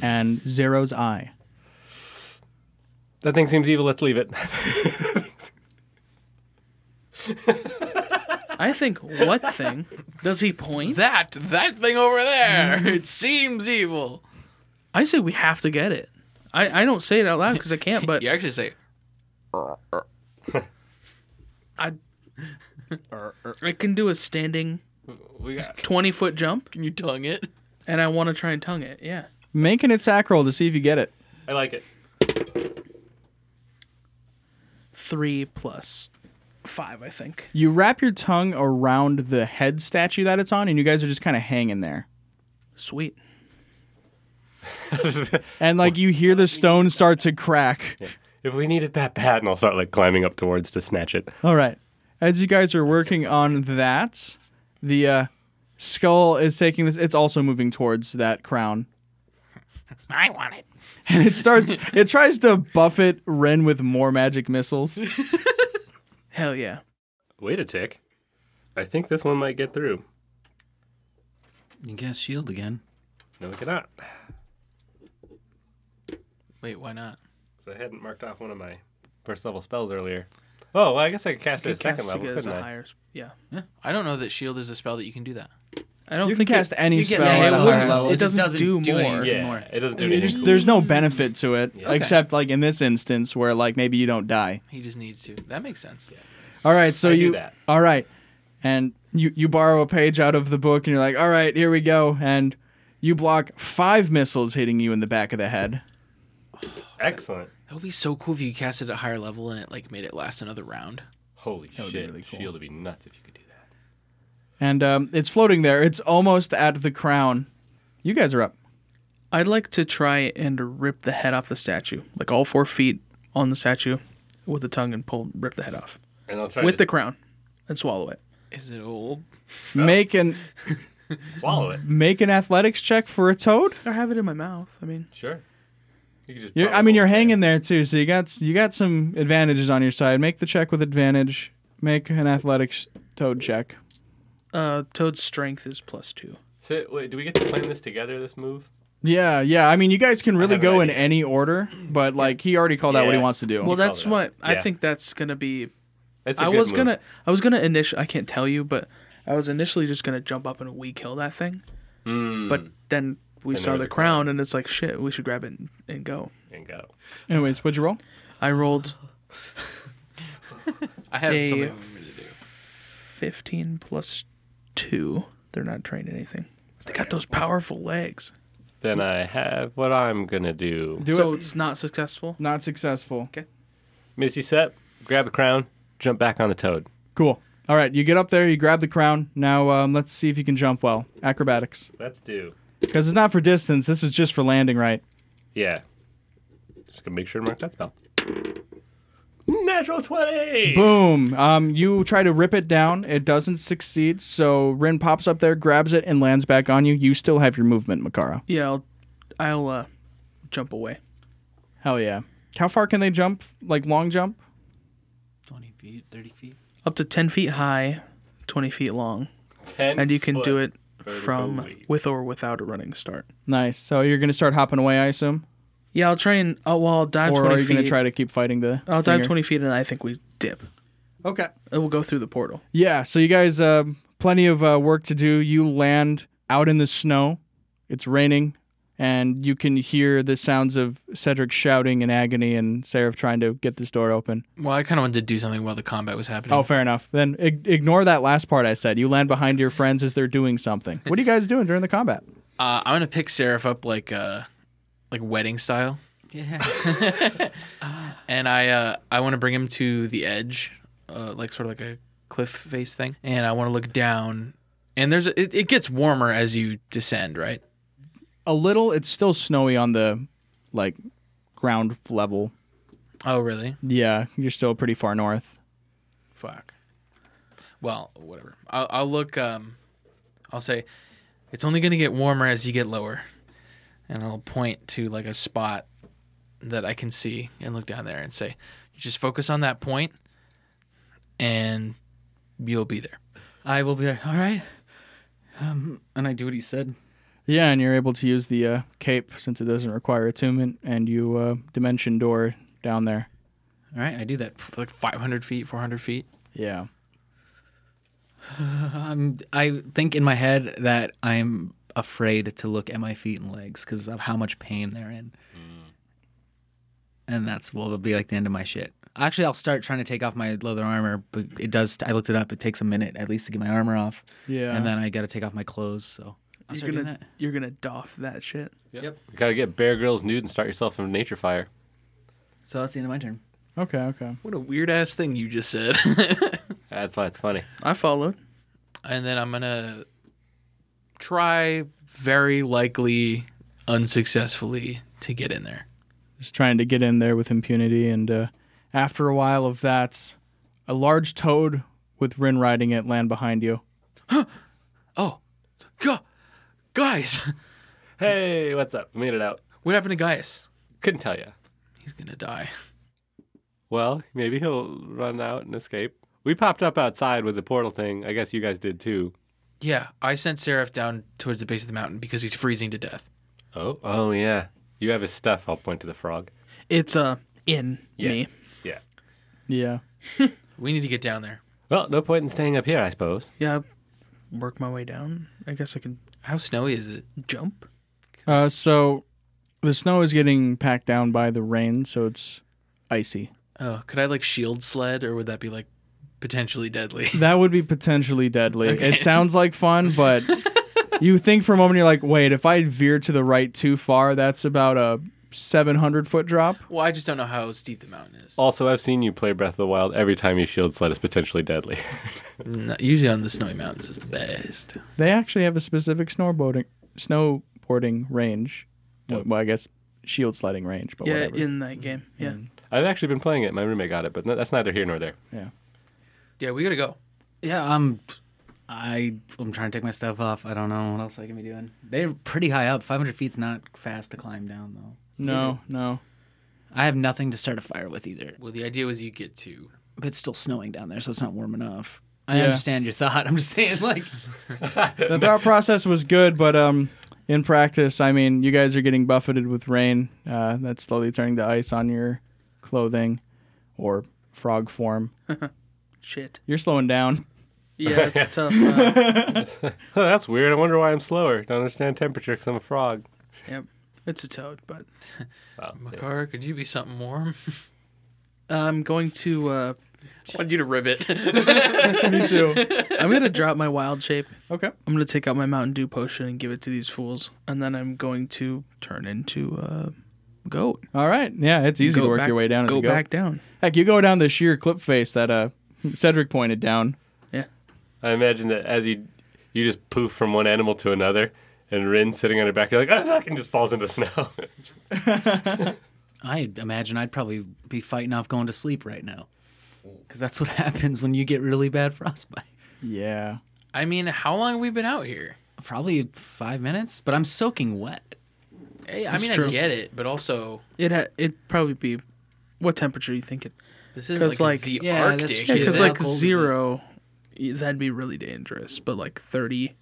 and Zero's eye.
That thing seems evil. Let's leave it.
I think what thing does he point?
That that thing over there. It seems evil.
I say we have to get it. I, I don't say it out loud because I can't, but
You actually say
I I can do a standing
we got
twenty foot jump,
can you tongue it?
and I want to try and tongue it. Yeah,
Make an attack roll to see if you get it.
I like it.
three plus five, I think.
You wrap your tongue around the head statue that it's on, and you guys are just kind of hanging there.
Sweet.
And like you hear the stone start to crack.
If we need it that bad, and I'll start like climbing up towards to snatch it.
All right. As you guys are working on that, the uh, skull is taking this. It's also moving towards that crown.
I want it.
And it starts, it tries to buffet Ren with more magic missiles.
Hell yeah.
Wait a tick. I think this one might get through.
You can cast shield again.
No, it cannot.
Wait, why not?
So I hadn't marked off one of my first level spells earlier. Oh, well, I guess I could cast it at
Could
second
cast
level,
it as
couldn't
a
I?
higher s- Yeah.
I don't know that shield is a spell that you can do that.
I don't
You can
think
cast
it,
any
you can
spell
cast any
at a
spell.
higher
It
level.
it
just
doesn't, do,
doesn't do
more.
anything.
Yeah,
More.
it doesn't do
You
anything.
just- there's no benefit to it,
Okay.
except like in this instance where like maybe you don't die.
He just needs to. That makes sense.
All right, so
I do
you,
that.
all right, and you you borrow a page out of the book, and you're like, all right, here we go, and you block five missiles hitting you in the back of the head.
Excellent.
That would be so cool if you cast it at a higher level and it like made it last another round.
Holy
would be
shit.
really cool.
Shield would be nuts if you could do that.
and um, it's floating there. It's almost at the crown. You guys are up.
I'd like to try and rip the head off the statue, like all four feet on the statue, with the tongue and pull, rip the head off
And I'll try
with
to
the crown, and swallow it.
Is it old?
Oh.
Make an
swallow it.
make an athletics check for a toad.
Or have it in my mouth. I mean,
Sure. You could just
You're,
pop
I
it
mean, you're
over there.
hanging there too, so you got you got some advantages on your side. Make the check with advantage. Make an athletics toad check.
uh, Toad's strength is plus two.
So, wait, do we get to plan this together, this move?
Yeah, yeah. I mean, you guys can really
have an
go in
idea.
any order, but like he already called out what he
Yeah.
wants to do.
Well, that's
call
what
it out.
I
Yeah.
think that's gonna be.
That's a
I
good
was
move.
gonna, I was gonna initial. I can't tell you, but I was initially just gonna jump up and we kill that thing. But then we
And
saw
Hmm. there was
the
a crown.
crown, and it's like shit. We should grab it and, and go.
and go.
Anyways, what'd you roll?
I rolled
I have
A-
something I want me to do.
15 plus 2. They're not trained anything. They got those powerful legs.
Then I have what I'm gonna do.
Do
so
it.
it's not successful.
Not successful.
Missy Sep, grab the crown, jump back on the toad.
Cool. All right, you get up there, you grab the crown. Now um, let's see if you can jump well. Acrobatics,
Let's do.
because it's not for distance. This is just for landing, right?
Yeah. Just gonna make sure to mark that spell. Natural 20!
Boom. Um, you try to rip it down. It doesn't succeed. So Rin pops up there, grabs it, and lands back on you. You still have your movement, Makara.
Yeah, I'll, I'll uh, jump away.
Hell yeah. How far can they jump? Like long jump?
20 feet, 30 feet.
Up to 10 feet high, 20 feet long. And you can do it from with or without a running start.
Nice. So you're gonna start hopping away, I assume,
Yeah, I'll try and. Oh, well, I'll dive
or
20
are you
feet.
gonna try to keep fighting the?
I'll dive
finger?
20 feet and I think we dip.
Okay.
It will go through the portal.
Yeah. So you guys, uh, plenty of uh, work to do. You land out in the snow. It's raining, and you can hear the sounds of Cedric shouting in agony and Seraph trying to get this door open.
Well, I kind of wanted to do something while the combat was happening.
Oh, fair enough. Then ig- ignore that last part I said. You land behind your friends as they're doing something. What are you guys doing during the combat?
Uh, I'm gonna pick Seraph up like uh, like wedding style,
Yeah.
and I uh, I want to bring him to the edge, uh, like sort of like a cliff face thing, and I want to look down. And there's a, it, it gets warmer as you descend, right?
A little. It's still snowy on the, like, ground level.
Oh, really?
Yeah, you're still pretty far north.
Fuck. Well, whatever. I'll, I'll look. Um, I'll say it's only gonna get warmer as you get lower, and I'll point to like a spot that I can see and look down there and say, just focus on that point, and you'll be there.
I will be like, all right. Um, and I do what he said.
Yeah, and you're able to use the uh, cape since it doesn't require attunement, and you uh, dimension door down there.
All right, I do that.
Like 500 feet, 400 feet.
Yeah.
Um, I think in my head that I'm afraid to look at my feet and legs because of how much pain they're in. And that's what will be like the end of my shit. Actually, I'll start trying to take off my leather armor, but it does. I looked it up. It takes a minute at least to get my armor off,
Yeah.
and then I got to take off my clothes. So I'll
You're
start doing
gonna,
that.
you're gonna doff that shit.
Yep. You gotta get Bear Grylls nude and start yourself in a nature fire.
So that's the end of my turn.
okay, okay.
What a weird ass thing you just said.
That's why it's funny.
I followed.
and then I'm gonna try very likely unsuccessfully to get in there.
Just trying to get in there with impunity, and uh, after a while of that, a large toad with Rin riding it land behind you.
Oh, Gu- guys,
Hey, what's up? Made it out.
what happened to Gaius?
Couldn't tell ya.
He's gonna die.
Well, maybe he'll run out and escape. We popped up outside with the portal thing. I guess you guys did too.
Yeah, I sent Seraph down towards the base of the mountain because he's freezing to death.
Oh, oh yeah. You have his stuff. I'll point to the frog.
It's uh in
Yeah.
me.
Yeah.
Yeah.
We need to get down there.
Well, no point in staying up here, I suppose.
Yeah, I work my way down. I guess I can
How snowy is it?
jump.
Uh, so the snow is getting packed down by the rain, so it's icy.
Oh, could I like shield sled or would that be like potentially deadly?
That would be potentially deadly. It sounds like fun, but you think for a moment you're like, wait, if I veer to the right too far, that's about a 700 foot drop.
well, I just don't know how steep the mountain is.
Also, I've seen you play Breath of the Wild. Every time you shield sled is potentially deadly.
No, usually on the snowy mountains is the best.
They actually have a specific snowboarding snowboarding range. Well, well, I guess shield sledding range, but
yeah,
whatever. Mm-hmm.
in that game. Yeah.
I've actually been playing it. My roommate got it, but no, that's neither here nor there.
Yeah, we gotta go.
Yeah, um, I I'm trying to take my stuff off. I don't know what else I can be doing. They're pretty high up. 500 feet's not fast to climb down though.
no, no.
I have nothing to start a fire with either.
Well, the idea was you get to.
but it's still snowing down there, so it's not warm enough. I
Yeah.
understand your thought. I'm just saying, like,
The thought process was good, but um, in practice, I mean, you guys are getting buffeted with rain. Uh, that's slowly turning to ice on your clothing or frog form.
Shit.
You're slowing down.
Yeah, it's tough. Uh,
Huh, that's weird. I wonder why I'm slower. Don't understand temperature because I'm a frog.
yep. It's a toad, but
Oh, yeah.
Makara, could you be something warm?
I'm going to uh
I wanted you to rib it.
Me too.
I'm gonna drop my wild shape.
Okay.
I'm gonna take out my Mountain Dew potion and give it to these fools, and then I'm going to turn into a goat.
All right. Yeah, it's easy
Go
to work
back-
your way down as
Go
you go.
back down.
Heck, you go down the sheer clip face that uh, Cedric pointed down.
I imagine that as you you just poof from one animal to another, and Rin sitting on her back, you're like, ah, fuck," and just falls into the snow.
I imagine I'd probably be fighting off going to sleep right now. Because that's what happens when you get really bad frostbite.
Yeah.
I mean, how long have we been out here?
Probably five minutes, but I'm soaking wet.
Hey, I
It's
mean, I
true.
get it, but also
It ha- it'd probably be what temperature you think it?
this is
'Cause,
like,
like,
the
yeah, that's
Arctic.
true.
Yeah,
Yeah,
because
how
like
cold is it?
zero, y- that'd be really dangerous. But like thirty,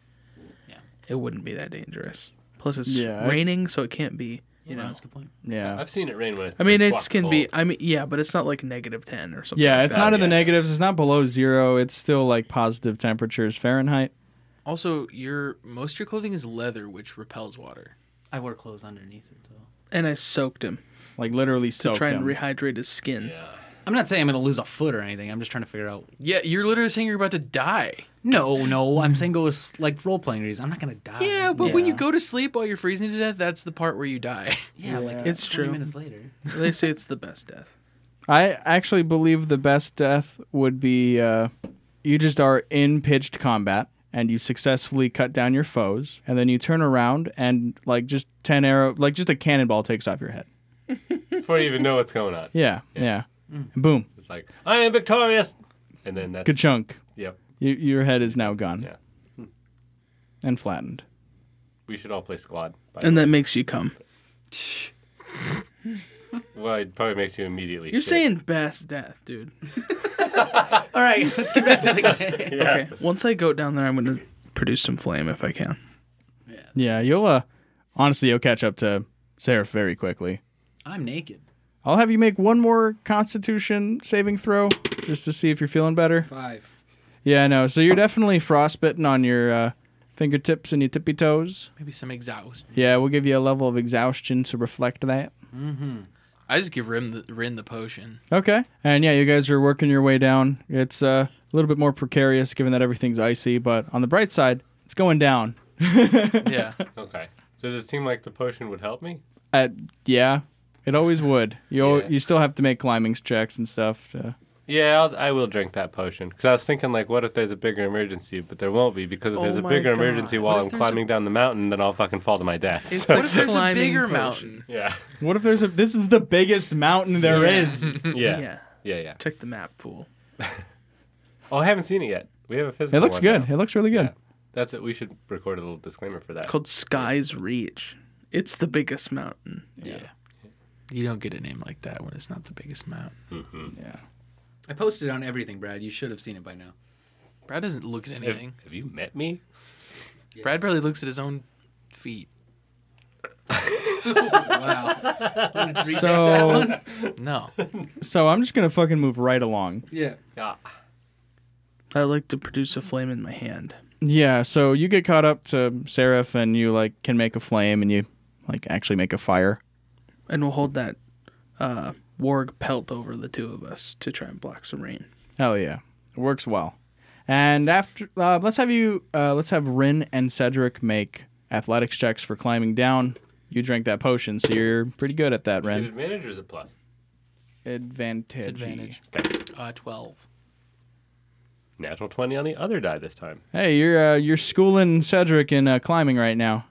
Yeah.
it wouldn't be that dangerous. Plus, it's
Yeah, it's-
raining, so it can't be. You
Well,
know,
that's a good point.
Yeah.
I've seen it rain when it's.
I mean,
been
it's
fuck
can
cold.
be. I mean, yeah, but it's not like negative ten or something.
Yeah,
like
it's
that.
not in the
yeah.
negatives. It's not below zero. It's still like positive temperatures Fahrenheit.
Also, your most of your clothing is leather, which repels water.
I wore clothes underneath it, though.
And I soaked him
Like literally
to
soaked
try
them.
and rehydrate his skin.
I'm not saying I'm going to lose a foot or anything. I'm just trying to figure out.
Yeah, you're literally saying you're about to die.
No, no. I'm saying go with s- like role playing reasons. I'm not going to die.
Yeah, but when
Yeah.
you go to sleep while you're freezing to death, that's the part where you die.
Yeah, like 20
It's true.
minutes later.
they say it's the best death.
I actually believe the best death would be uh, you just are in pitched combat and you successfully cut down your foes, and then you turn around and like just ten arrow, like just a cannonball takes off your head.
before you even know what's going on.
Yeah, yeah. And boom,
It's like I am victorious, and then that's
good chunk.
Yep.
You, your head is now gone.
Yeah.
And flattened.
We should all play squad. By
And that makes you come.
the way. well, it probably makes you immediately.
You're
shit.
saying best death, dude.
All right, let's get back to the game.
Yeah.
Okay. Once I go down there, I'm gonna produce some flame if I can.
Yeah, you'll uh, honestly you'll catch up to Seraph very quickly.
I'm naked.
I'll have you make one more Constitution saving throw just to see if you're feeling better.
Five.
Yeah, I know. So you're definitely frostbitten on your uh, fingertips and your tippy toes.
Maybe some exhaust.
Yeah, we'll give you a level of exhaustion to reflect that.
I just give Rin the, Rin the potion.
Okay. And yeah, you guys are working your way down. It's uh, a little bit more precarious given that everything's icy, but on the bright side, it's going down.
Yeah.
Okay. Does it seem like the potion would help me?
Uh, yeah, it always would. You al-
Yeah.
you still have to make climbing checks and stuff. To...
Yeah, I'll, I will drink that potion. Because I was thinking, like, what if there's a bigger emergency? But there won't be because if
Oh
there's a
my
bigger
God.
emergency while
What if
I'm
there's
climbing down the mountain, then I'll fucking fall to my death.
It's
So-
a
what if there's a
climbing
bigger
potion.
mountain?
yeah.
What if there's a? This is the biggest mountain there is.
yeah, yeah,
yeah.
yeah,
Check the map, fool.
Oh, I haven't seen it yet. We have a physical.
It looks
one
good.
now.
It looks really good.
Yeah. That's it. We should record a little disclaimer for that.
It's called Sky's Reach. It's the biggest mountain.
Yeah. You don't get a name like that when it's not the biggest mountain.
I posted on everything, Brad. You should have seen it by now.
Brad doesn't look at
have,
anything.
have you met me?
Brad barely looks at his own feet.
Wow.
So,
No.
so I'm just gonna fucking move right along.
yeah.
Yeah.
I like to produce a flame in my hand.
Yeah. So you get caught up to Seraph, and you like can make a flame, and you like actually make a fire.
And we'll hold that uh, warg pelt over the two of us to try and block some rain.
Hell yeah, it works well. And after, uh, let's have you, uh, let's have Rin and Cedric make athletics checks for climbing down. You drank that potion, so you're pretty good at that,
Is it
Rin.
advantage or is it plus?
Advantage.
advantage. Uh, 12.
Natural twenty on the other die this time.
Hey, you're uh, you're schooling Cedric in uh, climbing right now.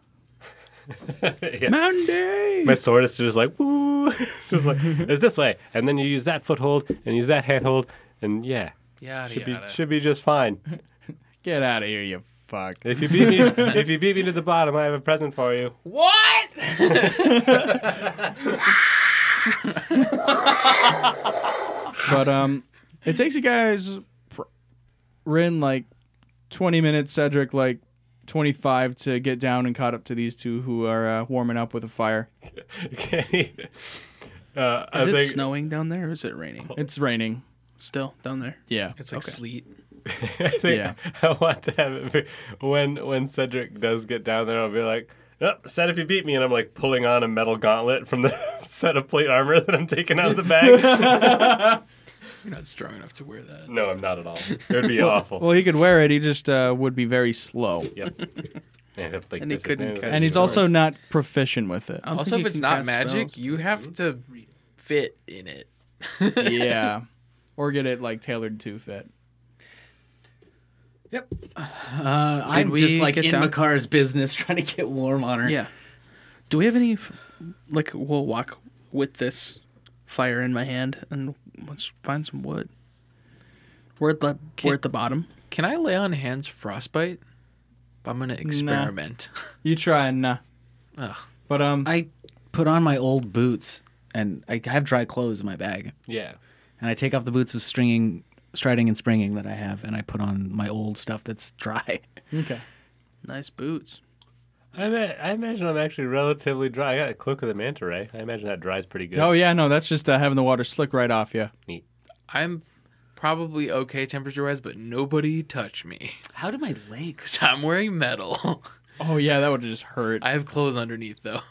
Monday!
My sword is just like woo, just like it's this way, and then you use that foothold and use that handhold, and yeah,
Yada,
should be
yada.
should be just fine.
Get out of here, you fuck.
If you beat me, if you beat me to the bottom, I have a present for you.
What?
But um, it takes you guys, pr- Rin like twenty minutes, Cedric like twenty five to get down and caught up to these two who are uh, warming up with a fire.
Okay. Uh, I
Is it
think
snowing down there or is it raining?
It's raining.
Still down there?
Yeah.
It's like sleet.
I think
Yeah.
I want to have it be, when when Cedric does get down there, I'll be like, oh, said if you beat me, and I'm like pulling on a metal gauntlet from the set of plate armor that I'm taking out of the bag.
You're not strong enough to wear that.
no, I'm not at all. It would be awful.
Well, he could wear it. He just uh, would be very slow,
Yep. And, if, like,
And he
this-
couldn't
this-
catch
and he's
Of course.
also not proficient with it.
I don't
Also,
think
if
you
it's
can
not
cast
magic,
spells.
you have to fit in it.
yeah, or get it like tailored to fit.
Uh, I'm
we
just like
get
in
down-
Makar's business trying to get warm on her.
Yeah. Do we have any, f- like, we'll walk with this fire in my hand, and let's find some wood. We're at the we're at the bottom.
Can I lay on hands frostbite? I'm gonna experiment.
You try and nah.
Ugh.
But um,
I put on my old boots, and I have dry clothes in my bag.
Yeah.
And I take off the boots with stringing, striding, and springing that I have, and I put on my old stuff that's dry.
okay.
Nice boots.
I, ma- I imagine I'm actually relatively dry. I got a cloak of the manta ray. I imagine that dries pretty good.
Oh yeah, no, that's just uh, having the water slick right off you.
I'm probably okay temperature wise, but nobody touch me.
How do my legs?
So I'm wearing metal.
Oh yeah, that would have just hurt.
I have clothes underneath though.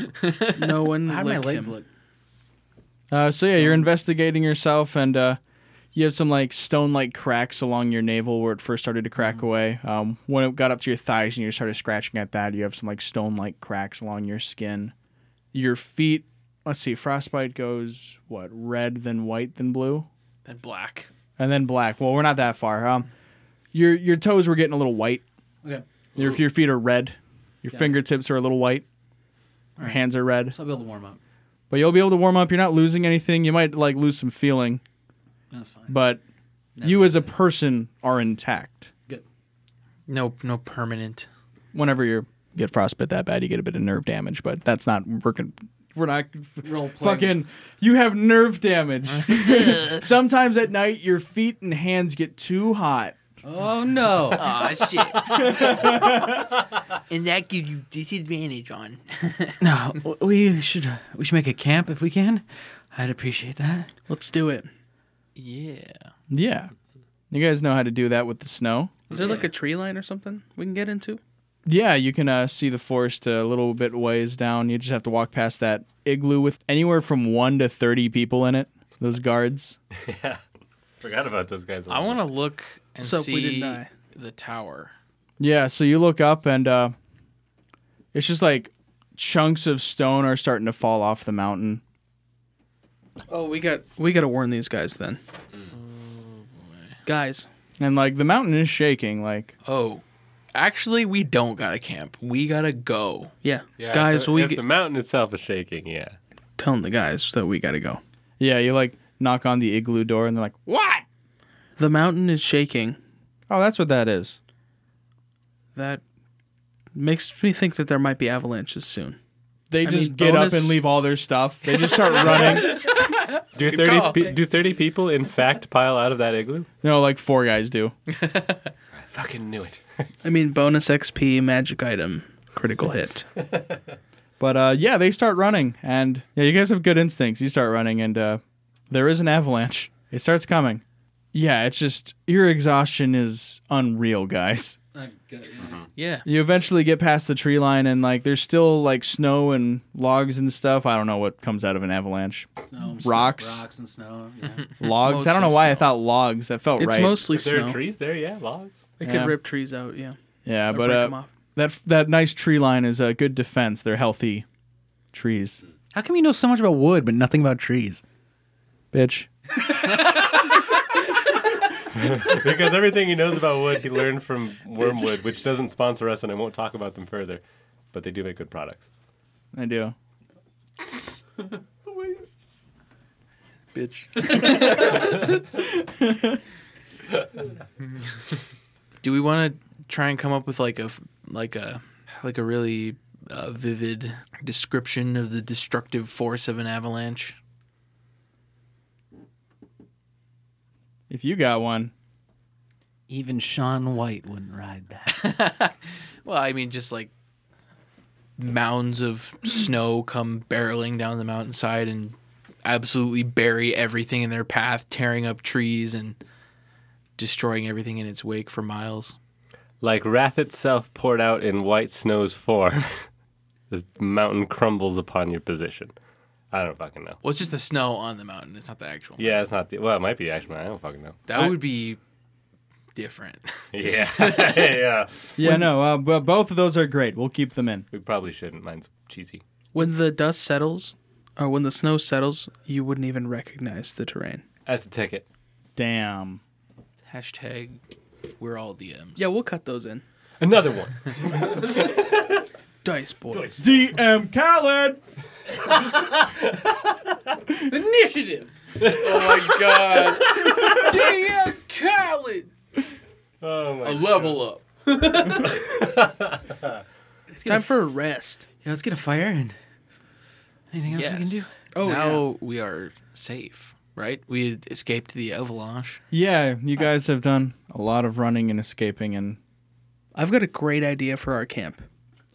No one.
How do my legs look?
Uh, so yeah, you're investigating yourself, and uh, you have some like stone-like cracks along your navel where it first started to crack away. Um, when it got up to your thighs and you started scratching at that, you have some like stone-like cracks along your skin. Your feet. Let's see, frostbite goes what red, then white, then blue,
And black.
and then black. Well, we're not that far. Um, your your toes were getting a little white.
Okay.
Your your feet are red. Your fingertips are a little white. Your
Alright.
hands are red.
So I'll be able to warm up.
But you'll be able to warm up. You're not losing anything. You might like lose some feeling,
That's fine.
but
Never
you
mind.
as a person are intact.
No, no permanent.
Whenever you get frostbite that bad, you get a bit of nerve damage, but that's not working. We're not
Role play.
fucking. You have nerve damage. Sometimes at night, your feet and hands get too hot.
Oh no!
Aw, shit. and that gives you disadvantage on.
no, w- we should we should make a camp if we can. I'd appreciate that.
Let's do it.
Yeah.
Yeah. You guys know how to do that with the snow.
Is there like a tree line or something we can get into?
Yeah, you can uh, see the forest a little bit ways down. You just have to walk past that igloo with anywhere from one to 30 people in it, those guards.
Forgot about those guys.
I want to look and
So if
see
we didn't die.
the tower.
Yeah, so you look up and uh, it's just like chunks of stone are starting to fall off the mountain.
Oh, we got we got to warn these guys then.
Oh,
Guys,
And like the mountain is shaking. Like,
Oh, actually, we don't gotta camp. We gotta go.
yeah,
Yeah,
guys,
if, the-
we
if
g-
the mountain itself is shaking, yeah.
telling the guys that we got to go.
yeah, you like knock on the igloo door and they're like,
What?
The mountain is shaking.
oh, that's what that is.
That makes me think that there might be avalanches soon.
They
I
just
mean,
get
bonus-
up and leave all their stuff. They just start running.
Do
call.
30, pe- do 30 people, in fact, pile out of that igloo?
no, like four guys do.
I fucking knew it.
I mean, bonus XP, magic item, critical hit.
But uh, yeah, they start running, and yeah, you guys have good instincts. You start running, and uh, there is an avalanche. It starts coming. Yeah, it's just your exhaustion is unreal, guys.
Yeah.
You eventually get past the tree line, and like there's still like snow and logs and stuff. I don't know what comes out of an avalanche.
Snow,
Rocks.
rocks, and snow. Yeah.
Logs. I don't know
Mostly
why I
snow.
thought logs. That felt
It's
right.
mostly
Is there
snow.
trees there? Yeah, logs.
It
Yeah.
could rip trees out. Yeah,
yeah,
Or
but
break
uh,
'em off.
that that nice tree line is a good defense. They're healthy trees,
How come you know so much about wood but nothing about trees?
bitch.
because everything he knows about wood, he learned from Wormwood, which doesn't sponsor us, and I won't talk about them further. But they do make good products.
I do.
Bitch. Do we want to try and come up with like a f- like a like a really uh, vivid description of the destructive force of an avalanche?
If you got one,
Even Sean White wouldn't ride that.
Well, I mean, just like mounds of snow come barreling down the mountainside and absolutely bury everything in their path, tearing up trees and destroying everything in its wake for miles.
Like wrath itself poured out in white snow's form, the mountain crumbles upon your position. I don't fucking know.
Well, it's just the snow on the mountain. It's not the actual.
Yeah, it's not the. Well, it might be actually. I don't fucking know.
That would be different.
Yeah, yeah.
yeah, no. Uh, but both of those are great. We'll keep them in.
We probably shouldn't. Mine's cheesy.
When the dust settles, or when the snow settles, you wouldn't even recognize the terrain.
That's the ticket.
Damn.
Hashtag we're all DMs.
Yeah, we'll cut those in.
Another one.
Dice boys.
DM Khaled.
Initiative. Oh my god. Damn, Khaled.
Oh my
A level up.
It's time for a rest.
Yeah, let's get a fire and anything else we can do.
Oh, now we are safe, right? We had escaped the avalanche.
Yeah, you guys have done a lot of running and escaping, and
I've got a great idea for our camp.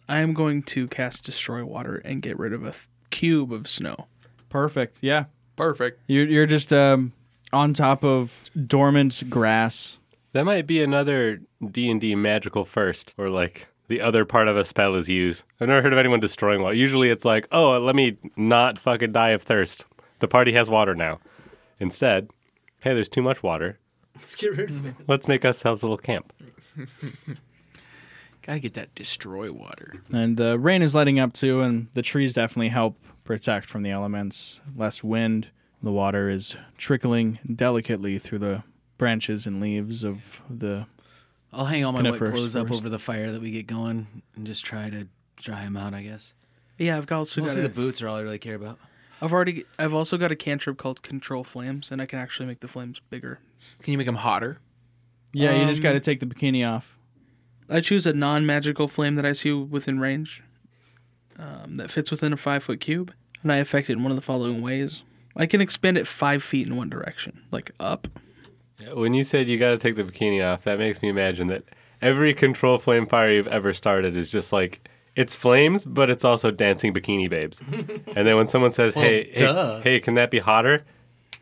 I am going to cast Destroy Water and get rid of a th- cube of snow.
perfect. Yeah,
Perfect.
you're you're just um, on top of dormant grass.
That might be another D and D magical first, or like the other part of a spell is used. I've never heard of anyone destroying water. Usually, it's like, oh, let me not fucking die of thirst. The party has water now. Instead, hey, there's too much water.
Let's get rid of it.
Let's make ourselves a little camp.
Gotta get that destroy water.
And the rain is letting up too, and the trees definitely help protect from the elements. Less wind. The water is trickling delicately through the branches and leaves of the.
I'll hang all my
Kinda
wet
first-
clothes up
first.
over the fire that we get going and just try to dry them out. I guess.
Yeah, I've got also got
Mostly
a,
the boots are all I really care about.
I've already I've also got a cantrip called Control Flames, and I can actually make the flames bigger.
Can you make them hotter?
Yeah, you just got to take the bikini off.
I choose a non-magical flame that I see within range, um, that fits within a five-foot cube, and I affect it in one of the following ways. I can expand it five feet in one direction, like up.
When you said you got to take the bikini off, that makes me imagine that every control flame fire you've ever started is just like it's flames, but it's also dancing bikini babes. and then when someone says, "Hey, hey,
duh.
hey, can that be hotter?"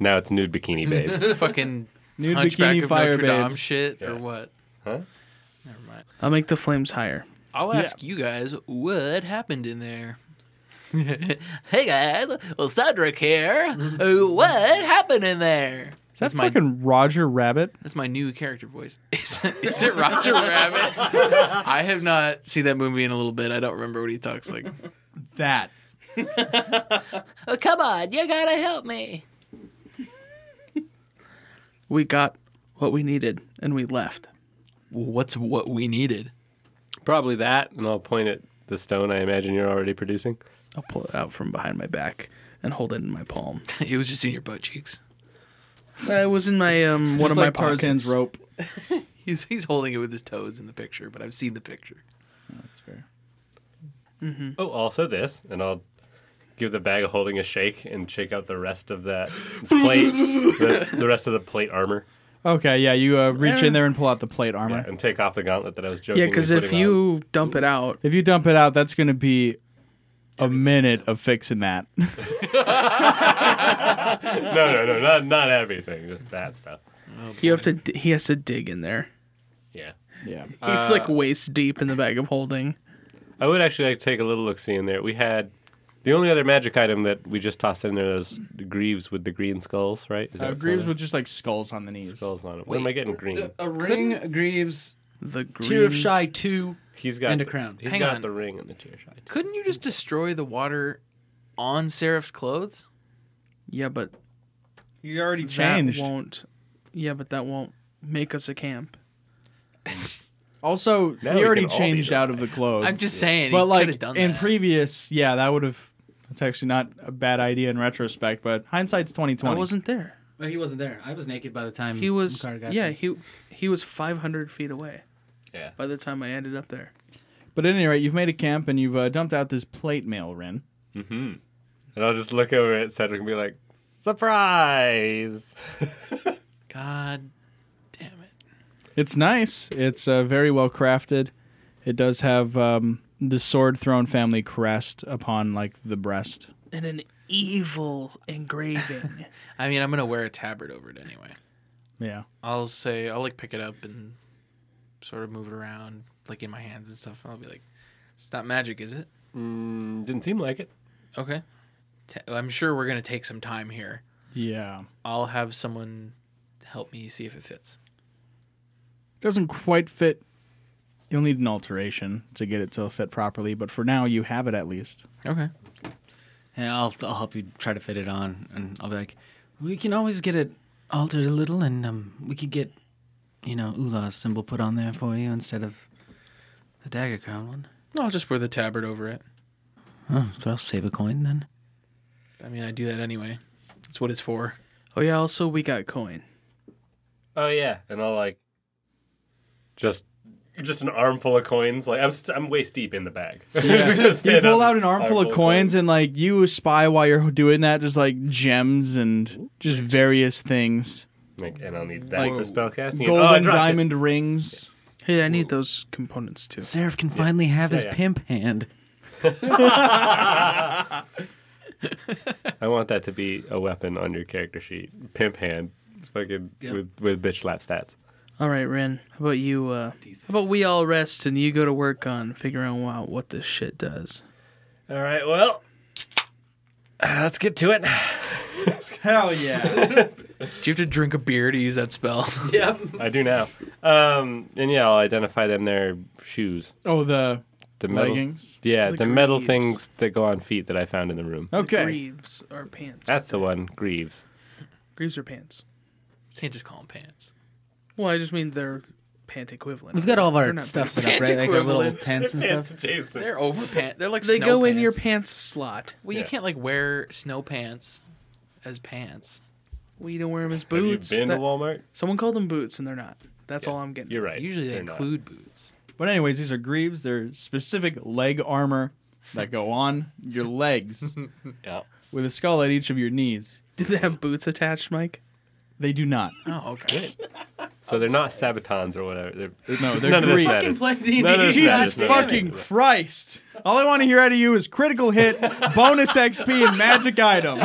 Now it's nude bikini babes.
Fucking
Nude
Hunchback
bikini
of
fire
Notre Dame
babes.
shit or
Yeah.
what?
Huh?
Never mind.
I'll make the flames higher.
I'll ask you guys what happened in there. hey guys, well Cedric here. Uh, what happened in there?
Is that
my-
fucking Roger Rabbit?
That's my new character voice. Is, is it Roger Rabbit? I have not seen that movie in a little bit. I don't remember what he talks like.
That.
Oh come on, you gotta help me.
We got what we needed, and we left.
What's what we needed?
Probably that, and I'll point at the stone I imagine you're already producing.
I'll pull it out from behind my back and hold it in my palm.
It was just in your butt cheeks.
Uh, it was in my um, one
Just
of my
like Tarzan's
pockets.
rope.
He's he's holding it with his toes in the picture, but I've seen the picture.
That's fair.
Oh, also this, and I'll give the bag of holding a shake and shake out the rest of that plate, the, the rest of the plate armor,
Okay, yeah, you uh, reach in there and pull out the plate armor.
yeah, and take off the gauntlet that I was joking.
Yeah, because if you dump it out,
If you dump it out, that's going to be a minute of fixing that.
no, no, no, not not everything, just that stuff.
you have to. d- He has to dig in there.
Yeah,
yeah.
It's like waist deep in the bag of holding.
I would actually like to take a little look see in there. We had the only other magic item that we just tossed in there was the greaves with the green skulls, right? Is that
Uh,
what's
Greaves
on it?
with just like skulls on the knees.
skulls on it. What am I getting green?
uh,
A ring, a greaves,
The green.
tear of shy two.
He's got
and a
the-
crown.
He's
Hang
got
on.
the ring and the tear shot.
Couldn't you just destroy the water on Seraph's clothes?
Yeah, but
You already
that won't. Yeah, but that won't make us a camp.
Also,
Now
he
we
already
can all be
changed
the
out of the clothes.
I'm just saying.
but
he
like
could've done
in
that.
previous, yeah, that would have. It's actually not a bad idea in retrospect, but hindsight's twenty
I
twenty.
wasn't there.
Well, he wasn't there. I was naked by the time
He was.
Makar Mm, got
Yeah,
there.
he he was 500 feet away
Yeah.
by the time I ended up there.
But at any rate, you've made a camp and you've uh, dumped out this plate mail, Ren.
And I'll just look over at Cedric and be like, surprise.
God damn it.
It's nice. It's uh, very well crafted. It does have um, the sword throne family crest upon like the breast.
And an evil engraving.
I mean, I'm gonna wear a tabard over it anyway.
Yeah.
I'll say I'll like pick it up and sort of move it around, like in my hands and stuff. And I'll be like, "It's not magic, is it?"
Mm, didn't seem like it.
Okay. Ta- I'm sure we're gonna take some time here.
Yeah.
I'll have someone help me see if it fits.
Doesn't quite fit. You'll need an alteration to get it to fit properly, but for now, you have it at least.
Okay.
Yeah, I'll, I'll help you try to fit it on, and I'll be like, we can always get it altered a little, and um, we could get, you know, Ula's symbol put on there for you instead of the dagger crown one.
I'll just wear the tabard over it.
Oh, so I'll save a coin then.
I mean, I do that anyway. That's what it's for.
Oh yeah. Also, we got coin.
Oh yeah, and I'll like just just an armful of coins. Like I'm s- I'm waist deep in the bag.
You pull out an armful of coins, and like you spy while you're doing that, just like gems and just various things,
Like, and I'll need that for spellcasting.
golden
oh, I dropped it.
diamond rings.
Hey, I need those components too.
Seraph can finally have his
yeah.
pimp hand.
I want that to be a weapon on your character sheet. Pimp hand. It's fucking with with bitch slap stats.
All right, Ren. How about you? Uh, how about we all rest and you go to work on figuring out what this shit does.
All right. Well, uh, let's get to it.
Hell yeah.
Do you have to drink a beer to use that spell?
I do now. Um, and yeah, I'll identify them. Their shoes,
Oh, the
the metal,
leggings.
Yeah,
The
the, metal
greaves.
things that go on feet that I found in the room.
Okay.
Greaves are pants.
That's the one. Greaves.
Greaves are pants.
Can't just call them pants.
Well, I just mean they're pant equivalent.
We've got all of
They're
our
not
stuff
pants.
set up, right? Like our little
Equivalent.
tents and stuff.
Jason.
They're over pants. They're like
They
snow
go in your
pants.
pants slot.
Well, you
Yeah.
can't like wear snow pants as pants.
We don't wear them as
Have you
boots.
been
That-
to Walmart?
Someone called them boots, and they're not. That's all I'm getting.
You're right.
Usually they
they're not.
include boots.
But anyways, these are greaves. They're specific leg armor that go on your legs
Yeah.
with a skull at each of your knees.
Do they have boots attached, Mike?
They do not.
Oh, okay.
So they're not sabatons or whatever. They're,
No, they're
none of this
greaves.
matters.
play D&D.
None of this
Jesus
matters. None of this
fucking
matters.
Christ! All I want to hear out of you is critical hit, bonus XP, and magic item.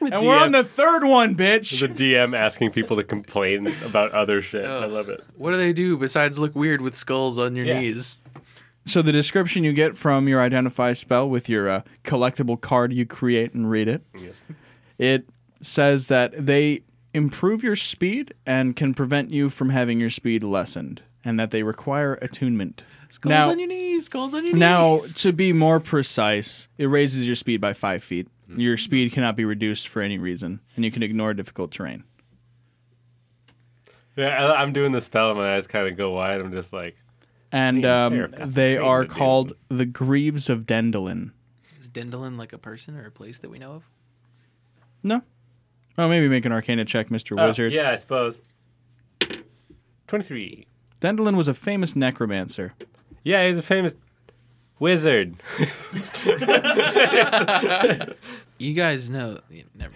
And we're on the third one, bitch.
the DM asking people to complain about other shit. I love it.
what do they do besides look weird with skulls on your
Yeah.
knees?
So the description you get from your identify spell with your uh, collectible card you create and read it.
Yes.
It says that they improve your speed and can prevent you from having your speed lessened, and that they require attunement.
Skulls
Now-
on your knees. Skulls on your knees.
Now, to be more precise, it raises your speed by five feet.
Hmm.
Your speed cannot be reduced for any reason, and you can ignore difficult terrain.
Yeah, I, I'm doing the spell and my eyes kind of go wide. I'm just like,
And
Damn,
um,
Seraph, that's
they
a
are
thing to do.
called the Greaves of Dendelin.
is Dendelin like a person or a place that we know of?
No? Oh, maybe make an arcana check, Mr.
oh,
Wizard.
yeah, I suppose. 23.
Dendelin was a famous necromancer.
Yeah, he's a famous wizard.
You guys know. yeah, Never.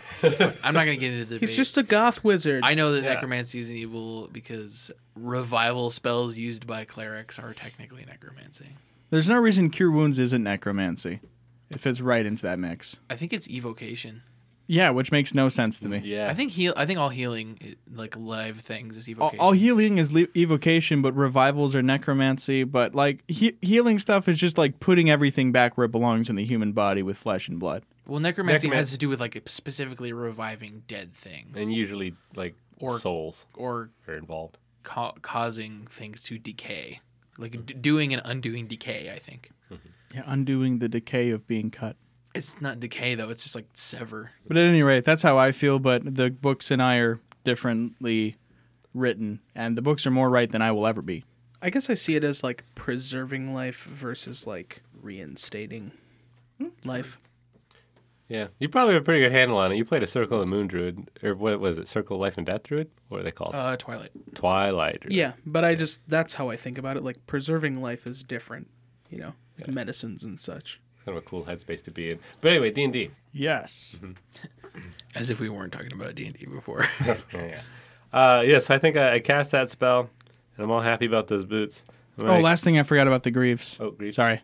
I'm not gonna get into the.
He's
debate.
just a goth wizard.
I know that
Yeah.
necromancy is an evil because revival spells used by clerics are technically necromancy.
There's no reason Cure Wounds isn't necromancy. It fits right into that mix.
I think it's evocation.
Yeah, which makes no sense to me.
Yeah.
I think heal. I think all healing, i- like live things, is
All,
evocation.
all healing is le- evocation, but revivals are necromancy. But like he- healing stuff is just like putting everything back where it belongs in the human body with flesh and blood.
well, necromancy
necroman-
has to do with like specifically reviving dead things
and usually, like,
Or-
souls
or
are involved.
ca- causing things to decay, like d- doing and undoing decay. I think
Yeah, undoing the decay of being cut.
it's not decay though; it's just like sever.
But at any rate, that's how I feel. But the books and I are differently written, and the books are more right than I will ever be.
I guess I see it as like preserving life versus like reinstating Hmm. life.
Yeah. You probably have a pretty good handle on it. You played a Circle of the Moon Druid, or what was it? Circle of Life and Death Druid? What are they called?
Uh, Twilight.
Twilight Druid.
Yeah, but I just that's how I think about it. Like preserving life is different, you know, like medicines and such.
Kind of a cool headspace to be in. But anyway, D&D.
Yes.
As if we weren't talking about D and D before.
yeah. Uh, yes, I think I, I cast that spell, and I'm all happy about those boots. I'm
Oh,
like-
last thing I forgot about the greaves.
Oh, grease.
Sorry.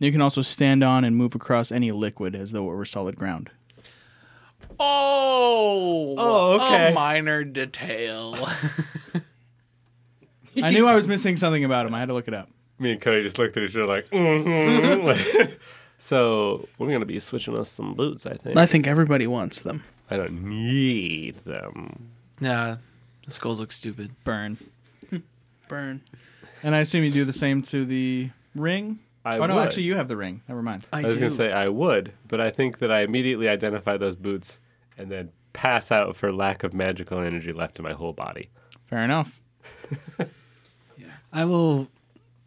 You can also stand on and move across any liquid as though it were solid ground.
oh,
Oh, okay.
A minor detail.
I knew I was missing something about him. I had to look it up.
Me and Cody just looked at each other like,
Mm-hmm.
mm so we're gonna be switching us some boots. I think.
I think everybody wants them.
I don't need them.
nah, the skulls look stupid.
Burn.
Burn.
And I assume you do the same to the ring.
I
oh no,
would.
actually, you have the ring. Never mind.
I,
I was
do.
gonna say I would, but I think that I immediately identify those boots and then pass out for lack of magical energy left in my whole body.
Fair enough.
I will,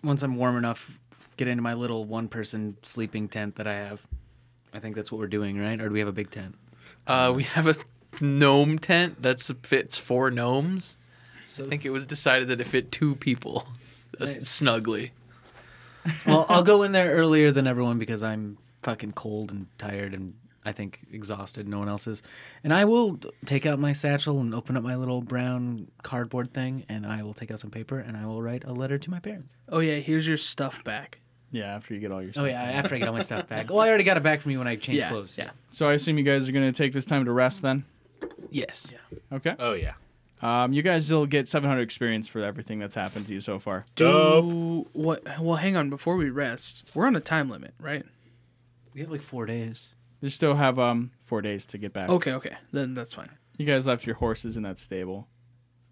once I'm warm enough, get into my little one person sleeping tent that I have. I think that's what we're doing, right? Or do we have a big tent?
Uh, we have a gnome tent that fits four gnomes. So I think it was decided that it fit two people s- snugly.
Well, I'll go in there earlier than everyone because I'm fucking cold and tired and I think exhausted. No one else is. And I will take out my satchel and open up my little brown cardboard thing and I will take out some paper and I will write a letter to my parents.
Oh yeah, here's your stuff back.
Yeah, after you get all your
Oh, yeah, after I get all my stuff back. Well, I already got it back from you when I changed
yeah,
clothes.
yeah.
So I assume you guys are going to take this time to rest then?
Yes.
Okay.
Oh yeah.
Um, you guys will get 700 experience for everything that's happened to you so far.
Do what? Well, hang on. Before we rest, we're on a time limit, right?
We have like four days.
You still have um four days to get back.
Okay, okay. Then that's fine.
You guys left your horses in that stable.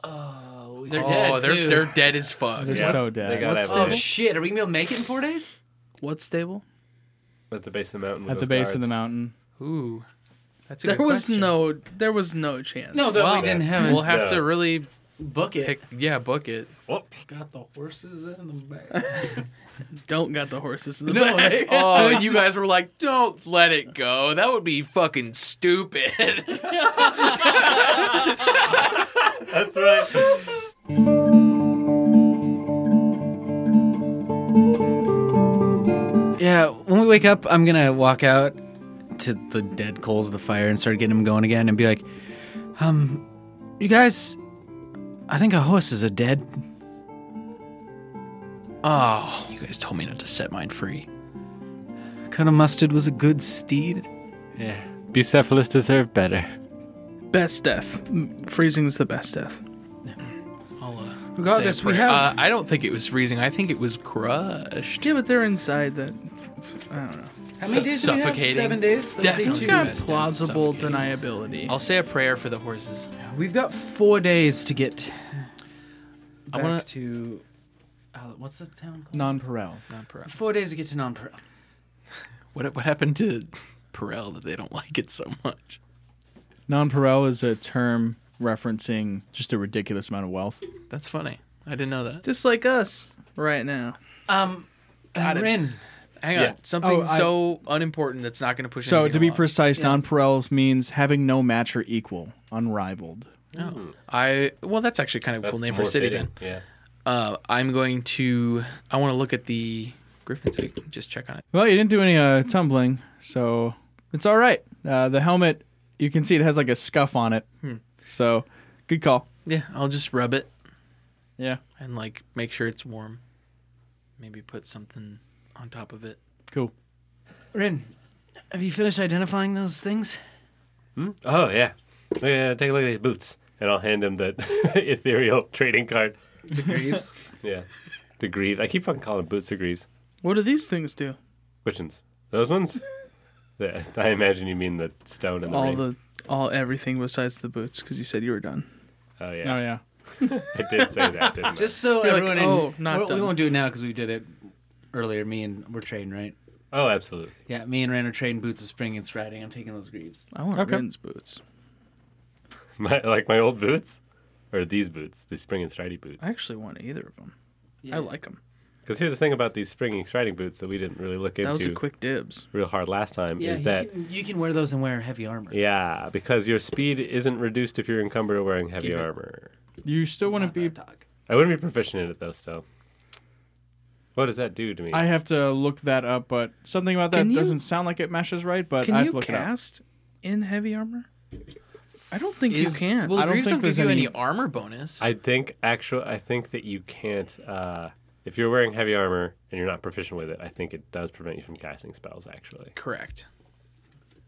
They're
oh,
dead.
they're
too.
they're dead as fuck.
They're
Yeah.
so dead.
They got
Oh,
at,
shit. Are we going to be able to make it in four days?
What stable?
at the base of the mountain. with
At the
those
base of
guards.
the mountain.
Ooh, that's a
There
good
was
question.
no. There was no chance.
No, that
Wow.
we didn't have it.
We'll have
Yeah.
to really
book it.
pick. Yeah, book it.
Got the horses in the back.
don't got the horses in the
No,
back.
they-
Oh, you guys were like, don't let it go. That would be fucking stupid.
That's right.
Yeah, when we wake up, I'm gonna walk out to the dead coals of the fire and start getting them going again, and be like, "Um, you guys, I think our horses are dead."
oh, you guys told me not to set mine free.
Colonel Mustard was a good steed.
Yeah. Bucephalus deserved better.
Best death. Mm, Freezing's the best death.
I'll, uh,
Regardless,
say a
we
prayer.
have-
Uh, I don't think it was freezing. I think it was crushed.
Yeah, but they're inside that. I don't know.
How many
days do we have? Suffocating. Seven
days.
Definitely
You
Two
got
best deaths,
plausible
suffocating.
deniability.
I'll say a prayer for the horses.
We've got four days to get
I
back
wanna-
to. Uh, what's the town called?
Non-pareil.
Not Perel.
Four days to get to Nonpareil.
What what happened to Perel that they don't like it so much?
Non-pareil is a term referencing just a ridiculous amount of wealth.
That's funny. I didn't know that.
Just like us right now.
Um,
Got it.
Rin.
Hang
Yeah.
on. Something
Oh, I-
so unimportant that's not going to push.
So
anything
to be
along.
precise, non-pareil means having no match or equal, unrivaled.
No. I well, that's actually kind of a cool name for a
more
city
fitting.
then.
Yeah.
Uh, I'm going to. I want to look at the Griffin's egg. Just check on it.
Well, you didn't do any uh, tumbling, so it's all right. Uh, the helmet, you can see it has like a scuff on it.
Hmm.
So, good call.
Yeah, I'll just rub it
Yeah,
and like make sure it's warm. Maybe put something on top of it.
cool.
Rin, have you finished identifying those things?
Oh yeah. Look at- take a look at these boots, and I'll hand him the ethereal trading card.
The greaves.
Yeah. The greaves. I keep fucking calling them boots the greaves.
What do these things do?
Which ones? Those ones? The- I imagine you mean the stone and the
all
ring.
the all everything besides the boots because you said you were done.
Oh
Oh
yeah.
yeah.
I did say that, didn't
Just so
like,
everyone, in-
"Oh, not
we're- we
done."
won't do it now because we did it earlier. Me and we're trading, right?
I? Oh, absolutely.
Yeah, me and Rand are trading boots of spring and striding. I'm taking those greaves.
I want
Okay.
Rin's boots.
My, like my old boots, or these boots, the spring and stridey boots.
I actually want either of them. I like them.
Because here's the thing about these spring and striding boots that we didn't really look
That was a
into
quick dibs.
real hard last time is
you,
that
can, you can wear those and wear heavy armor.
yeah because your speed isn't reduced if you're encumbered or wearing heavy
Keep it.
armor.
You still want to be?
I wouldn't be proficient in it though, so. What does that do to me?
I have to look that up, but something about that
Can you-
doesn't sound like it meshes right. But
Can
I've
you
looked it up.
cast in heavy armor? I don't think
Is-
you can.
Well,
I don't
Greaves
think
don't give
there's
you
any-
any armor bonus.
I think actual. I think that you can't. Uh, if you're wearing heavy armor and you're not proficient with it, I think it does prevent you from casting spells. Actually,
Correct.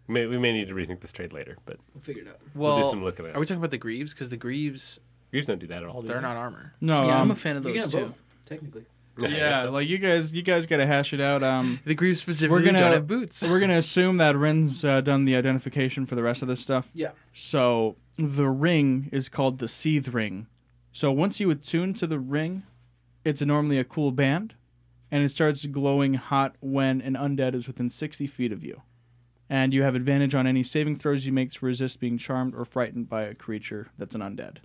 may, we may need to rethink this trade later, but
We'll figure it out.
Well,
some looking at
are we talking about the Greaves? Because the Greaves,
Greaves don't do that at all. do
they're
they?
not armor.
No.
yeah, I'm
um,
a fan of
You can
those
have
too.
both, technically.
yeah, like you guys, you guys gotta hash it out. Um,
The Greaves
we're
specifically don't
gonna
have boots.
we're gonna assume that Ren's uh, done the identification for the rest of this stuff.
Yeah.
So the ring is called the Seath Ring. So once you attune to the ring, it's normally a cool band, and it starts glowing hot when an undead is within 60 feet of you. And you have advantage on any saving throws you make to resist being charmed or frightened by a creature that's an undead.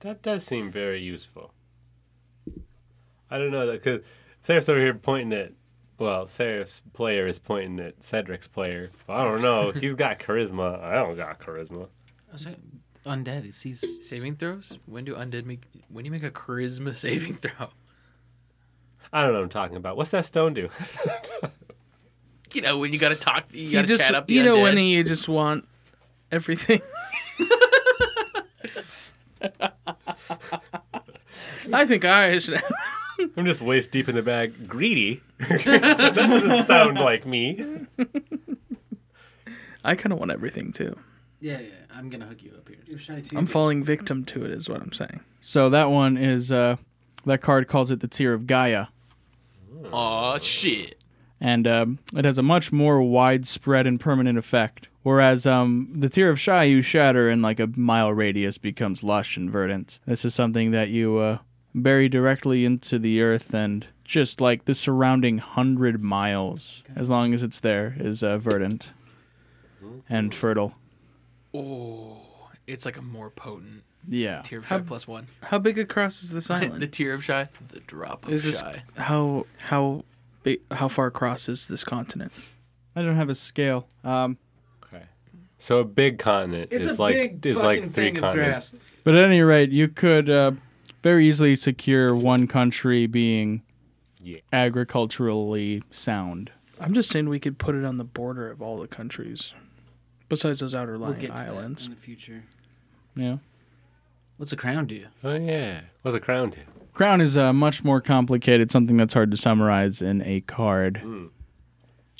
That does seem very useful. I don't know that because Sarah's over here pointing at Well, Serif's player is pointing at Cedric's player. I don't know. He's got charisma. I don't got charisma.
Was that undead? Is he s- saving throws? When do undead make? When do you make a charisma saving throw?
I don't know what I'm talking about. What's that stone do?
You know when you gotta talk, you
You
gotta
just
chat up. The
you know
undead.
when you just want everything. I think I should. Have.
I'm just waist deep in the bag. Greedy. that doesn't sound like me.
I kind of want everything too.
Yeah, yeah. I'm gonna hook you up here. You're shy
Um,
too.
I'm falling victim to it, is what I'm saying.
So that one is uh, that card calls it the tier of Gaia,
Aw, shit.
and um, it has a much more widespread and permanent effect. Whereas um, the tier of Shy you shatter in like a mile radius becomes lush and verdant. This is something that you uh, bury directly into the earth and just like the surrounding hundred miles, as long as it's there, is uh, verdant and fertile.
Oh, it's like a more potent
Yeah.
tier of shy plus one.
How big across is this
the
island?
tier of shy, the drop of
Is this
shy.
how how big, how far across is this continent?
I don't have a scale. Um,
Okay. So a big continent is like is like three continents.
But at any rate, you could uh, very easily secure one country being
Yeah.
agriculturally sound.
I'm just saying we could put it on the border of all the countries, besides those outer
We'll
lying
get to that
islands.
in the future.
Yeah.
What's a crown do?
Oh yeah. What's a crown do?
Crown is uh, much more complicated, something that's hard to summarize in a card.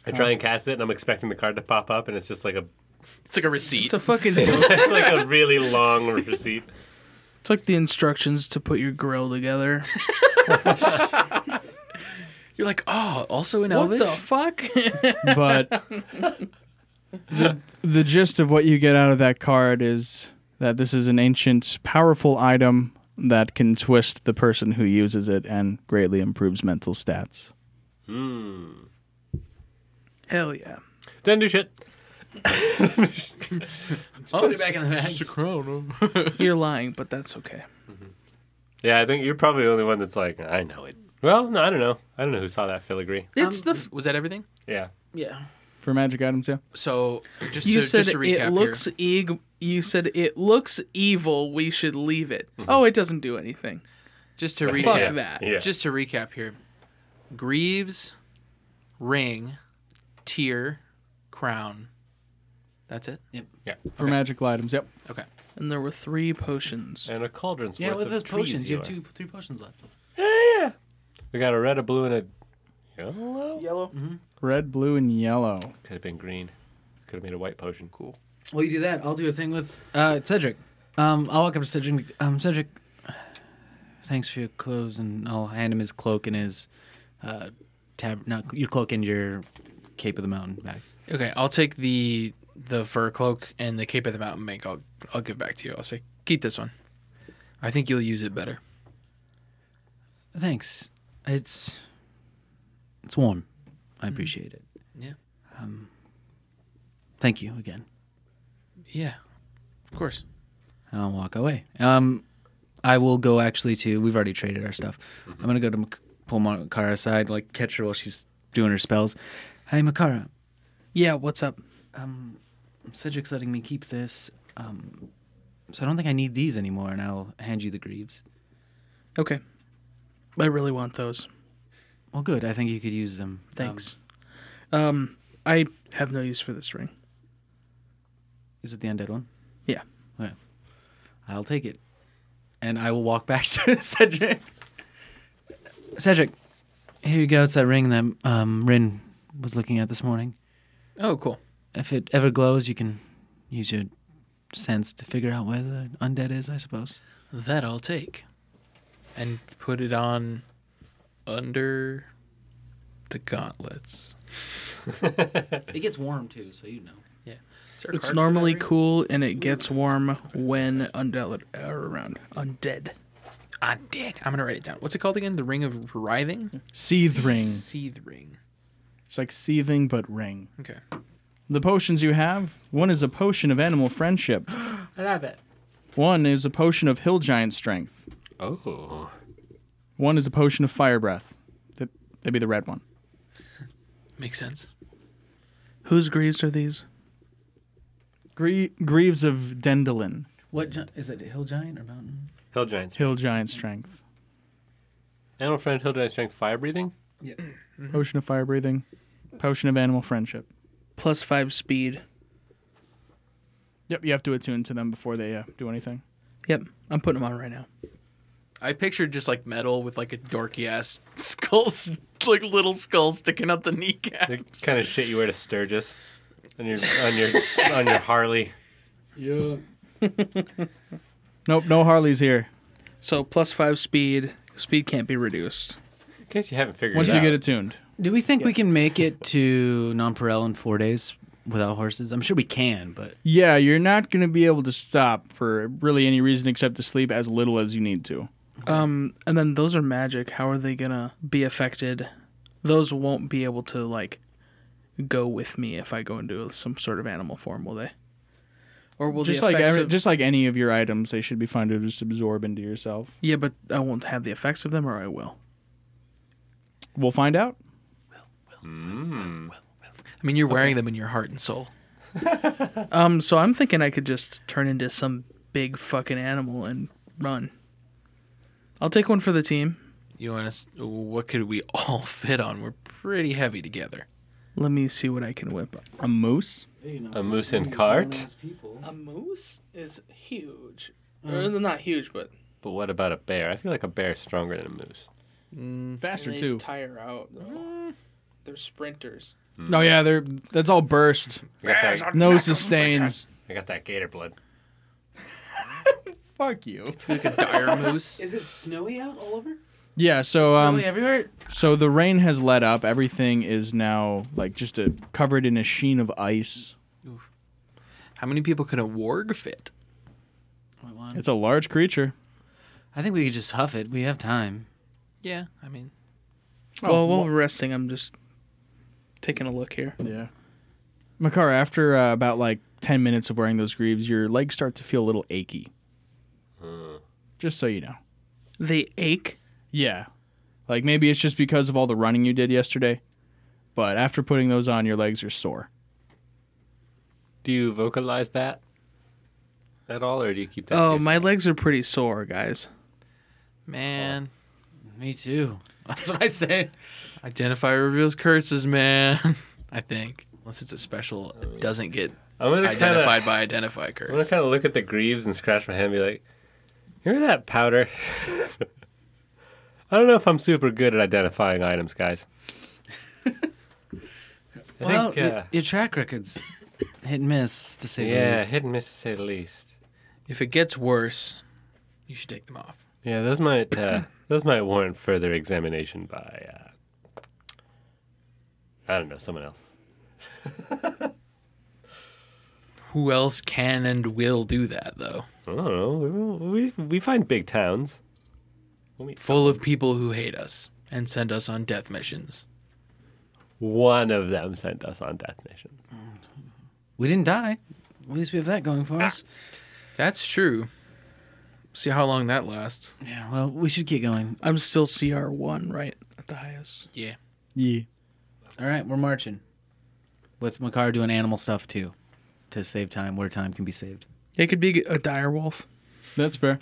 I try and cast it, and I'm expecting the card to pop up, and it's just like a
It's like a receipt.
It's a fucking.
like a really long receipt.
it's like the instructions to put your grill together.
You're like, oh, also in
What
Elvish.
the fuck?
But the, the gist of what you get out of that card is that this is an ancient, powerful item that can twist the person who uses it and greatly improves mental stats.
Hell yeah.
Doesn't do shit.
Oh,
Let's put it back in the bag.
You're lying, but that's okay.
Yeah, I think you're probably the only one that's like, I know it. Well, no, I don't know. I don't know who saw that filigree.
It's the.
Was that everything?
Yeah.
Yeah.
For magic items, yeah?
So just
you
to,
said
just to recap
it looks eeg- You said it looks evil. We should leave it.
Mm-hmm.
Oh, it doesn't do anything.
here, just to recap,
Fuck that.
Yeah.
just to recap here, Greaves, ring, tier, crown. That's it.
For magical items, yep.
Okay.
And there were three potions.
And a cauldron's
Yeah,
worth
with
of
those
trees
potions, you have
are.
two, three potions left.
We got a red, a blue, and a yellow.
Yellow.
Red, blue, and yellow.
Could have been green. Could have made a white potion. Cool.
Well, you do that. I'll do a thing with uh, Cedric. Um, I'll walk up to Cedric. Um, Cedric, thanks for your clothes, and I'll hand him his cloak and his uh, tab. Not your cloak and your cape of the mountain back.
Okay, I'll take the the fur cloak and the cape of the mountain make. I'll I'll give back to you. I'll say keep this one. I think you'll use it better.
Thanks. It's it's warm. I appreciate it.
Yeah.
Um, thank you again.
Yeah, of course.
And I'll walk away. Um, I will go actually to. We've already traded our stuff. I'm gonna go to Mak- pull Makara aside, like catch her while she's doing her spells. Hey, Makara.
Yeah. What's up?
Um, Cedric's letting me keep this. Um, so I don't think I need these anymore, and I'll hand you the greaves.
Okay. I really want those.
Well, good. I think you could use them. Um,
Thanks. Um, I have no use for this ring.
is it the undead one?
Yeah.
Okay. I'll take it, and I will walk back to Cedric. Cedric, here you go. It's that ring that um, Rin was looking at this morning.
Oh, cool.
If it ever glows, you can use your sense to figure out where the undead is. I suppose.
That I'll take. And put it on under the gauntlets.
It gets warm too, so you know.
It's normally cool and it gets warm when undead are around. Undead.
I did. Ah, I'm gonna write it down. What's it called again? The ring of writhing.
Seethe ring.
Seethe ring.
It's like seething but ring.
Okay.
The potions you have one is a potion of animal friendship. I love it. One is a potion of hill giant strength.
Oh.
One is a potion of fire breath. That- That'd be the red one.
Makes sense.
Whose greaves are these?
Grie- Greaves of Dendelin,
What gi- is it? Hill giant or mountain?
Hill Giants.
Hill Giant Strength.
Animal friend, Hill Giant strength, fire breathing.
Potion of Fire Breathing, Potion of Animal Friendship.
Plus five speed.
Yep, you have to attune to them before they uh, do anything.
Yep, I'm putting them on right now.
I pictured just like metal with like a dorky ass skull, like little skull sticking out the kneecap.
The kind of shit you wear to Sturgis on your on your on your Harley.
Yeah.
Nope, no Harleys here.
So plus five speed. Speed can't be reduced.
In case you haven't figured
Once
it
you
out.
get attuned,
Do we think we can make it to Nonpareil in four days without horses? I'm sure we can, but
yeah, you're not going to be able to stop for really any reason except to sleep as little as you need to.
Um, and then those are magic. How are they gonna be affected? Those won't be able to like go with me if I go into some sort of animal form, will they? Or will
just
the
like
effects
every,
of-
just like any of your items, they should be fine to just absorb into yourself.
yeah, but I won't have the effects of them, or I will.
We'll find out.
I mean, you're wearing them in your heart and soul.
Um, so I'm thinking I could just turn into some big fucking animal and run. I'll take one for the team.
You want us? What could we all fit on? We're pretty heavy together.
Let me see what I can whip up.
A moose.
a moose and cart.
A moose is huge.
Mm.
Or not huge, but
But what about a bear? I feel like a bear is stronger than a moose.
Mm. Faster too.
tire out though. They're sprinters.
oh yeah, they're that's all burst.
I got, that,
No sustain.
I got that gator blood.
Fuck you.
Like a dire moose.
is it snowy out all over?
Yeah, so um,
everywhere.
so the rain has let up. Everything is now like just a, covered in a sheen of ice.
How many people could a warg fit?
It's a large creature.
I think we could just huff it. We have time.
Yeah, I mean,
well, while we're resting, I'm just taking a look here.
Yeah. Makar, after uh, about like 10 minutes of wearing those greaves, your legs start to feel a little achy. Just so you know.
They ache.
Yeah. Like maybe it's just because of all the running you did yesterday, but after putting those on, your legs are sore.
Do you vocalize that at all, or do you keep that?
oh,
to
my
yourself?
legs are pretty sore, guys.
man,
Oh, Me too. That's what I say.
identifier reveals curses, man. I think unless it's a special, it doesn't get
I'm gonna kind
identified
of.
by identify
I'm gonna
curse.
kind of look at the greaves and scratch my head and be like, "Hear that powder?" I don't know if I'm super good at identifying items, guys. I
well,
think, uh,
y- your track record's hit and miss to say the
yeah,
least.
hit and miss to say the least.
If it gets worse, you should take them off.
Yeah, those might uh, those might warrant further examination by uh, I don't know someone else.
Who else can and will do that though?
I don't know. We we find big towns.
Full of people who hate us and send us on death missions.
One of them sent us on death missions.
We didn't die. At least we have that going
Ah.
for us.
That's true. See how long that lasts.
Yeah, well, we should keep going.
I'm still CR one, right at the highest.
Yeah.
Yeah.
All right, we're marching. With Makar doing animal stuff too to save time where time can be saved.
It could be a dire wolf.
That's fair.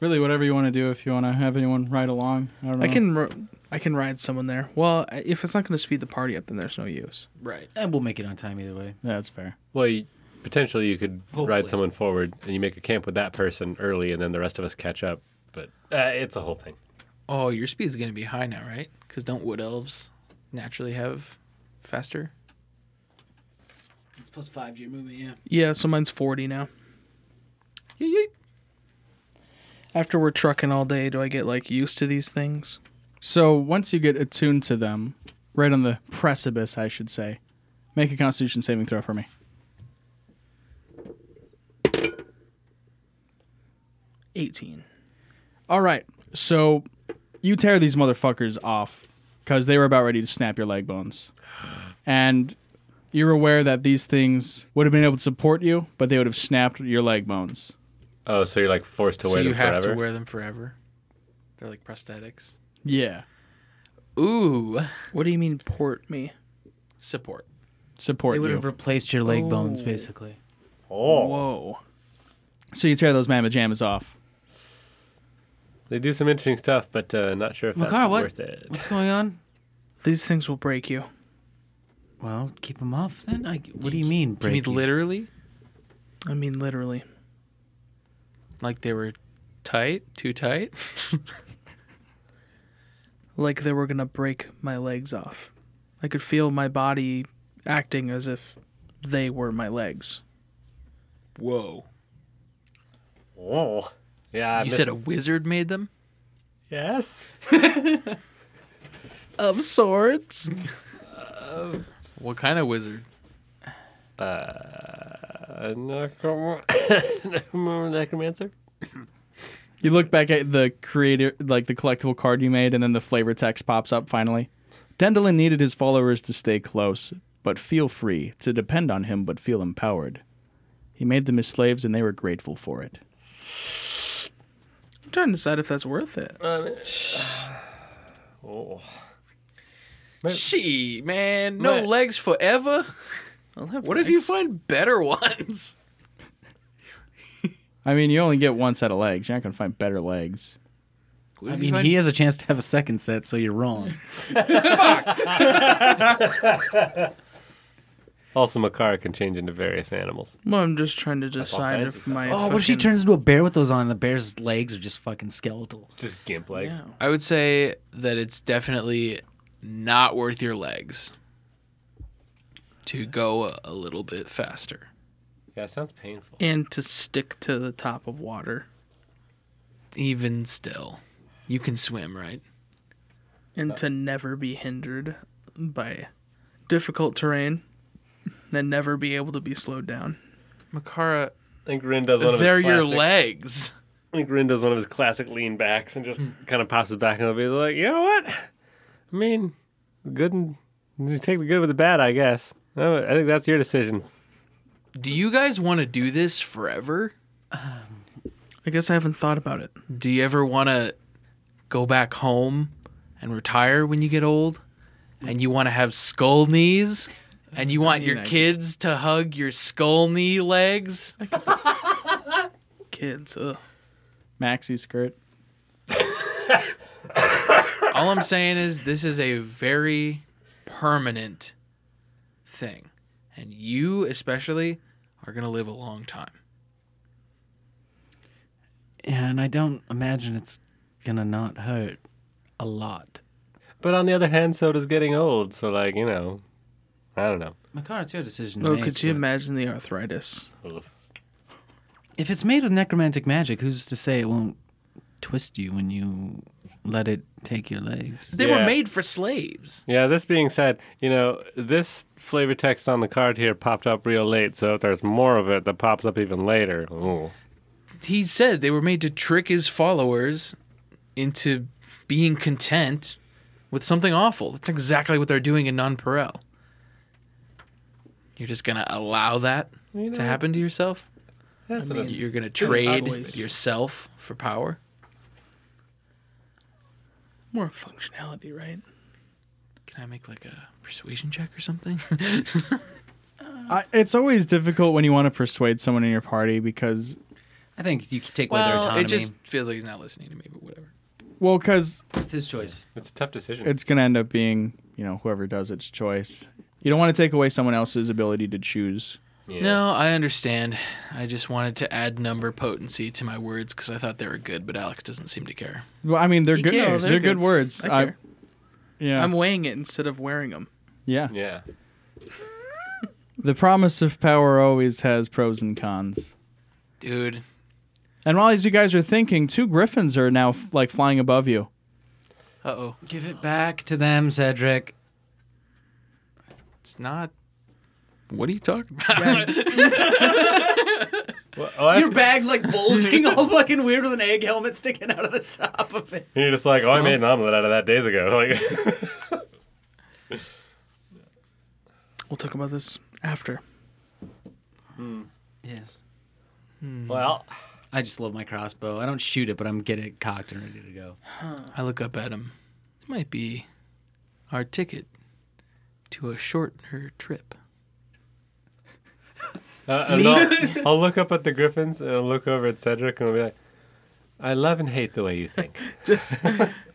Really, whatever you want to do, if you want to have anyone ride along, I don't know.
I can, r- I can ride someone there. Well, if it's not going to speed the party up, then there's no use.
Right.
And we'll make it on time either way.
That's fair.
Well, you, potentially you could
Hopefully.
ride someone forward and you make a camp with that person early, and then the rest of us catch up. But uh, it's a whole thing.
Oh, your speed's going to be high now, right? Because don't wood elves naturally have faster?
It's plus five to your movement, yeah.
Yeah, so mine's 40 now.
Yeet, yeet.
After we're trucking all day, do I get like used to these things?
So once you get attuned to them, right on the precipice, I should say, make a Constitution saving throw for me.
Eighteen.
All right. So you tear these motherfuckers off because they were about ready to snap your leg bones. And you're aware that these things would have been able to support you, but they would have snapped your leg bones.
Oh, so you're like forced to
So
wear
you
them
have
forever.
to wear them forever. They're like prosthetics.
Yeah.
Ooh.
What do you mean port me?
support.
Support
They would
you.
have replaced your leg bones, basically.
Whoa.
so you tear those mamma jammas off.
They do some interesting stuff, but uh, not sure if that's
Makara, what-
worth it.
What's going on?
These things will break you.
Well, keep them off then. I, what do you mean?
You mean
breaking?
literally?
I mean, literally.
Like they were tight, too tight?
Like they were going to break my legs off. I could feel my body acting as if they were my legs.
Whoa.
Whoa. Oh, Yeah. I
You
missed-
said a wizard made them?
yes.
Of sorts.
What kind of wizard?
A necrom- necromancer.
You look back at the creator, like the collectible card you made, and then the flavor text pops up finally. Dendelin needed his followers to stay close, but feel free to depend on him, but feel empowered. He made them his slaves, and they were grateful for it.
I'm trying to decide if that's worth it.
Oh.
She, man, no
Meh.
legs forever?
I'll have
What if you find better ones?
I mean, you only get one set of legs. You're not gonna find better legs.
I mean, he has a chance to have a second set, so you're wrong.
Also, Makara can change into various animals.
Well, I'm just trying to decide
fancy
if
stuff.
my.
oh, what if she
fucking-
turns into a bear with those on? The bear's legs are just fucking skeletal.
Just gimp legs.
Yeah.
I would say that it's definitely not worth your legs to go a, a little bit faster.
Yeah, it sounds painful.
And to stick to the top of water.
Even still, you can swim, right?
and to never be hindered by difficult terrain and never be able to be slowed down.
Makara,
I think Rin does one of
they're
his
your
classic,
legs.
I think Rin does one of his classic lean backs and just kind of pops his back and he's like, you know what? I mean, good and you take the good with the bad, I guess. I I think that's your decision.
Do you guys want to do this forever?
I guess I haven't thought about it.
Do you ever want to go back home and retire when you get old? And you want to have skull knees? And you want your
I-
kids to hug your skull knee legs?
Kids, ugh.
Maxi skirt.
All I'm saying is this is a very permanent thing. And you especially are going to live a long time.
And I don't imagine it's gonna not hurt a lot.
But on the other hand, so does getting old. So, like, you know, I don't know.
Makara, it's your decision. to
Oh,
make,
could you
but
imagine the arthritis?
If it's made with necromantic magic, who's to say it won't twist you when you let it take your legs?
They were
Yeah.
made for slaves.
Yeah, this being said, you know, this flavor text on the card here popped up real late, so if there's more of it that pops up even later. Ooh.
He said they were made to trick his followers into being content with something awful. That's exactly what they're doing in Nonpareil. You're just going to allow that to happen to yourself?
That's an
You're going to
choice.
trade yourself for power?
More functionality, right?
Can I make like a persuasion check or something?
I, it's always difficult when you want to persuade someone in your party because,
I think you could take away their
well,
autonomy.
it just feels like he's not listening to me, but whatever.
well, because
It's his choice.
It's a tough decision.
it's going to end up being, you know, whoever does its choice. You don't want to take away someone else's ability to choose.
Yeah.
No, I understand. I just wanted to add number potency to my words because I thought they were good, but Alex doesn't seem to care.
Well, I mean, they're
He
good.
cares.
They're,
They're
good,
good.
words.
I care.
yeah,
I'm weighing it instead of wearing them.
yeah.
Yeah.
The promise of power always has pros and cons.
Dude,
And while as you guys are thinking, two griffins are now f- like flying above you.
uh oh,
Give it back to them, Cedric.
it's not. What are you talking about?
Well, oh, that's good.
bag's like bulging all fucking weird with an egg helmet sticking out of the top of it.
You're just like, oh, I made an omelet out of that days ago. Like,
We'll talk about this after.
Yes.
Mm.
well,
I just love my crossbow. I don't shoot it, but I'm get it cocked and ready to go.
I look up at him. This might be our ticket to a shorter trip.
Uh, and I'll, I'll look up at the Griffins and I'll look over at Cedric and I'll be like, I love and hate the way you think.
Just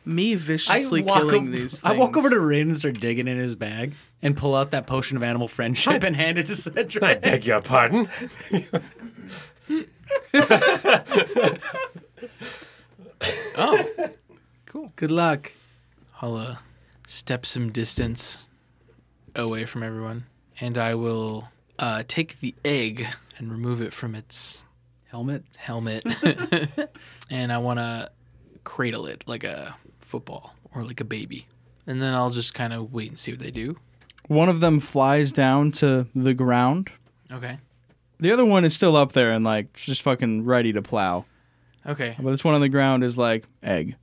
me viciously killing
over,
these. Things.
I walk over to Rin and start digging in his bag and pull out that potion of animal friendship and hand it to
I
Cedric.
beg your pardon.
Oh,
Good luck.
I'll uh, step some distance away from everyone, and I will uh, take the egg and remove it from its
Helmet.
helmet, and I want to cradle it like a football or like a baby, and then I'll just kind of wait and see what they do.
One of them flies down to the ground.
Okay.
The other one is still up there and like just fucking ready to plow.
Okay.
But this one on the ground is like egg.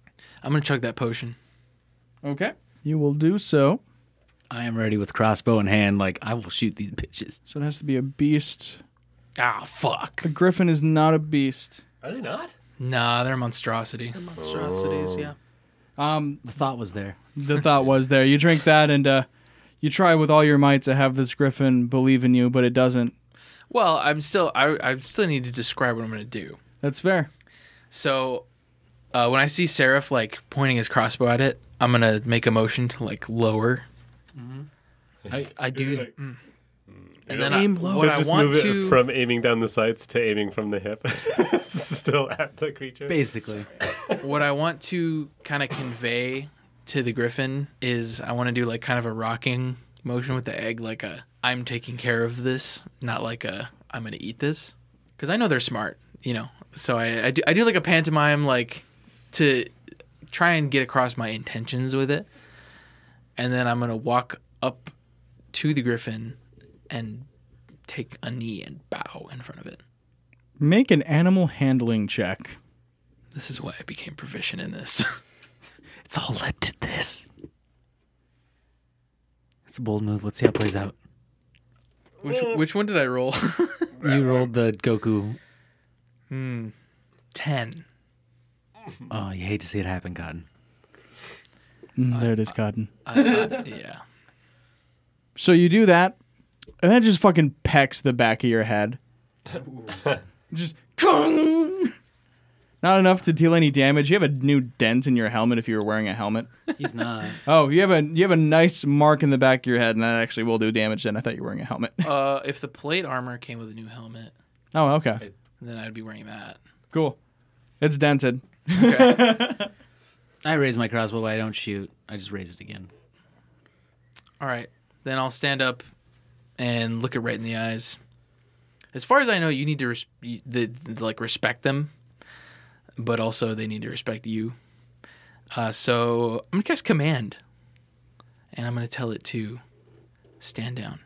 I'm gonna chug that potion.
Okay. You will do so.
I am ready with crossbow in hand. Like I will shoot these bitches.
So it has to be a beast.
Ah, fuck.
A griffin is not a beast.
Are they not?
Nah, they're monstrosity.
monstrosities. Yeah.
Um,
The thought was there.
the thought was there. You drink that and uh, you try with all your might to have this griffin believe in you, but it doesn't.
Well, I'm still I I still need to describe what I'm gonna do.
That's fair.
So, uh, when I see Seraph like pointing his crossbow at it, I'm gonna make a motion to like lower. I, I do, and then I, what I
just
want
move
to
it from aiming down the sights to aiming from the hip. Still at the creature.
Basically,
what I want to kind of convey to the griffin is I want to do like kind of a rocking motion with the egg, like a I'm taking care of this, not like a I'm gonna eat this, because I know they're smart, you know. So I I do, I do like a pantomime like to try and get across my intentions with it, and then I'm gonna walk up to the griffin and take a knee and bow in front of it.
Make an animal handling check.
This is why I became proficient in this.
it's all led to this. It's a bold move. Let's see how it plays out.
which which one did I roll?
You rolled the Goku.
Ten.
Oh, you hate to see it happen, Cotton.
Mm, there it is, Cotton.
Uh, Yeah.
So you do that, and that just fucking pecks the back of your head. just Kung! not enough to deal any damage. You have a new dent in your helmet if you were wearing a helmet.
He's not.
Oh, you have a you have a nice mark in the back of your head, and that actually will do damage. Then I thought you were wearing a helmet.
Uh, if the plate armor came with a new helmet,
oh, okay,
then I'd be wearing that.
cool. It's dented.
Okay.
I raise my crossbow, but I don't shoot. I just raise it again.
All right. Then I'll stand up and look it right in the eyes. As far as I know, you need to res- you- the, the- like respect them, but also they need to respect you. Uh, so I'm gonna cast command, and I'm gonna tell it to stand down,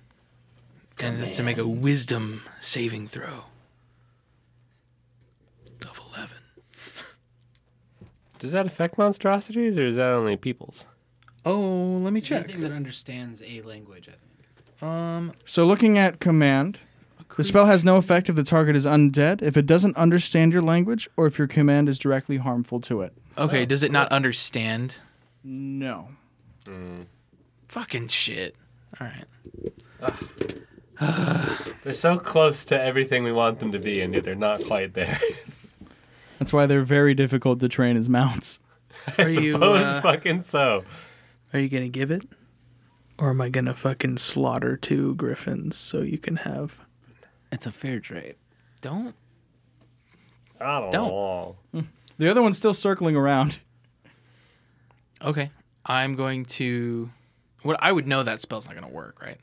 and it's to make a wisdom saving throw of eleven.
Does that affect monstrosities or is that only peoples?
Oh, let me check.
Anything that understands a language, I think.
Um,
So looking at command, the spell has no effect if the target is undead, if it doesn't understand your language, or if your command is directly harmful to it.
Okay, does it not understand?
No.
Fucking shit. All right.
They're so close to everything we want them to be, and yet they're not quite there.
That's why they're very difficult to train as mounts.
I
Are you,
suppose
uh,
fucking so.
Are you gonna give it, or am I gonna fucking slaughter two griffins so you can have?
It's a fair trade.
Don't.
I don't,
Don't.
know.
The other one's still circling around.
Okay. I'm going to. What I would know that spell's not going to work, right?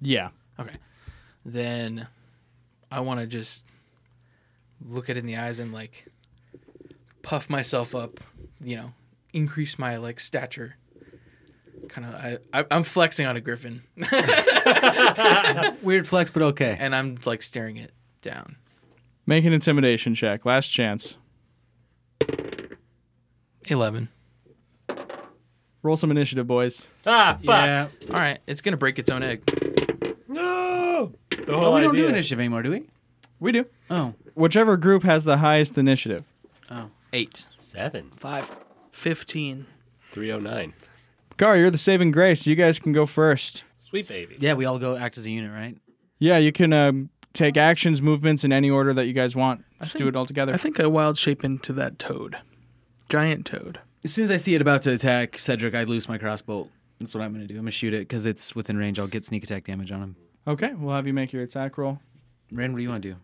Yeah.
Okay. Then I want to just look it in the eyes and like puff myself up, you know, increase my like stature. Kind of, I, I I'm flexing on a griffin,
Weird flex, but okay.
and I'm like staring it down.
Make an intimidation check. Last chance.
Eleven.
Roll some initiative, boys.
Ah, fuck.
Yeah.
All right, it's gonna break its own egg.
No. The whole
Oh, we don't
idea.
do initiative anymore, do we?
We do.
Oh.
Whichever group has the highest initiative.
Eight.
Seven.
Five.
Fifteen.
Three oh nine.
Gar, you're the saving grace. You guys can go first.
Sweet baby.
Yeah, we all go act as a unit, right?
Yeah, you can um, take actions, movements in any order that you guys want. Just do
think-
it all together.
I think I wild shape into that toad, giant toad.
As soon as I see it about to attack Cedric, I loose my crossbow. That's what I'm going to do. I'm going to shoot it because it's within range. I'll get sneak attack damage on him.
okay, we'll have you make your attack roll.
Ren, what do you want to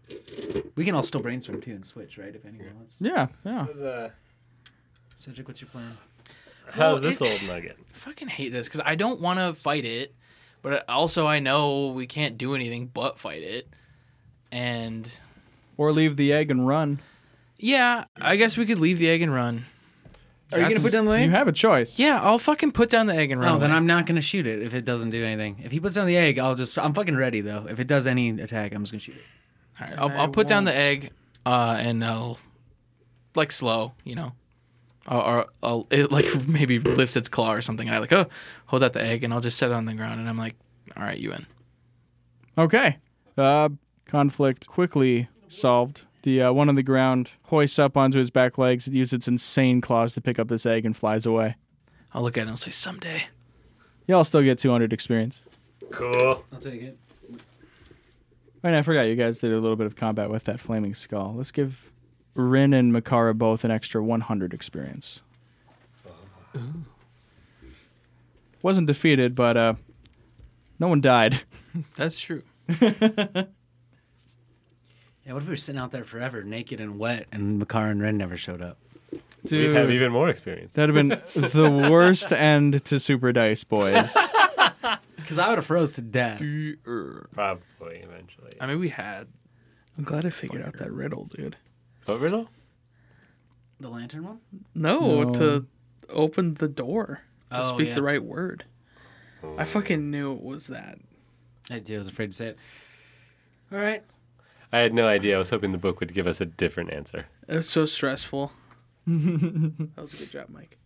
do? We can all still brainstorm too and switch, right? If anyone wants.
Yeah, yeah.
Cedric, what's your plan?
uh, How's
Well,
this
it-
old nugget?
fucking hate this because I don't want to fight it, but also I know we can't do anything but fight it. And
Or leave the egg and run.
yeah, I guess we could leave the egg and run.
Are you going to put down the
You
egg?
have a choice.
Yeah, I'll fucking put down the egg and run.
No, Oh, then
away.
I'm not going to shoot it if it doesn't do anything. If he puts down the egg, I'll just. I'm fucking ready though. If it does any attack, I'm just going to shoot it.
All right, I'll, I'll put down the egg, uh, and I'll like slow, you know, or, or I'll, it like maybe lifts its claw or something. And I like oh, hold out the egg, and I'll just set it on the ground, and I'm like, all right, you in.
Okay. Uh, conflict quickly solved. The uh, one on the ground hoists up onto his back legs. It uses its insane claws to pick up this egg and flies away.
I'll look at it and I'll say someday.
Y'all still get 200 experience.
Cool.
I'll take it.
Right, I forgot you guys did a little bit of combat with that flaming skull. Let's give Rin and Makara both an extra 100 experience. Wasn't defeated, but uh, no one died.
That's true.
Yeah, what if we were sitting out there forever, naked and wet, and Makar and Ren never showed up?
We
Dude,
have even more experience.
that'd have been the worst end to Super Dice Boys.
Because I would have froze to death.
Probably eventually.
I mean, we had
I'm glad I figured out that riddle, dude.
What riddle?
The lantern one?
No,
No.
to open the door to
Oh,
speak the
yeah.
right word. I fucking knew it was that.
I do. I was afraid to say it. All right.
I had no idea. I was hoping the book would give us a different answer.
It was so stressful. that was a good job, Mike.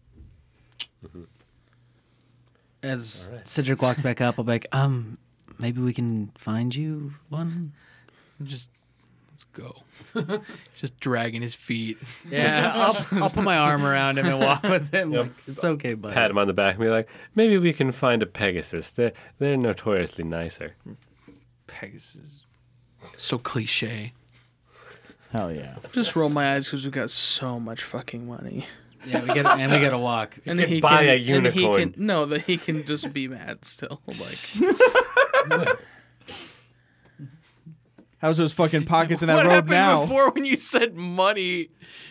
As
All right.
Cedric walks back up, I'll be like, um, maybe we can find you one.
just let's go. just dragging his feet.
Yeah, I'll, I'll put my arm around him and walk with him. Like, it's okay, buddy.
Pat him on the back and be like, maybe we can find a Pegasus. They're, they're notoriously nicer.
Pegasus. So cliche.
Hell yeah.
Just roll my eyes because we got so much fucking money.
Yeah, we get and we gotta walk.
And
could buy a
and he
unicorn.
can- no, that he can just be mad still. Like
How's those fucking pockets in that
what
robe
happened
now?
before when you said money?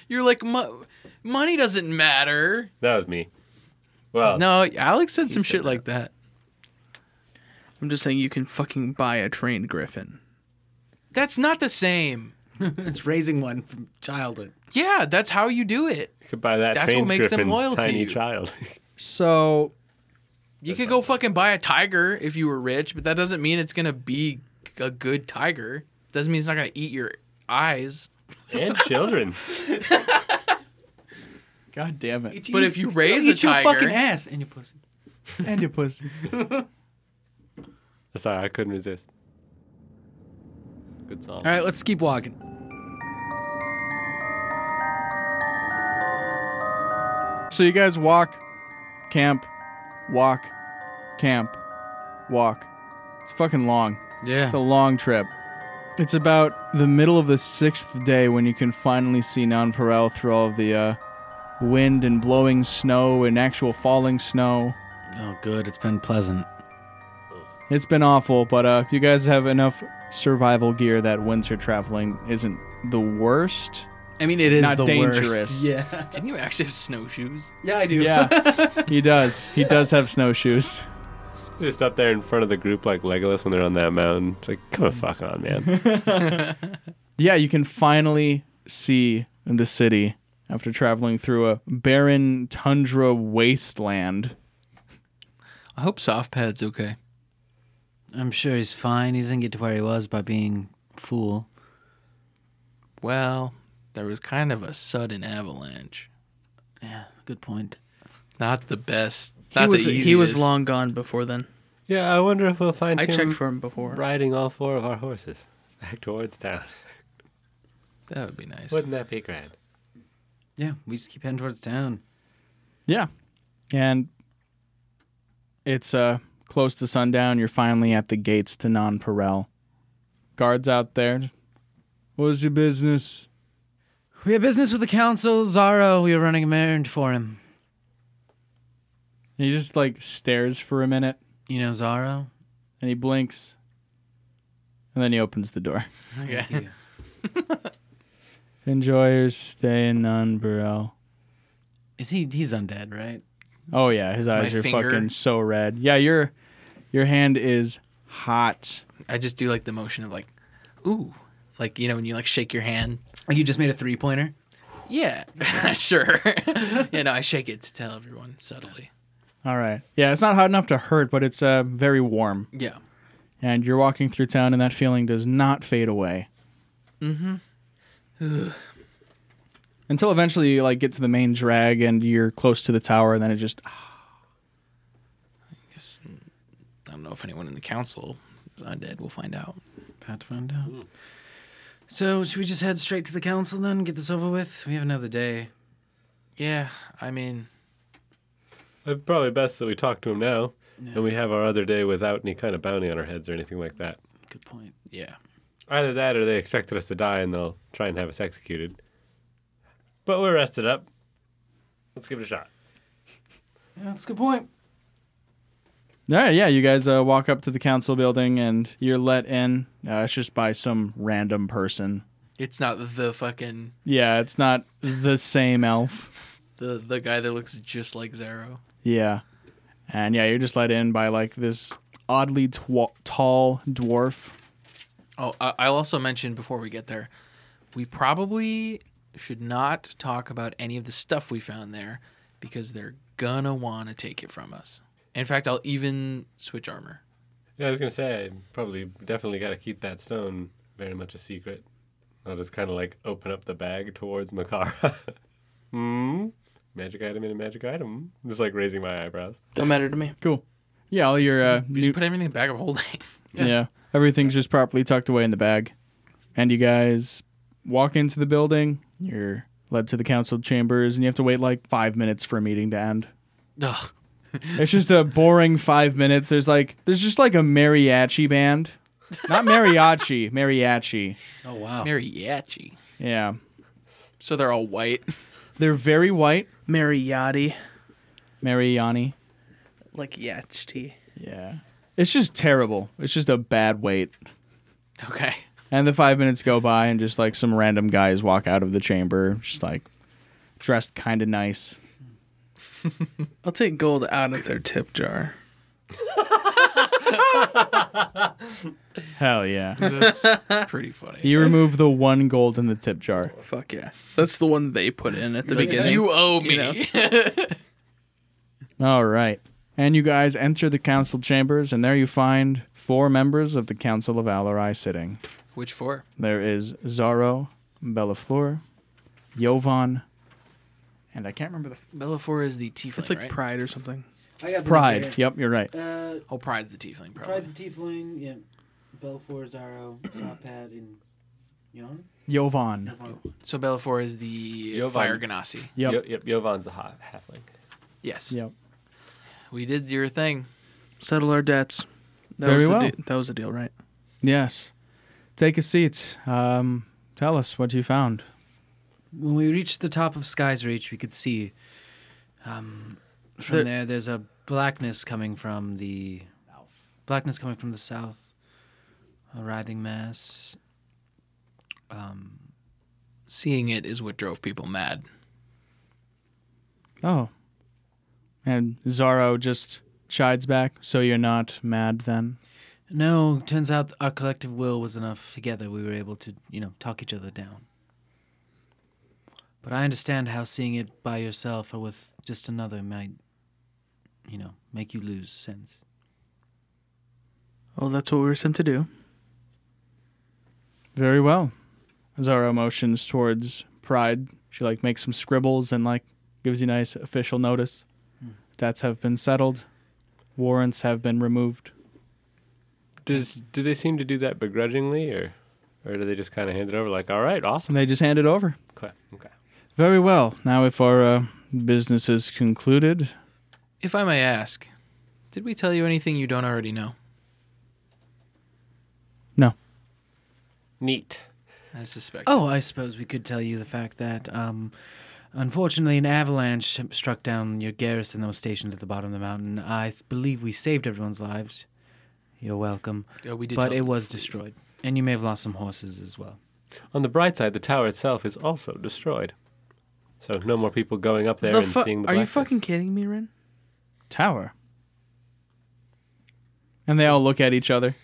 You're like, "Mo- money doesn't matter.
That was me. Well,
No, Alex said some shit
that.
like that.
I'm just saying, you can fucking buy a trained griffin.
That's not the same.
It's raising one from childhood.
Yeah, that's how you do it.
you could buy that
That's what
trained
makes them
griffin's
loyal to
tiny
you.
child.
So
You could go fucking buy a tiger if you were rich, but that doesn't mean it's gonna be a good tiger. Doesn't mean it's not gonna eat your eyes.
and children.
God damn it.
But if you raise a
Eat your fucking
tiger,
ass and your pussy.
And your pussy.
Sorry, I couldn't resist. Good song.
All right, let's keep walking.
So you guys walk, camp, walk, camp, walk. It's fucking long. It's a
Yeah.
long trip. It's about the middle of the sixth day when you can finally see Nonpareil through all of the uh, wind and blowing snow and actual falling snow.
Oh, good. It's been pleasant.
It's been awful, but uh, you guys have enough survival gear that winter traveling isn't the worst.
I mean, it is
Not
the
dangerous.
worst. Yeah.
didn't you actually have snowshoes?
Yeah, I do.
Yeah, he does. He does have snowshoes.
Just up there in front of the group like Legolas when they're on that mountain. It's like, come the fuck on, man.
Yeah, you can finally see the city after traveling through a barren tundra wasteland.
I hope soft pad's okay.
I'm sure he's fine. He doesn't get to where he was by being fool.
Well, there was kind of a sudden avalanche.
Yeah, good point.
Not the best.
He was he was long gone before then.
yeah, I wonder if we'll find
I
him
checked for him before.
riding all four of our horses back towards town.
That would be nice.
Wouldn't that be grand?
Yeah, we just keep heading towards town.
Yeah. And it's uh Close to sundown, you're finally at the gates to Nonpareil. Guards out there. What's your business?
We have business with the council, Zara. We are running an errand for him.
And he just like stares for a minute
You know Zara?
and he blinks. And then he opens the door.
Okay.
Enjoy your stay in Nonpareil.
Is he? He's undead, right?
Oh yeah, his eyes
my
are
finger.
fucking so red. Yeah, your your hand is hot.
I just do like the motion of like, ooh, like you know when you like shake your hand.
You just made a three pointer.
Yeah, sure. yeah, no, I shake it to tell everyone subtly.
All right. Yeah, it's not hot enough to hurt, but it's uh, very warm.
Yeah,
And you're walking through town, and that feeling does not fade away. Mm-hmm. Until eventually you like get to the main drag, and you're close to the tower, and then it just
I don't know if anyone in the council is undead. We'll find out.
About to find out. So Oh, should we just head straight to the council then? Get this over with. We have another day.
Yeah, I mean,
It's Uh, probably best that we talk to him now, and we have our other day without any kind of bounty on our heads or anything like that.
Good point.
yeah,
Either that, or they expected us to die, and they'll try and have us executed. But we're rested up. Let's give it a shot.
that's a good point.
All right, yeah, you guys uh, walk up to the council building and you're let in. Uh, it's just by some random person.
it's not the fucking
Yeah, it's not the same elf.
the the guy that looks just like Zero.
Yeah. And yeah, you're just let in by like this oddly tw- tall dwarf.
Oh, I, I'll also mention before we get there, we probably should not talk about any of the stuff we found there because they're gonna wanna take it from us. In fact, I'll even switch armor.
Yeah, I was gonna say, I probably definitely got to keep that stone very much a secret. I'll just kind of like open up the bag towards Makara. Hmm. Magic item in a magic item. I'm just like raising my eyebrows.
Don't matter to me.
Cool. Yeah, all your uh,
You
new-
just put everything in the bag of holding.
yeah. everything's just properly tucked away in the bag. And you guys walk into the building. You're led to the council chambers, and you have to wait like five minutes for a meeting to end.
Ugh.
It's just a boring five minutes. There's like there's just like a mariachi band, not mariachi, mariachi.
Oh wow.
Mariachi.
Yeah,
So they're all white.
they're very white,
Mariotti.
mariani.
Like Yachty.
Yeah, it's just terrible. It's just a bad wait.
Okay.
And the five minutes go by, and just like some random guys walk out of the chamber, just like dressed kind of nice.
I'll take gold out of their tip jar.
Hell yeah!
That's pretty funny.
you remove the one gold in the tip jar.
Fuck yeah. That's the one they put in at the beginning.
You owe me.
know?
All right. And you guys enter the council chambers, and there you find four members of the Council of Alarai sitting.
Which four?
There is Zaro, Bellafleur, Jovan, and I can't remember the
Bellafor is the tiefling,
it's like
right?
pride or something.
I got
Pride. Yep, you're right.
Uh,
oh, Pride's the tiefling, probably.
Pride's the tiefling. Yeah. Belfour, Zaro, Sawpad, and Yon.
Jovan.
so Bellafor is the
Yovan.
fire ganassi.
Yep.
Yo- yep. Yovan's a ha- halfling.
Yes.
Yep.
We did your thing.
Settle our debts. That
Very
was the
well.
de- that was the deal, right?
Yes. Take a seat. Um, tell us what you found.
When we reached the top of Sky's Reach, we could see um, from
There-
there. There's a blackness coming from the blackness coming from the south, a writhing mass.
Seeing it is what drove people mad.
Oh. And Zaro just chides back, so you're not mad then?
No, turns out our collective will was enough. Together, we were able to, you know, talk each other down. But I understand how seeing it by yourself or with just another might, you know, make you lose sense.
Well, Oh, that's what we were sent to do.
Very well. Zara motions towards Pride. She like makes some scribbles and like gives you nice official notice. Debts have been settled. Warrants have been removed.
Does do they seem to do that begrudgingly, or or do they just kind of hand it over like, all right, awesome,
And they just hand it over.
okay, okay.
Very well. Now, if our uh, business is concluded,
If I may ask, Did we tell you anything you don't already know?
No.
Neat.
I suspect.
Oh, I suppose we could tell you the fact that, um, unfortunately, an avalanche struck down your garrison that was stationed at the bottom of the mountain. I th- believe we saved everyone's lives. You're welcome.
Yeah, uh, we did
But
tell
it
them.
was destroyed, and you may have lost some horses as well.
On the bright side, the tower itself is also destroyed. So no more people going up there
The
and
fu-
seeing the
are you
blackness.
fucking kidding me, Ren?
Tower. And they all look at each other.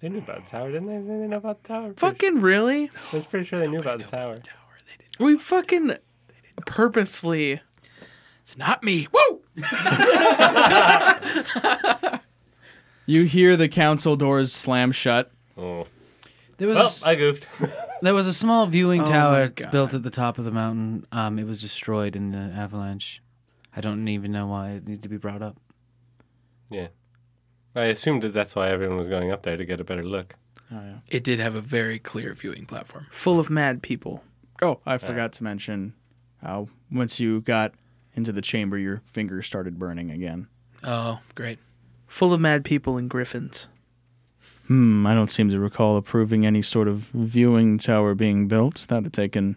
They knew about the tower, didn't they? They didn't know about the tower. I'm pretty
Fucking really?
sure- I was pretty sure they knew about the tower.
We fucking purposely.
It's not me. Woo!
You hear the council doors slam shut.
Oh.
There was a
Well,
s-
I goofed.
there was a small viewing
Oh my
tower that's
God.
built at the top of the mountain. Um, it was destroyed in the avalanche. I don't even know why it needed to be brought up.
yeah. I assumed that that's why everyone was going up there to get a better look.
Oh,
It did have a very clear viewing platform.
Full of mad people.
Oh, I forgot to mention how once you got into the chamber, your fingers started burning again.
Oh, great.
Full of mad people and griffins.
Hmm, I don't seem to recall approving any sort of viewing tower being built. That had taken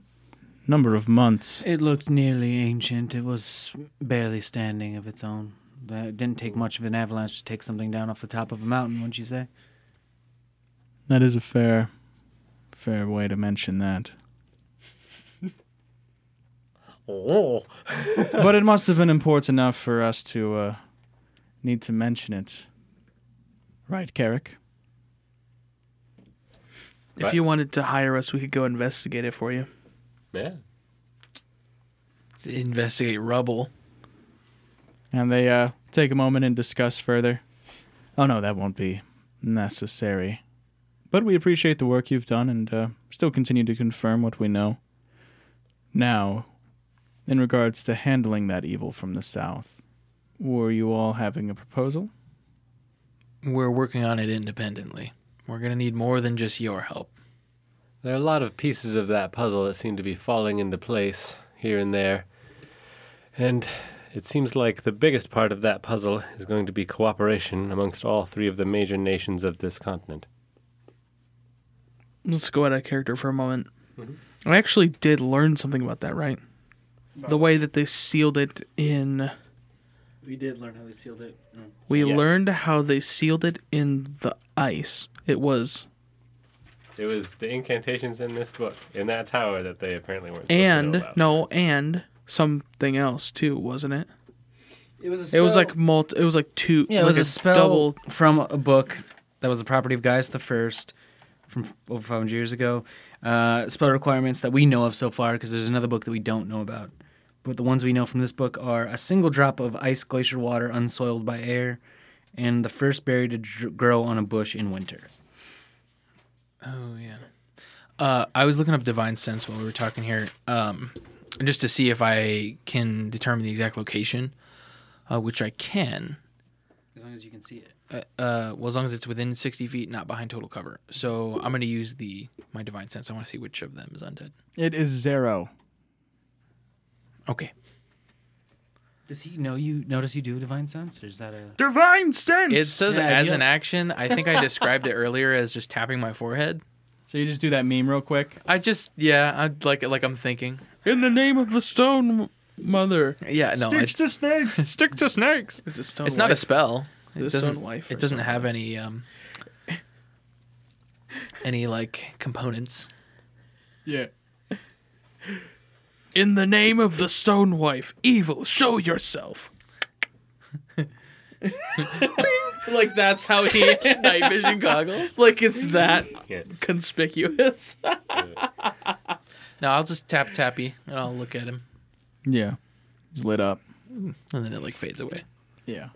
a number of months.
It looked nearly ancient. It was barely standing of its own. That- It didn't take much of an avalanche to take something down off the top of a mountain, wouldn't you say?
That is a fair, fair way to mention that.
Oh.
but it must have been important enough for us to uh, need to mention it. Right, Carrick?
If
Right.
you wanted to hire us, we could go investigate it for you.
Yeah.
To investigate rubble.
And they uh, take a moment and discuss further. Oh, no, that won't be necessary. But we appreciate the work you've done and uh, still continue to confirm what we know. Now, in regards to handling that evil from the south, were you all having a proposal?
We're working on it independently. We're going to need more than just your help.
There are a lot of pieces of that puzzle that seem to be falling into place here and there. And it seems like the biggest part of that puzzle is going to be cooperation amongst all three of the major nations of this continent.
Let's go out of character for a moment.
Mm-hmm.
I actually did learn something about that, right? The way that they sealed it in.
We did learn how they sealed it.
We
Yes.
learned how they sealed it in the ice. It was
It was the incantations in this book, in that tower, that they apparently weren't supposed to know
and
about.
no and something else too wasn't it
It was a
it was like multi it was like two
yeah, it
like
was a spell
double
from a book that was the property of Gaius the First from f- over 500 years ago. Uh, spell requirements that we know of so far, because there's another book that we don't know about. But the ones we know from this book are a single drop of ice glacier water unsoiled by air, and the first berry to dr- grow on a bush in winter.
Oh, yeah. Uh, I was looking up divine sense while we were talking here, um, just to see if I can determine the exact location, uh, which I can.
As long as you can see it.
Uh, uh, well, as long as it's within sixty feet, not behind total cover. So I'm going to use the my divine sense. I want to see which of them is undead.
It is zero.
Okay.
Does he know you notice you do divine sense, or is that a?
divine sense
It says
Yeah,
as
you-
an action. I think I described it earlier as just tapping my forehead.
So you just do that meme real quick.
I just yeah, I like like I'm thinking.
in the name of the stone mother
Yeah, no, it's,
snakes
stick to snakes.
it's a stone
It's not a
wife.
spell. It
The
doesn't.
stone wife or
it doesn't have any um any like components.
Yeah.
in the name of the stone wife evil show yourself like that's how he
Night vision goggles.
like it's that
Yeah.
conspicuous
No, I'll just tap tappy and I'll look at him,
Yeah. He's lit up.
and then it like fades away,
Yeah.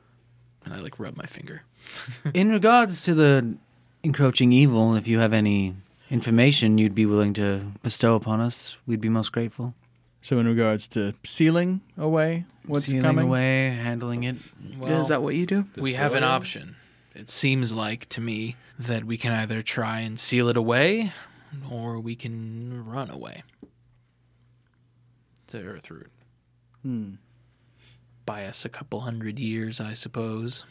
and I like rub my finger.
In regards to the encroaching evil, if you have any information you'd be willing to bestow upon us, we'd be most grateful.
So in regards to sealing away what's
Sealing
coming,
away, handling it.
Well,
is that what you do
we have an option. It seems like to me that we can either try and seal it away or we can run away to Earth Root. buy us a couple hundred years, I suppose.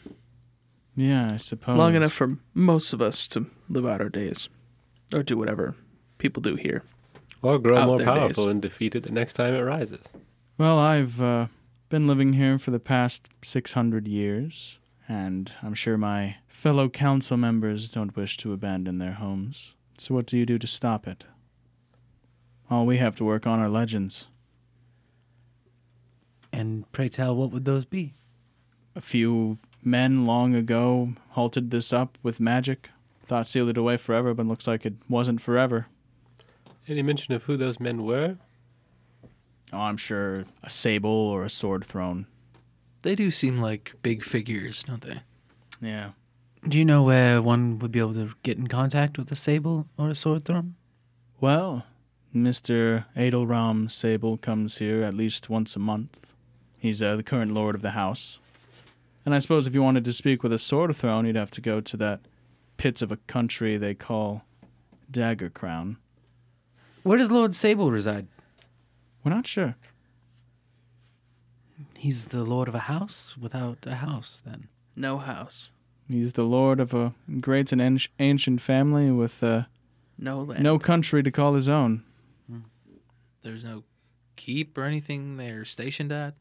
Yeah, I suppose.
Long enough for most of us to live out our days or do whatever people do here.
Or grow
Out
more
there
powerful
days.
and defeat it the next time it rises.
Well, I've uh, been living here for the past 600 years, and I'm sure my fellow council members don't wish to abandon their homes. So, what do you do to stop it? All we have to work on are legends.
And pray tell, what would those be?
A few men long ago halted this up with magic. Thought sealed it away forever, but looks like it wasn't forever.
Any mention of who those men were?
Oh, I'm sure a sable or a sword thrown.
They do seem like big figures, don't they?
Yeah.
Do you know where one would be able to get in contact with a sable or a sword thorn?
Well, Mr. Adelram Sable comes here at least once a month. He's uh, the current lord of the house. And I suppose if you wanted to speak with a sword throne, you'd have to go to that pit of a country they call Dagger Crown.
Where does Lord Sable reside?
We're not sure.
He's the lord of a house without a house, then.
No house,
He's the lord of a great and anci- ancient family with uh,
no land.
no country to call his own.
There's no keep or anything they're stationed at.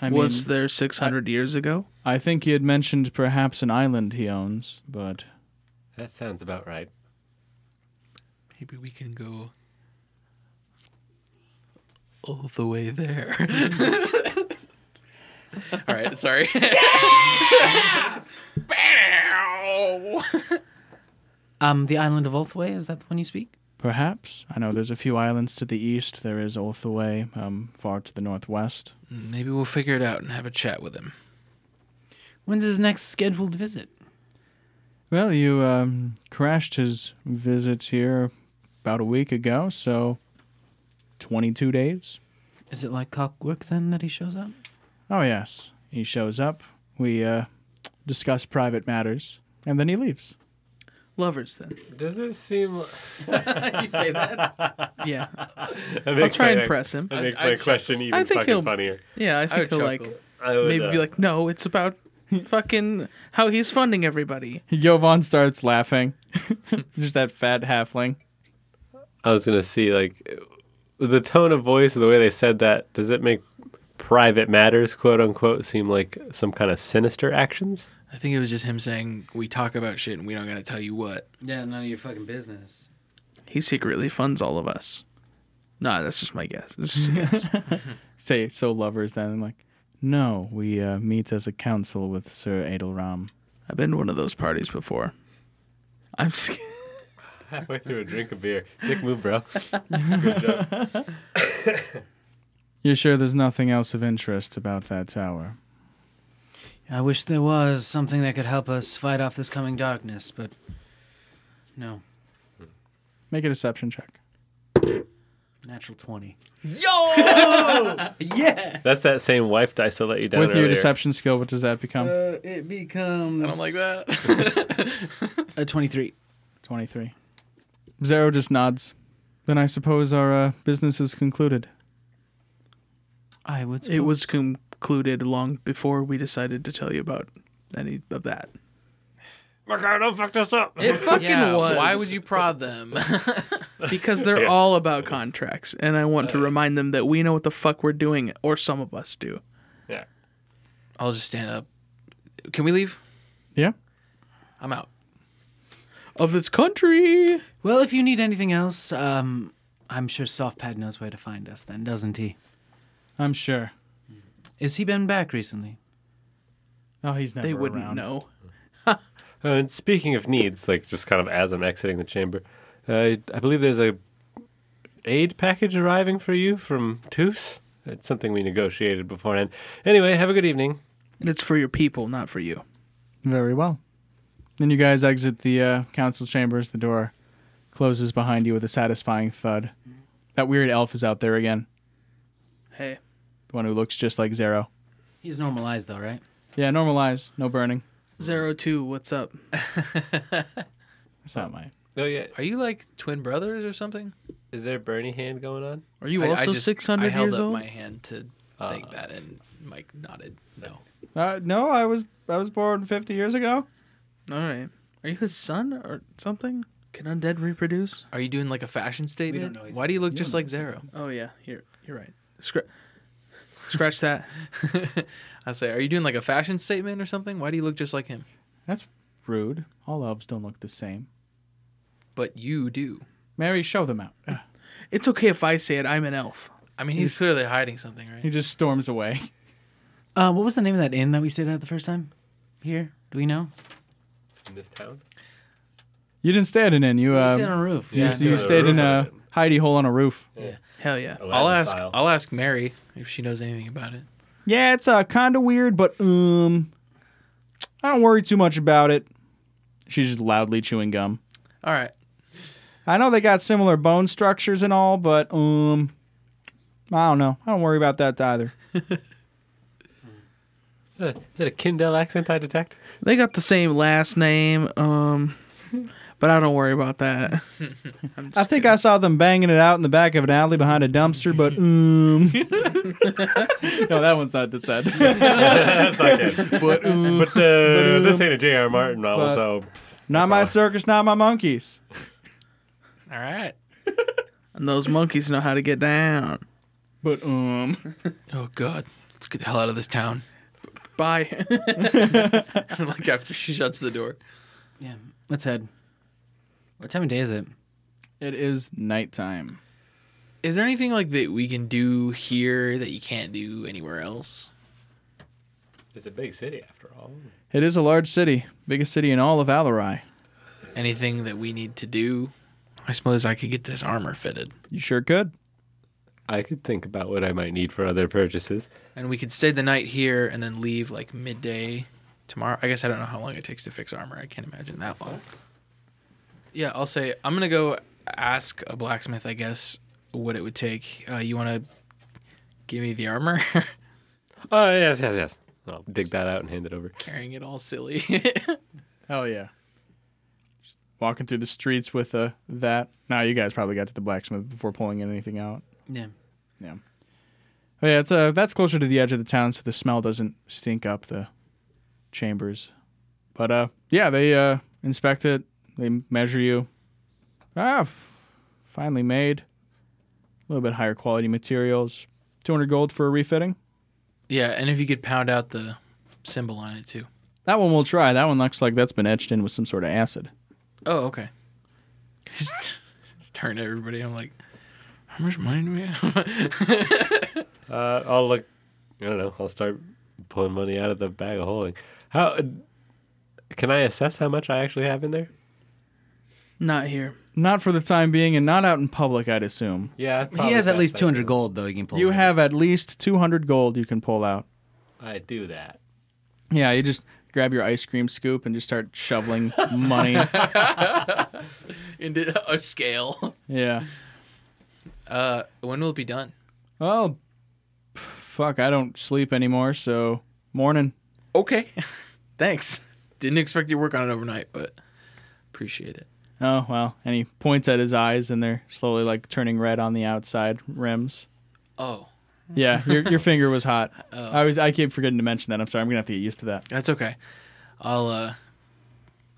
I
was
mean,
there 600 years ago?
I think he had mentioned perhaps an island he owns, but
That sounds about right.
Maybe we can go all the way there. all right, sorry. Bow!
Um, the island of Ulthway, is that the one you speak?
Perhaps. I know there's a few islands to the east. There is Ulthaway, um, far to the northwest.
Maybe we'll figure it out and have a chat with him.
When's his next scheduled visit?
Well, you um, crashed his visit here about a week ago, so 22 days?
Is it like cockwork then that he shows up?
Oh, yes. He shows up. We uh, discuss private matters, and then he leaves.
Lovers, then.
Does this seem? Like...
you say that?
Yeah. I'll try and press him.
That makes
I-
my question even
I think
fucking
he'll-
funnier.
Yeah, I
I
think
would
he'll
chuckle.
like
I would,
maybe
uh,
be like, no, it's about fucking how he's funding everybody.
Jovan starts laughing. Just that fat halfling.
I was gonna see like the tone of voice and the way they said that. Does it make private matters, quote unquote, seem like some kind of sinister actions?
I think it was just him saying, We talk about shit and we don't gotta tell you what.
Yeah, none of your fucking business.
He secretly funds all of us. Nah, that's just my guess. It's just a guess.
Say, so lovers then. I'm like, no, we uh, meet as a council with Sir Adelram.
I've been to one of those parties before. I'm scared.
Halfway through a drink of beer, dick move, bro.
You're sure there's nothing else of interest about that tower?
I wish there was something that could help us fight off this coming darkness, but no.
Make a deception check.
Natural 20.
That's that same wife dice that let you down
With your
earlier.
deception skill, what does that become?
Uh, it becomes.
I don't like that.
A 23.
23. Zero just nods. Then I suppose our uh, business is concluded.
I would
It was concluded long before we decided to tell you about any of that.
Ricardo, don't fuck this up.
It fucking
yeah,
was.
Why would you prod them?
Because they're all about contracts, and I want to
Uh,
remind them that we know what the fuck we're doing, or some of us do.
Yeah.
I'll just stand up. Can we leave?
Yeah?
I'm out.
Of this country.
Well, if you need anything else, um, I'm sure Softpad knows where to find us then, doesn't he?
I'm sure.
Is he been back recently?
Oh, he's never
They wouldn't
around.
know.
Uh, and speaking of needs, like just kind of as I'm exiting the chamber, uh, I believe there's a aid package arriving for you from Toos. It's something we negotiated beforehand. Anyway, have a good evening.
It's for your people, not for you.
Very well. Then you guys exit the uh, council chambers. The door closes behind you with a satisfying thud. That weird elf is out there again.
Hey,
The one who looks just like Zero.
He's normalized though, right?
Yeah, normal eyes, no burning.
zero two, what's up?
It's not mine.
Oh yeah,
Are you like twin brothers or something?
is there a Bernie hand going on?
Are you
I- I
also
just-
six hundred
I held
years
up
old? Uh,
my hand to think that, and Mike nodded. No.
Uh, no, I was I was born 50 years ago.
All right. Are you his son or something? Can undead reproduce?
Are you doing like a fashion statement?
know he's-
Why do you look just like Zero?
Oh yeah, you're you're right. Scra- scratch that.
I say, are you doing like a fashion statement or something? Why do you look just like him?
That's rude. All elves don't look the same.
But you do.
Mary, show them out. Ugh.
It's okay if I say it. I'm an elf.
I mean, he's clearly hiding something, right?
He just storms away.
Uh, what was the name of that inn that we stayed at the first time? Here, do we know?
in this town.
You didn't stay at an inn. You
We
uh,
stayed on a roof.
you,
Yeah.
you
Yeah.
stayed in a hidey hole on a roof.
Hell yeah.
I'll
Aladdin
ask.
style.
I'll ask Mary if she knows anything about it.
Yeah, it's uh, kind of weird, but um, I don't worry too much about it. She's just loudly chewing gum.
All right.
I know they got similar bone structures and all, but um, I don't know. I don't worry about that either.
Is that a- is that a Kindle accent I detect?
They got the same last name, um, but I don't worry about that.
I think I saw them banging it out in the back of an alley behind a dumpster, but um. no, that one's not said.
That's not good. But, uh, this ain't a J.R. Martin novel,
But-
so
not my circus, not my monkeys.
All right.
And those monkeys know how to get down.
But um.
Oh God. Let's get the hell out of this town.
Bye.
like after she shuts the door.
yeah. Let's head. What time of day is it?
It is nighttime.
Is there anything like that we can do here that you can't do anywhere else?
it's a big city after all.
It is a large city, biggest city in all of Alarai.
Anything that we need to do? I suppose I could get this armor fitted,
You sure could.
I could think about what I might need for other purchases.
and we could stay the night here and then leave like midday tomorrow. I guess I don't know how long it takes to fix armor. I can't imagine that long. Yeah, I'll say I'm gonna go ask a blacksmith. I guess what it would take. Uh, you want to give me the armor?
Oh yes, yes, yes. I'll dig that out and hand it over.
Carrying it all silly.
Hell yeah. Walking through the streets with uh, that. Now you guys probably got to the blacksmith before pulling anything out.
Yeah.
Oh, yeah, it's uh, that's closer to the edge of the town, so the smell doesn't stink up the chambers. But uh, yeah, they uh, inspect it. They measure you. Ah, f- finally made. A little bit higher quality materials. Two hundred gold for a refitting.
yeah, and if you could pound out the symbol on it too.
That one we'll try. That one looks like that's been etched in with some sort of acid.
Oh, okay. Just, just turn to everybody. I'm like, how much money do we have?
Uh, I'll look. I don't know. I'll start pulling money out of the bag of holding. How can I assess how much I actually have in there?
Not here.
Not for the time being, and not out in public, I'd assume.
Yeah,
He has at least 200 gold, though, he can pull.
Oh,
You
out.
have at least two hundred gold you can pull out.
I do that.
Yeah, you just grab your ice cream scoop and just start shoveling money.
Into a scale.
Yeah.
Uh, when will it be done?
Well, p- fuck, I don't sleep anymore, so morning.
Okay. Thanks. Didn't expect you to work on it overnight, but appreciate it.
Oh, well. And he points at his eyes, and they're slowly like turning red on the outside rims.
Oh,
Yeah, your, your finger was hot.
Oh.
I was I keep forgetting to mention that. I'm sorry. I'm gonna have to get used to that.
that's okay. I'll uh,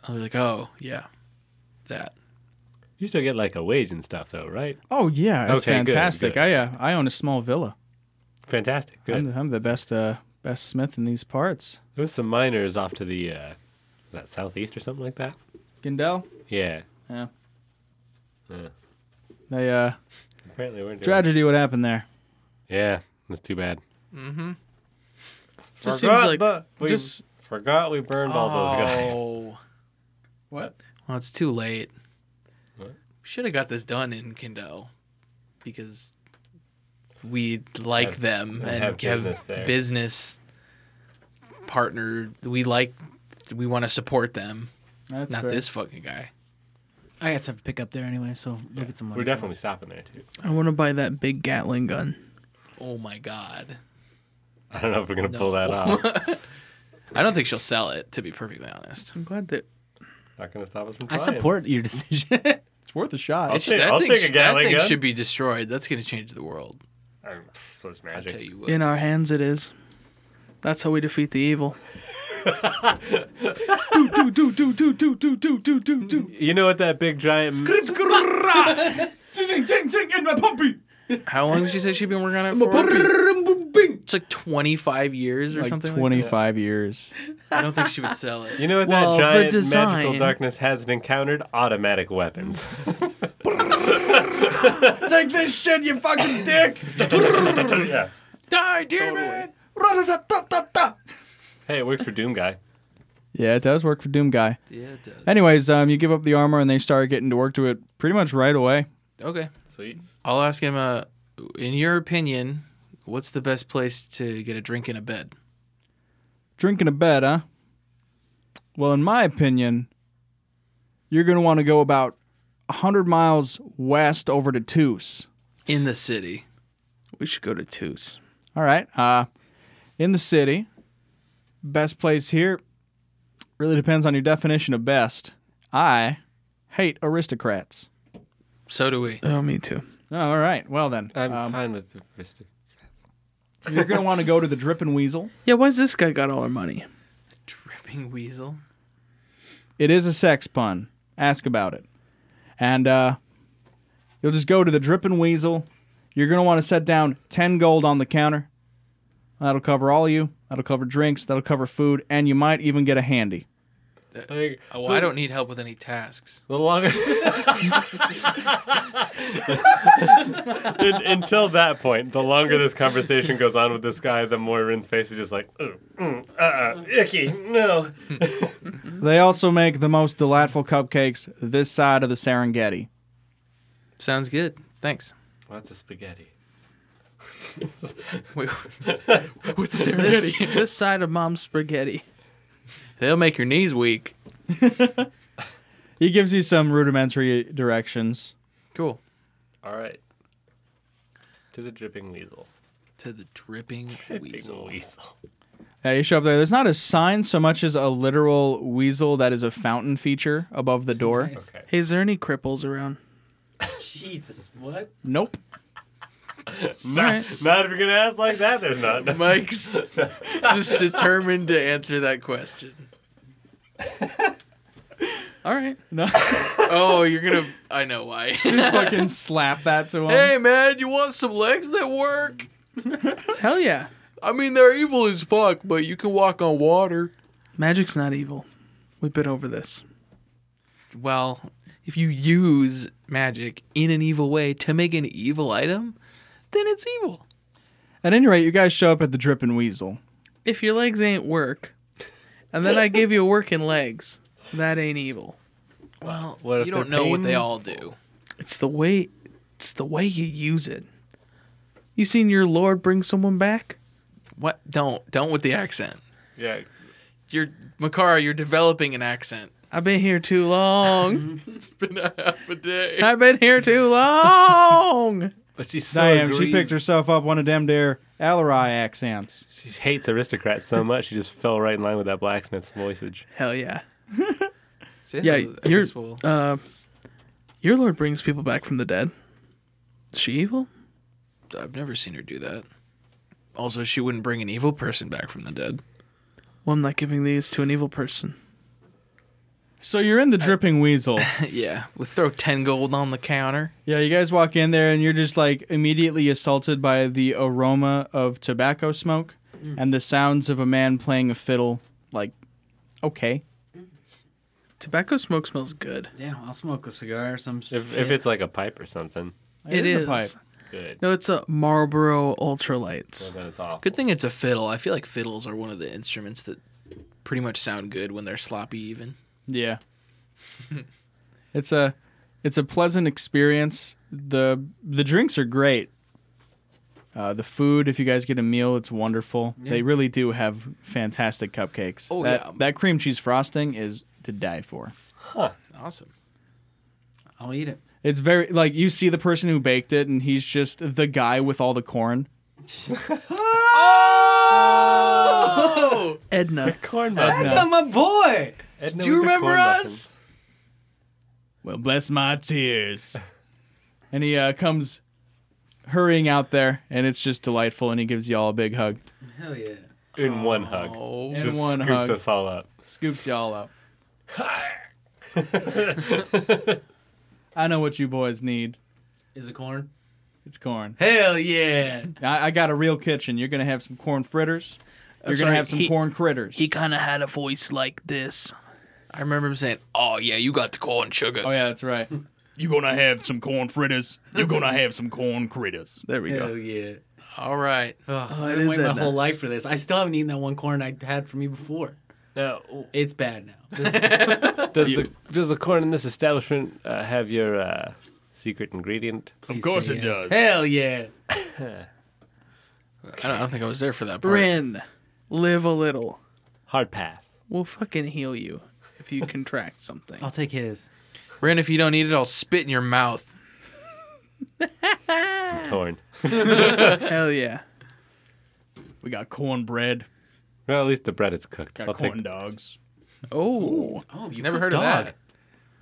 I'll be like, oh yeah, that.
You still get like a wage and stuff, though, right?
Oh yeah, it's
Okay, good,
fantastic.
good.
I uh, I own a small villa.
Fantastic. Good.
I'm, the- I'm the best uh, best smith in these parts.
There was some miners off to the uh, was that southeast or something like that.
Gindel.
Yeah.
Yeah.
Yeah.
They uh
Apparently we're doing.
tragedy. What happened there?
Yeah, that's too bad.
Just seems like
we
just-
forgot we burned all those guys.
Oh.
What?
Well, it's too late.
What?
Should have got this done in Kindle because we like
Have-
them
and
and
have
have,
business there.
business partner. We like, we want to support them,
That's
not
fair.
this fucking guy.
I got stuff to pick up there anyway, so look at some money.
We're
for
definitely
us.
stopping there too.
I want to buy that big Gatling gun.
Oh my god!
I don't know if we're gonna
No.
pull that off.
I don't think she'll sell it. To be perfectly honest,
I'm glad that
Not gonna stop us from
I
trying.
support your decision.
It's worth a shot.
I'll
It should-
take- I'll
think
take a
sh-
Gatling
That thing
gun.
should be destroyed. That's going to change the world.
I- pff, it's
I tell
magic.
you what.
in our hands it is. That's how we defeat the evil. do do do do do do do do do do do.
You know what that big giant
How long did she say she'd been working on it for? It's like 25 years or
Like
something. Like
25 years.
that. I don't think she would sell it.
You know what
Well, the
that giant
design-
magical darkness hasn't encountered? Automatic weapons.
Take this shit, you fucking dick!
yeah.
Die, damn it!
Hey, it works for Doom Guy.
Yeah, it does work for Doom Guy.
Yeah, it does.
Anyways, um, you give up the armor and they start getting to work to it pretty much right away.
Okay.
Sweet.
I'll ask him, uh, in your opinion, what's the best place to get a drink in a bed?
Drinking a bed, huh? Well, in my opinion, you're going to want to go about 100 miles west over to Toos.
In the city.
We should go to Toos.
All right. Uh, in the city, best place here really depends on your definition of best. I hate aristocrats.
So do we.
Oh, me too.
All right. Well, then,
I'm
um,
fine with the wristy.
you're going to want to go to the Drippin' Weasel.
Yeah, why's this guy got all our money?
Dripping weasel.
It is a sex pun. Ask about it. And uh, you'll just go to the Drippin' Weasel. You're going to want to set down 10 gold on the counter. That'll cover all you. That'll cover drinks. That'll cover food. And you might even get a handy.
Like,
Oh, well, I don't need help with any tasks.
The longer. Un- until that point, the longer this conversation goes on with this guy, the more Rin's face is just like, "Ugh, mm, uh, uh, icky, no.
They also make the most delightful cupcakes this side of the Serengeti.
Sounds good. Thanks.
Lots of spaghetti.
Wait, what's the
This,
serendipity?
this side of mom's spaghetti.
They'll make your knees weak.
He gives you some rudimentary directions.
Cool.
All right. To the dripping weasel.
To the dripping weasel.
weasel.
Yeah, you show up there. There's not a sign so much as a literal weasel that is a fountain feature above the door.
Okay.
Hey, is there any cripples around?
Jesus, what?
Nope.
Not, not if you're gonna ask like that. There's not.
Mike's just determined to answer that question.
All right.
No.
Oh, you're gonna. I know why.
Fucking slap that to him.
hey, man, you want some legs that work?
Hell yeah.
I mean, they're evil as fuck, but you can walk on water.
Magic's not evil. We've been over this.
Well, if you use magic in an evil way to make an evil item, then it's evil.
At any rate, you guys show up at the Drippin' Weasel.
If your legs ain't work, and then I give you working legs, that ain't evil.
Well,
What if
you don't
they're
know what they
painful?
all do.
It's the way it's the way you use it. You seen your lord bring someone back?
What? Don't don't with the accent.
Yeah.
You're Makara. You're developing an accent.
I've been here too long.
It's been a half a day.
I've been here too long.
But she's so
Damn, she
agrees.
picked herself up one of them there Alarai accents.
She hates aristocrats so much she just fell right in line with that blacksmith's voicage.
Hell yeah.
So,
Yeah,
I
you're-
guess we'll-
Uh your lord brings people back from the dead. Is she evil?
I've never seen her do that. Also, she wouldn't bring an evil person back from the dead.
Well, I'm not giving these to an evil person.
So you're in the Dripping Weasel.
yeah, we throw ten gold on the counter.
Yeah, you guys walk in there and you're just like immediately assaulted by the aroma of tobacco smoke and the sounds of a man playing a fiddle. Like, okay.
Tobacco smoke smells good.
Yeah, I'll smoke a cigar or some
If, if it's like a pipe or something,
It
is a
is.
pipe.
good.
No, it's a Marlboro
Well,
Ultralights.
then it's awful.
Good thing it's a fiddle. I feel like fiddles are one of the instruments that pretty much sound good when they're sloppy. Even
Yeah. it's a it's a pleasant experience. The the drinks are great. Uh, the food, if you guys get a meal, it's wonderful. They really do have fantastic cupcakes.
Oh,
that,
yeah.
that cream cheese frosting is to die for.
awesome.
I'll eat it.
It's very like you see the person who baked it, and he's just the guy with all the corn.
Oh,
Edna.
Corn muffin.
Edna,
Oh, my boy.
Edna
do you
with the corn
remember us?
muffins.
Well, bless my tears. and he uh, comes hurrying out there, and it's just delightful. And he gives you all a big hug.
Hell yeah.
in one hug.
Oh,
In
Just
one
scoops
hug.
us all up.
Scoops y'all up. I know what you boys need.
Is it corn?
It's corn.
hell yeah!
I, I got a real kitchen. You're gonna have some corn fritters. You're
sorry,
gonna have some
he-
corn critters.
He kind of had a voice like this.
I remember him saying, "Oh yeah, you got the corn sugar."
oh yeah, that's right. You're gonna have some corn fritters. You're gonna have some corn critters.
There we
Hell
go.
yeah.
All right.
Ugh,
Oh, it
I've been
is
waiting my
Edna.
whole life for this. I still haven't eaten that one corn I had from you before.
Now,
It's bad now.
does the does the corn in this establishment uh, have your uh, secret ingredient?
Of
course it does.
Hell yeah.
I don't, I don't think I was there for that part.
Bryn, live a little.
Hard pass.
We'll fucking heal you if you contract something.
I'll take his.
Bryn, if you don't eat it, I'll spit in your mouth.
Torn.
Hell yeah.
We got corn bread.
Well, at least the bread is cooked.
Got
I'll
corn
take
dogs.
Oh,
Oh, you
Never
cook
heard
dog.
of that.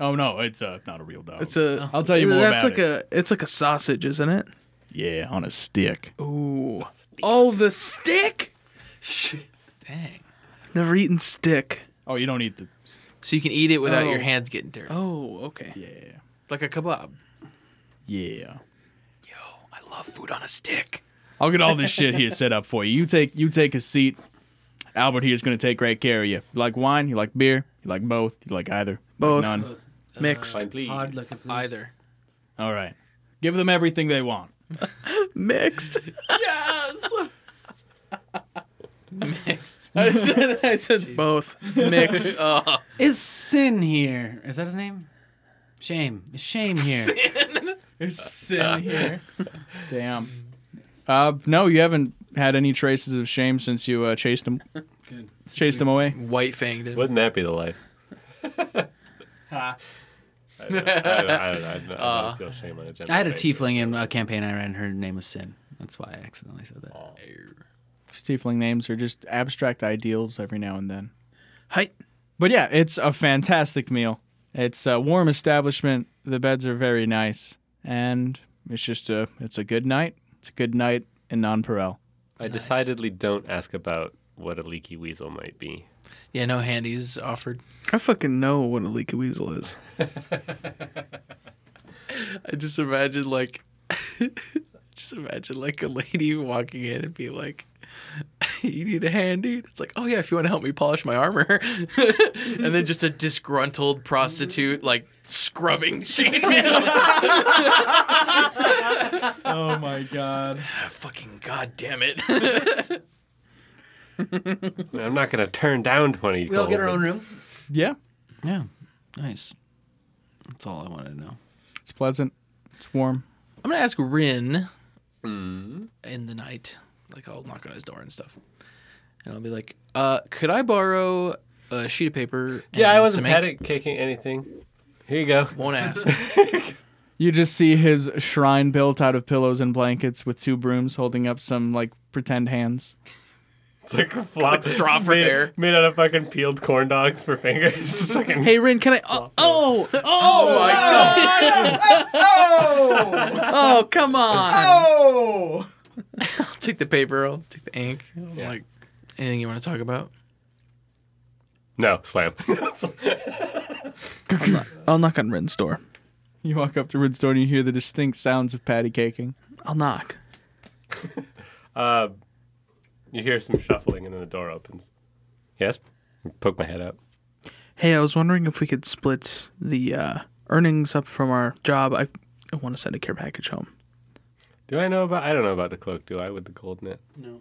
Oh no, it's uh, not a real dog.
it's a.
I'll tell you more
that's
about
like a. It's like a sausage, isn't it?
yeah, on a stick.
Ooh. Oh, the stick.
Dang.
Never eaten stick.
Oh, you don't eat the.
So you can eat it without
Oh.
your hands getting dirty,
Oh, okay.
Yeah,
like a kebab.
yeah.
I love food on a stick.
I'll get all this shit here set up for you. You take you take a seat. Albert here's gonna take great care of you. You like wine? You like beer? You like both? You like either?
Both.
None.
Mixed.
Fine, please.
Hard looking, please.
Either.
All right. Give them everything they want.
Mixed.
Mixed.
I said, I said both. Mixed.
Oh,
Is Sin here? Is that his name? Shame. Is Shame here?
There's sin here. Damn. Uh, no, you haven't had any traces of shame since you uh, chased him. Chased him away.
white fanged him.
Wouldn't that be the life? I don't know. I don't, I don't, I don't, I don't feel shame on a gender
I had a
basis.
tiefling in a campaign I ran. Her name was Sin. That's why I accidentally said that.
Stiefling names are just abstract ideals every now and then.
Hi.
But yeah, it's a fantastic meal. It's a warm establishment. The beds are very nice, and it's just a it's a good night. It's a good night in Nonpareil.
I decidedly don't ask about what a leaky weasel might be.
Yeah, no handies offered.
I fucking know what a leaky weasel is.
I just imagine like, just imagine like a lady walking in and be like, "You need a hand, dude." It's like, "Oh yeah, if you want to help me polish my armor," and then just a disgruntled prostitute like scrubbing chainmail.
Oh my god!
Ah, Fucking goddamn it!
I'm not going to turn down 20
We all get our own room.
Yeah,
Yeah. Nice. That's all I wanted to know.
it's pleasant. It's warm.
I'm gonna ask Rin in the night. Like I'll knock on his door and stuff, and I'll be like, uh, "Could I borrow a sheet of paper?"
Yeah, I
and
wasn't
some ink?"
panic kicking anything. Here you go.
Won't ask.
You just see his shrine built out of pillows and blankets with two brooms holding up some like pretend hands.
It's like a flop.
straw for
made,
hair.
Made out of fucking peeled corn dogs for fingers. It's like a-
Hey, Rin, can I? Oh, oh, oh, oh my god! oh, come on!
I'll take the paper. I'll take the ink. I'm
Yeah.
Like anything you want to talk about.
No, slam.
I'll knock on Rin's door.
You walk up to Rin's door and you hear the distinct sounds of patty caking.
I'll knock.
you hear some shuffling and then the door opens. Yes? Poke my head out.
Hey, I was wondering if we could split the uh, earnings up from our job. I, I want to send a care package home.
Do I know about? I don't know about the cloak. Do I with the gold knit?
No.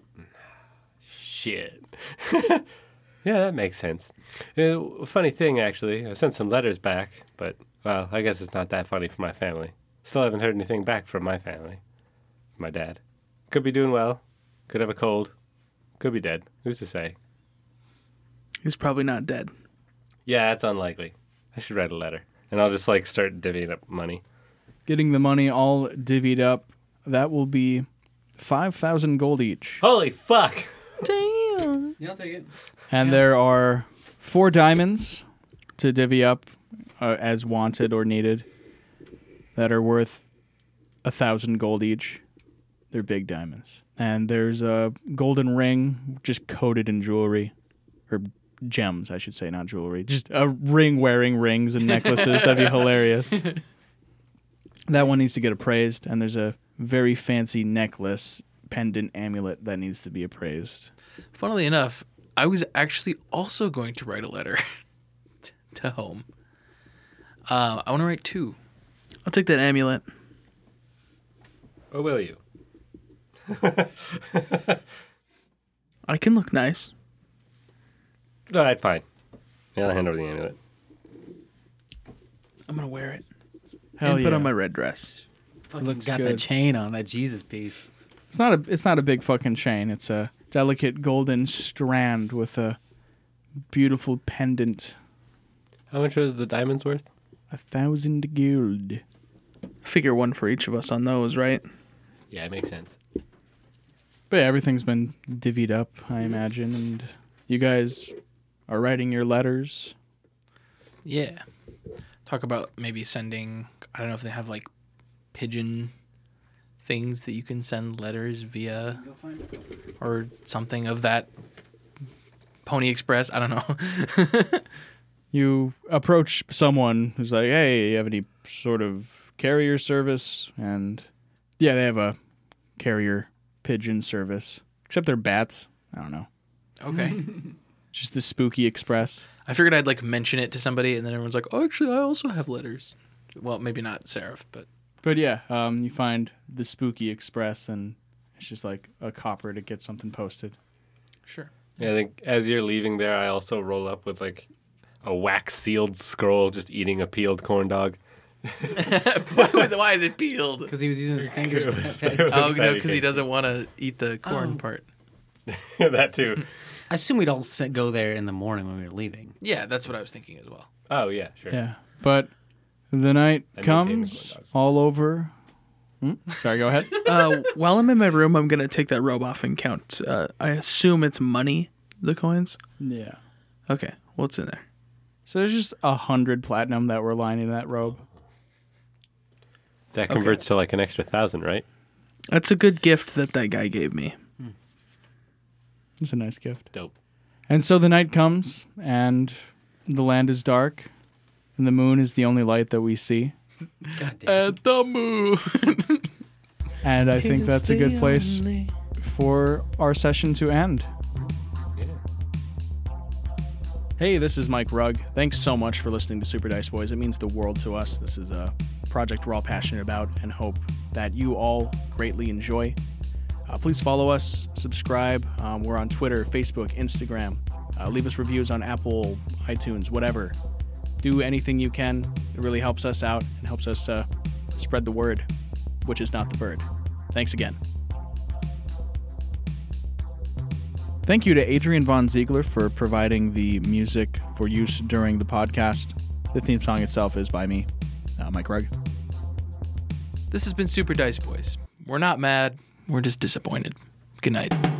Shit. yeah, that makes sense. Uh, funny thing, actually, I sent some letters back, but well, I guess it's not that funny for my family. Still haven't heard anything back from my family. My dad could be doing well. Could have a cold. Could be dead. Who's to say?
He's probably not dead.
Yeah, it's unlikely. I should write a letter, and I'll just like start divvying up money.
Getting the money all divvied up, that will be five thousand gold each.
Holy fuck!
Damn.
Yeah, I'll take it.
And there are four diamonds to divvy up uh, as wanted or needed that are worth a thousand gold each. They're big diamonds. And there's a golden ring just coated in jewelry, or gems, I should say, not jewelry. Just a ring wearing rings and necklaces. That'd be hilarious. That one needs to get appraised. And there's a very fancy necklace, pendant, amulet that needs to be appraised.
Funnily enough, I was actually also going to write a letter t- to home. Uh, I want to write two.
I'll take that amulet.
Or Oh, will you?
I can look nice.
All right, fine. Yeah, I'll hand over the amulet.
I'm gonna wear it
Hell
and
yeah.
put on my red dress.
Fucking got that chain on that Jesus piece.
It's not a it's not a big fucking chain. It's a delicate golden strand with a beautiful pendant.
How much was the diamonds worth?
A thousand gold.
Figure one for each of us on those, right?
Yeah, it makes sense.
But yeah, everything's been divvied up, I imagine, and you guys are writing your letters.
Yeah. Talk about maybe sending. I don't know if they have like pigeon things that you can send letters via or something of that. Pony Express. I don't know.
You approach someone who's like, "Hey, you have any sort of carrier service?" And yeah, they have a carrier pigeon service, except they're bats. I don't know.
okay.
Just the spooky express.
I figured I'd like mention it to somebody, and then everyone's like, "Oh, actually, I also have letters." Well, maybe not Seraph, but
But yeah, um, you find the Spooky Express, and it's just like a copper to get something posted.
sure.
Yeah, I think as you're leaving there, I also roll up with like a wax sealed scroll, just eating a peeled corn dog.
why, was, why is it peeled?
Because he was using his fingers.
It was- it was
Oh no,
patty
because he
cake.
doesn't want to eat the corn part.
that too.
I assume we'd all se- go there in the morning when we were leaving.
Yeah, that's what I was thinking as well.
Oh yeah, sure.
Yeah, but the night
I maintain the
comes
corn dog.
all over. Hmm? Sorry, go ahead.
Uh, while I'm in my room, I'm gonna take that robe off and count. Uh, I assume it's money, the coins.
yeah.
Okay, what's in there?
So there's just a hundred platinum that were lining that robe.
That converts to like an extra thousand, right?
That's a good gift that that guy gave me.
It's a nice gift.
Dope.
And so the night comes, and the land is dark, and the moon is the only light that we see.
God damn.
At the moon.
And I think that's a good place for our session to end. Hey, this is Mike Rugg. Thanks so much for listening to Super Dice Boys. It means the world to us. This is a project we're all passionate about and hope that you all greatly enjoy. Uh, please follow us, subscribe. Um, we're on Twitter, Facebook, Instagram. Uh, leave us reviews on Apple, iTunes, whatever. Do anything you can. It really helps us out and helps us uh, spread the word, which is not the bird. Thanks again. Thank you to Adrian Von Ziegler for providing the music for use during the podcast. The theme song itself is by me, uh, Mike Rugg.
this has been Super Dice Boys. We're not mad. We're just disappointed. Good night.